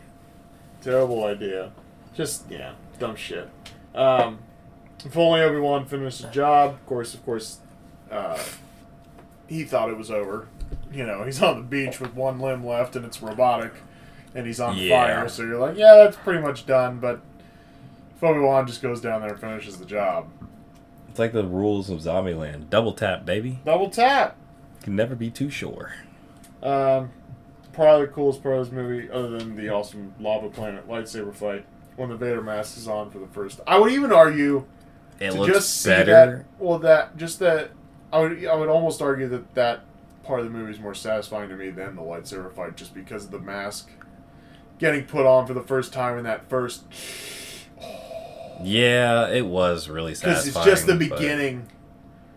[SPEAKER 1] Terrible idea. Just yeah, dumb shit. Um, if only Obi Wan finished the job. Of course, of course, uh, he thought it was over. You know, he's on the beach with one limb left, and it's robotic, and he's on
[SPEAKER 2] Yeah.
[SPEAKER 1] fire. So you're like, yeah, that's pretty much done. But if Obi Wan just goes down there and finishes the job,
[SPEAKER 2] It's like the rules of Zombieland. Double tap, baby.
[SPEAKER 1] double tap.
[SPEAKER 2] Can never be too sure.
[SPEAKER 1] Um, probably the coolest part of this movie, other than the awesome lava planet lightsaber fight, when the Vader mask is on for the first. I would even argue.
[SPEAKER 2] It
[SPEAKER 1] to
[SPEAKER 2] looks
[SPEAKER 1] just see
[SPEAKER 2] better.
[SPEAKER 1] that- well, that just that I would I would almost argue that that part of the movie is more satisfying to me than the lightsaber fight, just because of the mask getting put on for the first time in that first
[SPEAKER 2] Yeah, it was really
[SPEAKER 1] because
[SPEAKER 2] satisfying.
[SPEAKER 1] it's just the
[SPEAKER 2] but
[SPEAKER 1] beginning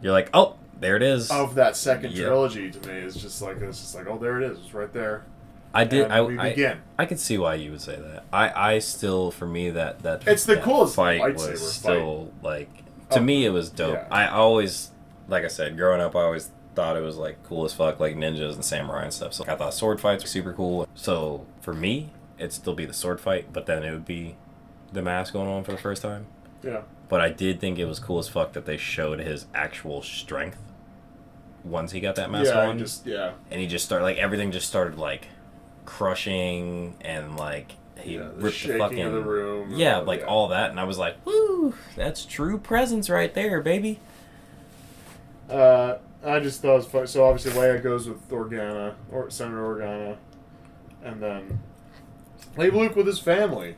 [SPEAKER 2] You're like, oh, there it is.
[SPEAKER 1] of that second
[SPEAKER 2] Yeah.
[SPEAKER 1] trilogy to me. It's just like it's just like oh there it is, it's right there.
[SPEAKER 2] I did.
[SPEAKER 1] and
[SPEAKER 2] I,
[SPEAKER 1] we
[SPEAKER 2] I
[SPEAKER 1] begin.
[SPEAKER 2] I could see why you would say that. I, I still, for me, that that
[SPEAKER 1] It's the
[SPEAKER 2] that
[SPEAKER 1] coolest
[SPEAKER 2] fight
[SPEAKER 1] lightsaber
[SPEAKER 2] was still like to
[SPEAKER 1] Oh,
[SPEAKER 2] me it was dope.
[SPEAKER 1] yeah.
[SPEAKER 2] I always, like I said, growing up, I always thought it was like cool as fuck, like ninjas and samurai and stuff. So I thought sword fights were super cool. So for me, it'd still be the sword fight, but then it would be the mask going on for the first time.
[SPEAKER 1] Yeah,
[SPEAKER 2] But I did think it was cool as fuck that they showed his actual strength once he got that mask
[SPEAKER 1] yeah,
[SPEAKER 2] on
[SPEAKER 1] just yeah.
[SPEAKER 2] and he just started like everything just started like crushing and like he
[SPEAKER 1] Yeah, the
[SPEAKER 2] ripped the
[SPEAKER 1] shaking
[SPEAKER 2] fucking
[SPEAKER 1] of the room.
[SPEAKER 2] yeah
[SPEAKER 1] Oh,
[SPEAKER 2] like
[SPEAKER 1] yeah.
[SPEAKER 2] all that and I was like woo that's true presence right there baby
[SPEAKER 1] Uh, I just thought it was funny. So obviously Leia goes with Organa or Senator Organa, and then leave Luke with his family.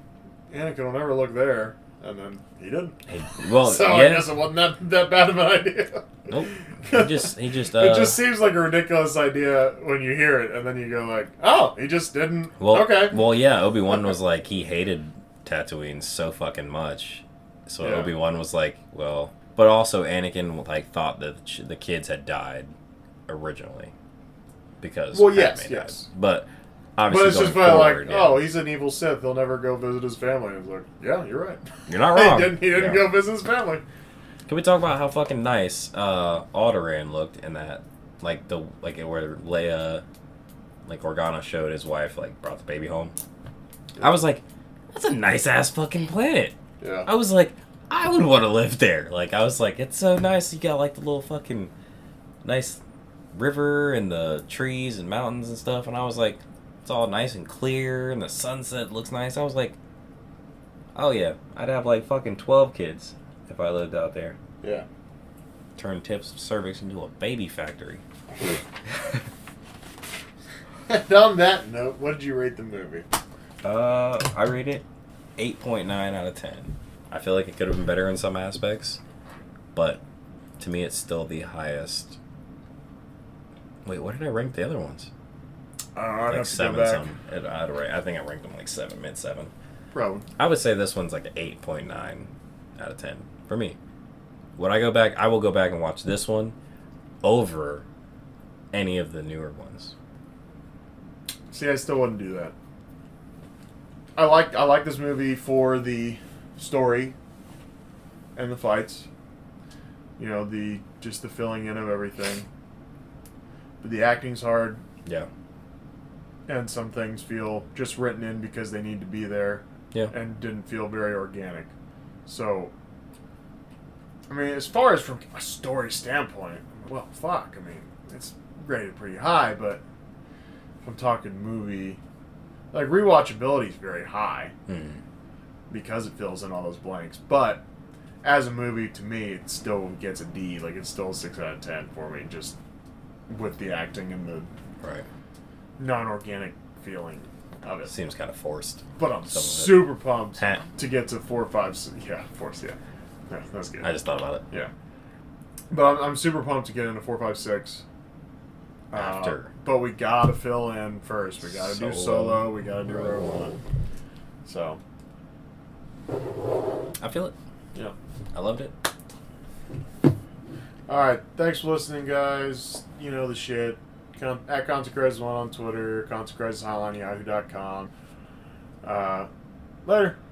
[SPEAKER 1] Anakin will never look there, and then he didn't.
[SPEAKER 2] He- well
[SPEAKER 1] so I
[SPEAKER 2] yeah
[SPEAKER 1] guess it wasn't that, that bad of an idea.
[SPEAKER 2] nope he just he just uh
[SPEAKER 1] it just seems like a ridiculous idea when you hear it, and then you go like, "Oh, he just didn't."
[SPEAKER 2] well
[SPEAKER 1] okay.
[SPEAKER 2] well yeah Obi Wan was like he hated Tatooine so fucking much. So
[SPEAKER 1] Yeah.
[SPEAKER 2] Obi Wan was like, well, but also Anakin like thought that the ch- the kids had died originally because
[SPEAKER 1] Well, yes,
[SPEAKER 2] Padme died.
[SPEAKER 1] yes.
[SPEAKER 2] But obviously,
[SPEAKER 1] But it's
[SPEAKER 2] going
[SPEAKER 1] just by like,
[SPEAKER 2] forward, yeah.
[SPEAKER 1] oh, he's an evil Sith. He'll never go visit his family. It's like, yeah, you're right.
[SPEAKER 2] you're not wrong.
[SPEAKER 1] he didn't. He didn't
[SPEAKER 2] Yeah.
[SPEAKER 1] go visit his family.
[SPEAKER 2] Can we talk about how fucking nice uh Alderaan looked in that like the like where Leia like Organa showed his wife like brought the baby home. I was like, that's a nice ass fucking planet.
[SPEAKER 1] Yeah.
[SPEAKER 2] I was like, I would want to live there. Like I was like, it's so nice. You got like the little fucking nice river and the trees and mountains and stuff and I was like, it's all nice and clear and the sunset looks nice. I was like, oh yeah, I'd have like fucking 12 kids if I lived out there
[SPEAKER 1] Yeah.
[SPEAKER 2] turn Tips Cervix into a baby factory.
[SPEAKER 1] And on that note, what did you rate the movie?
[SPEAKER 2] Uh, I rate it 8.9 out of 10. I feel like it could have been better in some aspects, but to me, it's still the highest. Wait, what did I rank the other ones?
[SPEAKER 1] I don't know. Uh, I'd
[SPEAKER 2] like
[SPEAKER 1] have to go back.
[SPEAKER 2] something. It- I'd ra- I think I ranked them like seven, mid seven.
[SPEAKER 1] Probably.
[SPEAKER 2] I would say this one's like an 8.9 out of 10 for me. When I go back, I will go back and watch this one over any of the newer ones.
[SPEAKER 1] See, I still wouldn't do that. I like I like this movie for the story and the fights. You know, the just the filling in of everything. But the acting's hard
[SPEAKER 2] Yeah.
[SPEAKER 1] and some things feel just written in because they need to be there
[SPEAKER 2] Yeah.
[SPEAKER 1] and didn't feel very organic. So I mean, as far as from a story standpoint, well, fuck. I mean, it's rated pretty high, but if I'm talking movie, like rewatchability is very high
[SPEAKER 2] Hmm.
[SPEAKER 1] because it fills in all those blanks. But as a movie, to me, it still gets a D. Like it's still a six out of ten for me, just with the acting and the
[SPEAKER 2] Right.
[SPEAKER 1] non-organic feeling of it.
[SPEAKER 2] Seems kind of forced.
[SPEAKER 1] But I'm
[SPEAKER 2] Some of it.
[SPEAKER 1] super pumped
[SPEAKER 2] Huh.
[SPEAKER 1] to get to four, five, s- yeah, four, yeah. Yeah, that's good.
[SPEAKER 2] I just thought about it
[SPEAKER 1] Yeah. But I'm, I'm super pumped to get into 456. Uh,
[SPEAKER 2] after.
[SPEAKER 1] but we gotta fill in first. We gotta do
[SPEAKER 2] Solo.
[SPEAKER 1] solo. We gotta do Rogue One. So,
[SPEAKER 2] I feel it.
[SPEAKER 1] yeah.
[SPEAKER 2] I loved it.
[SPEAKER 1] Alright, thanks for listening, guys. You know the shit. Con- at Consequences1 on Twitter, Consequences Hotline, yahoo.com. Uh, later.